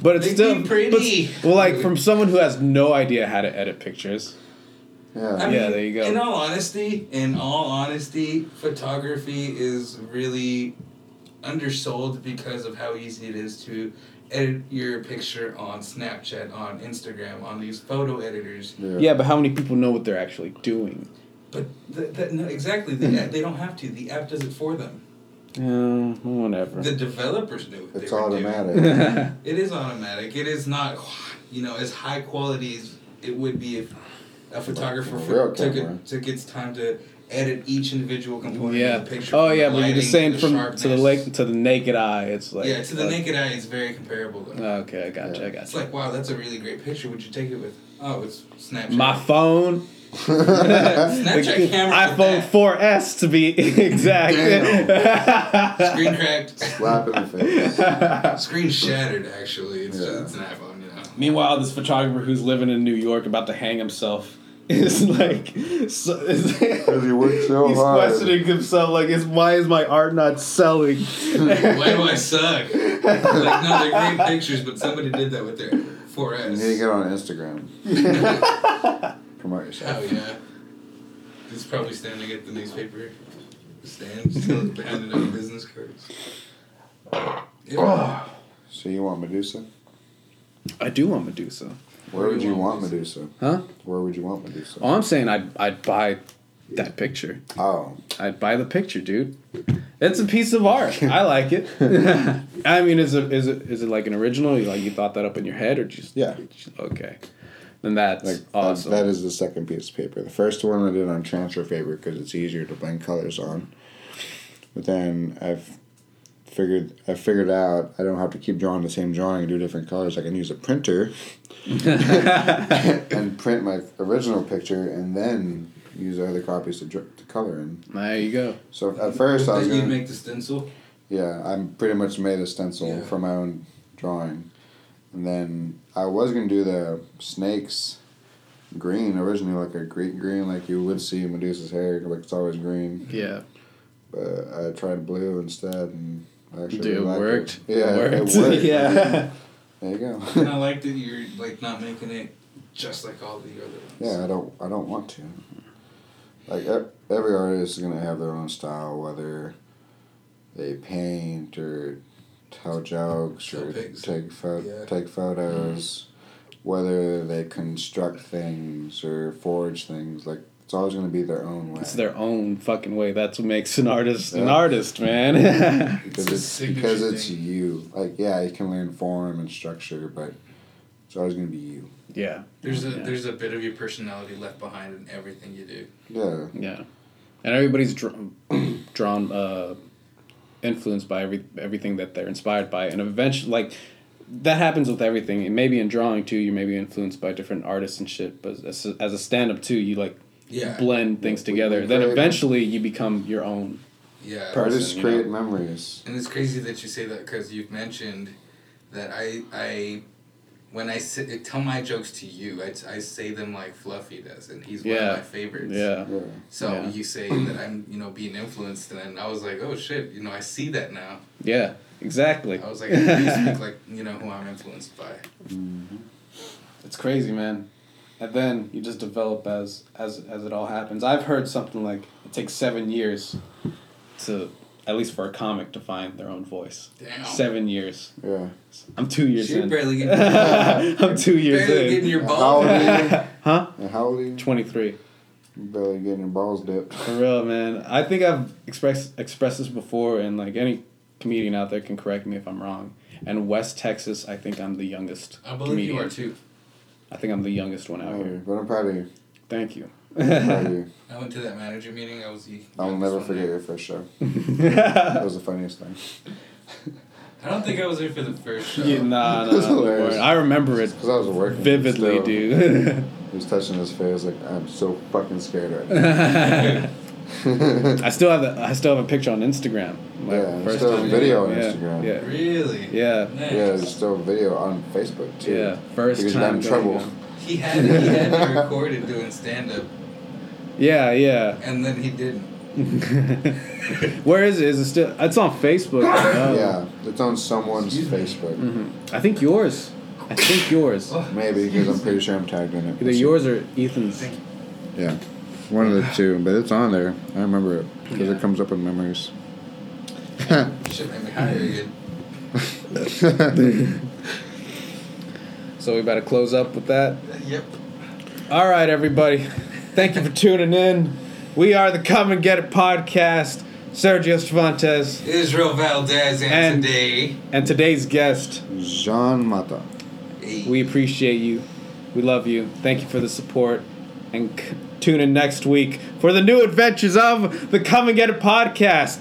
[SPEAKER 2] But it's
[SPEAKER 3] They'd
[SPEAKER 2] still
[SPEAKER 3] be pretty.
[SPEAKER 2] but- well, like from someone who has no idea how to edit pictures.
[SPEAKER 1] Yeah.
[SPEAKER 3] I mean,
[SPEAKER 2] Yeah, there you go.
[SPEAKER 3] In all honesty, in all honesty, photography is really undersold because of how easy it is to edit your picture on Snapchat, on Instagram, on these photo editors.
[SPEAKER 1] Yeah.
[SPEAKER 2] Yeah, but how many people know what they're actually doing?
[SPEAKER 3] But th- th- no, exactly, the app, they don't have to. The app does it for them.
[SPEAKER 2] Uh, whatever.
[SPEAKER 3] The developers knew. What
[SPEAKER 1] It's
[SPEAKER 3] they were doing.
[SPEAKER 1] automatic.
[SPEAKER 3] It is automatic. It is not, you know, as high quality as it would be if a photographer
[SPEAKER 1] Like a real
[SPEAKER 3] took,
[SPEAKER 1] camera.
[SPEAKER 3] it, took its time to edit each individual component
[SPEAKER 2] yeah.
[SPEAKER 3] of the picture.
[SPEAKER 2] Oh
[SPEAKER 3] from
[SPEAKER 2] yeah,
[SPEAKER 3] the
[SPEAKER 2] but you're
[SPEAKER 3] lighting
[SPEAKER 2] just saying
[SPEAKER 3] the
[SPEAKER 2] from to the
[SPEAKER 3] sharpness.
[SPEAKER 2] lake to the naked eye, it's like
[SPEAKER 3] yeah, to the
[SPEAKER 2] uh,
[SPEAKER 3] naked eye, it's very comparable. Though.
[SPEAKER 2] Okay, I gotcha, I
[SPEAKER 3] It's
[SPEAKER 2] gotcha.
[SPEAKER 3] like, wow, that's a really great picture. Would you take it with? Oh, it's Snapchat.
[SPEAKER 2] My phone,
[SPEAKER 3] Snapchat camera.
[SPEAKER 2] iPhone 4S to be exact.
[SPEAKER 3] Screen cracked.
[SPEAKER 1] Slap in the face.
[SPEAKER 3] Screen shattered. Actually, it's
[SPEAKER 1] Yeah.
[SPEAKER 3] just, it's an iPhone. You know.
[SPEAKER 2] Meanwhile, this photographer who's living in New York about to hang himself is like, so, is,
[SPEAKER 1] Because you worked so
[SPEAKER 2] he's
[SPEAKER 1] hard.
[SPEAKER 2] questioning himself like, is why is my art not selling?
[SPEAKER 3] Why do I suck? like, no, they're great pictures, but somebody did that with their 4S.
[SPEAKER 1] You need to get on Instagram. Promote
[SPEAKER 3] Oh
[SPEAKER 1] yourself.
[SPEAKER 3] yeah. He's probably standing at the newspaper stand, still handing out business cards. Yeah.
[SPEAKER 1] So you want Medusa?
[SPEAKER 2] I do want Medusa.
[SPEAKER 1] Where would you want Medusa?
[SPEAKER 2] Huh?
[SPEAKER 1] Where would you want Medusa?
[SPEAKER 2] All I'm saying, I'd, I'd buy that picture.
[SPEAKER 1] Oh,
[SPEAKER 2] I'd buy the picture, dude. It's a piece of art. I like it. I mean, is it is it is it like an original? You like you thought that up in your head, or just
[SPEAKER 1] Yeah.
[SPEAKER 2] Okay, then that's
[SPEAKER 1] like
[SPEAKER 2] awesome.
[SPEAKER 1] that, that is the second piece of paper. The first one I did on transfer paper because it's easier to blend colors on. But then I've figured I figured out I don't have to keep drawing the same drawing and do different colors. I can use a printer and print my original picture and then use the other copies to, dr- to color in.
[SPEAKER 2] There you go.
[SPEAKER 1] So at first I was
[SPEAKER 6] That you'd
[SPEAKER 1] gonna,
[SPEAKER 6] make the stencil.
[SPEAKER 1] yeah, I pretty much made a stencil
[SPEAKER 6] Yeah.
[SPEAKER 1] for my own drawing, and then I was gonna do the snakes green originally, like a green green, like you would see in Medusa's hair, like it's always green.
[SPEAKER 2] Yeah.
[SPEAKER 1] But I tried blue instead, and I actually
[SPEAKER 2] Dude, it
[SPEAKER 1] liked
[SPEAKER 2] worked.
[SPEAKER 1] It. Yeah,
[SPEAKER 2] It
[SPEAKER 1] it
[SPEAKER 2] worked.
[SPEAKER 1] worked.
[SPEAKER 4] yeah.
[SPEAKER 1] There you go.
[SPEAKER 6] And I like that you're like not making it just like all the other ones.
[SPEAKER 1] Yeah, I don't. I don't want to. Like ev- every artist is gonna have their own style, whether they paint or tell jokes
[SPEAKER 6] Tell
[SPEAKER 1] or
[SPEAKER 6] pics.
[SPEAKER 1] take pho-
[SPEAKER 6] Yeah.
[SPEAKER 1] take photos, whether they construct things or forge things. Like it's always gonna be their own way.
[SPEAKER 2] It's their own fucking way. That's what makes an artist an
[SPEAKER 1] Yeah.
[SPEAKER 2] artist, man.
[SPEAKER 1] because
[SPEAKER 6] It's a
[SPEAKER 1] it's,
[SPEAKER 6] signature
[SPEAKER 1] because it's
[SPEAKER 6] thing.
[SPEAKER 1] you. Like yeah, you can learn form and structure, but it's always gonna be you.
[SPEAKER 2] yeah.
[SPEAKER 3] There's a
[SPEAKER 2] Yeah.
[SPEAKER 3] there's a bit of your personality left behind in everything you do.
[SPEAKER 1] Yeah.
[SPEAKER 2] Yeah, and everybody's drawn, drawn uh, influenced by every everything that they're inspired by, and eventually, like that happens with everything. And maybe in drawing too, you may be influenced by different artists and shit. But as a, as a stand up too, you like
[SPEAKER 3] Yeah.
[SPEAKER 2] blend things
[SPEAKER 1] We- we
[SPEAKER 2] together. Then
[SPEAKER 1] create-
[SPEAKER 2] eventually, you become your own.
[SPEAKER 3] yeah.
[SPEAKER 2] Person,
[SPEAKER 1] Artists
[SPEAKER 2] you know.
[SPEAKER 1] create memories.
[SPEAKER 3] And it's crazy that you say that because you've mentioned that I I when I sit, tell my jokes to you, I, I say them like Fluffy does, and he's one
[SPEAKER 2] Yeah.
[SPEAKER 3] of my favorites.
[SPEAKER 2] Yeah,
[SPEAKER 1] Yeah.
[SPEAKER 3] So
[SPEAKER 2] Yeah.
[SPEAKER 3] you say that I'm you know being influenced, and then I was like, oh shit, you know I see that now.
[SPEAKER 2] yeah, exactly.
[SPEAKER 3] I was like, I do speak like you know who I'm influenced by.
[SPEAKER 2] It's crazy, man. And then you just develop as as as it all happens. I've heard something like it takes seven years to at least for a comic to find their own voice.
[SPEAKER 3] Damn.
[SPEAKER 2] Seven years.
[SPEAKER 1] Yeah.
[SPEAKER 2] I'm two years
[SPEAKER 3] You're
[SPEAKER 2] in.
[SPEAKER 3] barely getting,
[SPEAKER 2] I'm two years
[SPEAKER 3] barely
[SPEAKER 2] in.
[SPEAKER 3] getting your
[SPEAKER 1] How
[SPEAKER 3] ball.
[SPEAKER 1] old are you?
[SPEAKER 2] huh?
[SPEAKER 1] And how old are you?
[SPEAKER 2] Twenty three.
[SPEAKER 1] You barely getting your balls dipped.
[SPEAKER 2] For real, man. I think I've expressed expressed this before, and like any comedian out there can correct me if I'm wrong. And West Texas, I think I'm the youngest
[SPEAKER 3] I believe
[SPEAKER 2] comedian.
[SPEAKER 3] you are too.
[SPEAKER 2] I think I'm the youngest one out here.
[SPEAKER 1] But I'm proud of you.
[SPEAKER 2] Thank you.
[SPEAKER 1] I'm proud of you.
[SPEAKER 3] I went to that manager meeting. I was. the
[SPEAKER 1] I'll
[SPEAKER 3] youngest
[SPEAKER 1] never
[SPEAKER 3] one
[SPEAKER 1] forget
[SPEAKER 3] there.
[SPEAKER 1] your first show. That was the funniest thing.
[SPEAKER 3] I don't think I was there for the first show.
[SPEAKER 2] Yeah, nah,
[SPEAKER 1] That's
[SPEAKER 2] nah, don't
[SPEAKER 1] hilarious.
[SPEAKER 2] worry. I remember it
[SPEAKER 1] Because I was working.
[SPEAKER 2] vividly,
[SPEAKER 1] still,
[SPEAKER 2] dude.
[SPEAKER 1] He was touching his face like, I'm so fucking scared right now.
[SPEAKER 2] I still have the, I still have a picture on Instagram. My
[SPEAKER 1] Yeah, and
[SPEAKER 2] first
[SPEAKER 1] still
[SPEAKER 2] time.
[SPEAKER 1] video on
[SPEAKER 2] yeah,
[SPEAKER 1] Instagram.
[SPEAKER 2] Yeah,
[SPEAKER 3] Really?
[SPEAKER 2] Yeah.
[SPEAKER 3] Nice.
[SPEAKER 1] Yeah, there's still video on Facebook too.
[SPEAKER 2] yeah. First
[SPEAKER 1] Because you got
[SPEAKER 2] time.
[SPEAKER 1] in
[SPEAKER 2] going
[SPEAKER 1] trouble.
[SPEAKER 2] out.
[SPEAKER 3] He had he had me recorded doing stand up
[SPEAKER 2] Yeah, yeah.
[SPEAKER 3] and then he didn't.
[SPEAKER 2] Where is it? Is it still? It's on Facebook. I know.
[SPEAKER 1] Yeah, it's on someone's Facebook.
[SPEAKER 2] I think yours. I think yours.
[SPEAKER 1] Maybe because I'm pretty sure I'm tagged in it.
[SPEAKER 2] Mm. Either yours or Ethan's.
[SPEAKER 1] Yeah, one of the two, but it's on there. I remember it because
[SPEAKER 2] Yeah.
[SPEAKER 1] it comes up in memories.
[SPEAKER 3] Shit made me hire again.
[SPEAKER 2] So we better close up with that.
[SPEAKER 3] Yep.
[SPEAKER 2] All right, everybody. Thank you for tuning in. We are the Come and Get It podcast. Sergio Cervantes
[SPEAKER 3] Israel Valdez and,
[SPEAKER 2] And-
[SPEAKER 3] today.
[SPEAKER 2] and today's guest.
[SPEAKER 1] Jean Mata.
[SPEAKER 2] We appreciate you. We love you. Thank you for the support. And c- tune in next week for the new adventures of the Come and Get It podcast.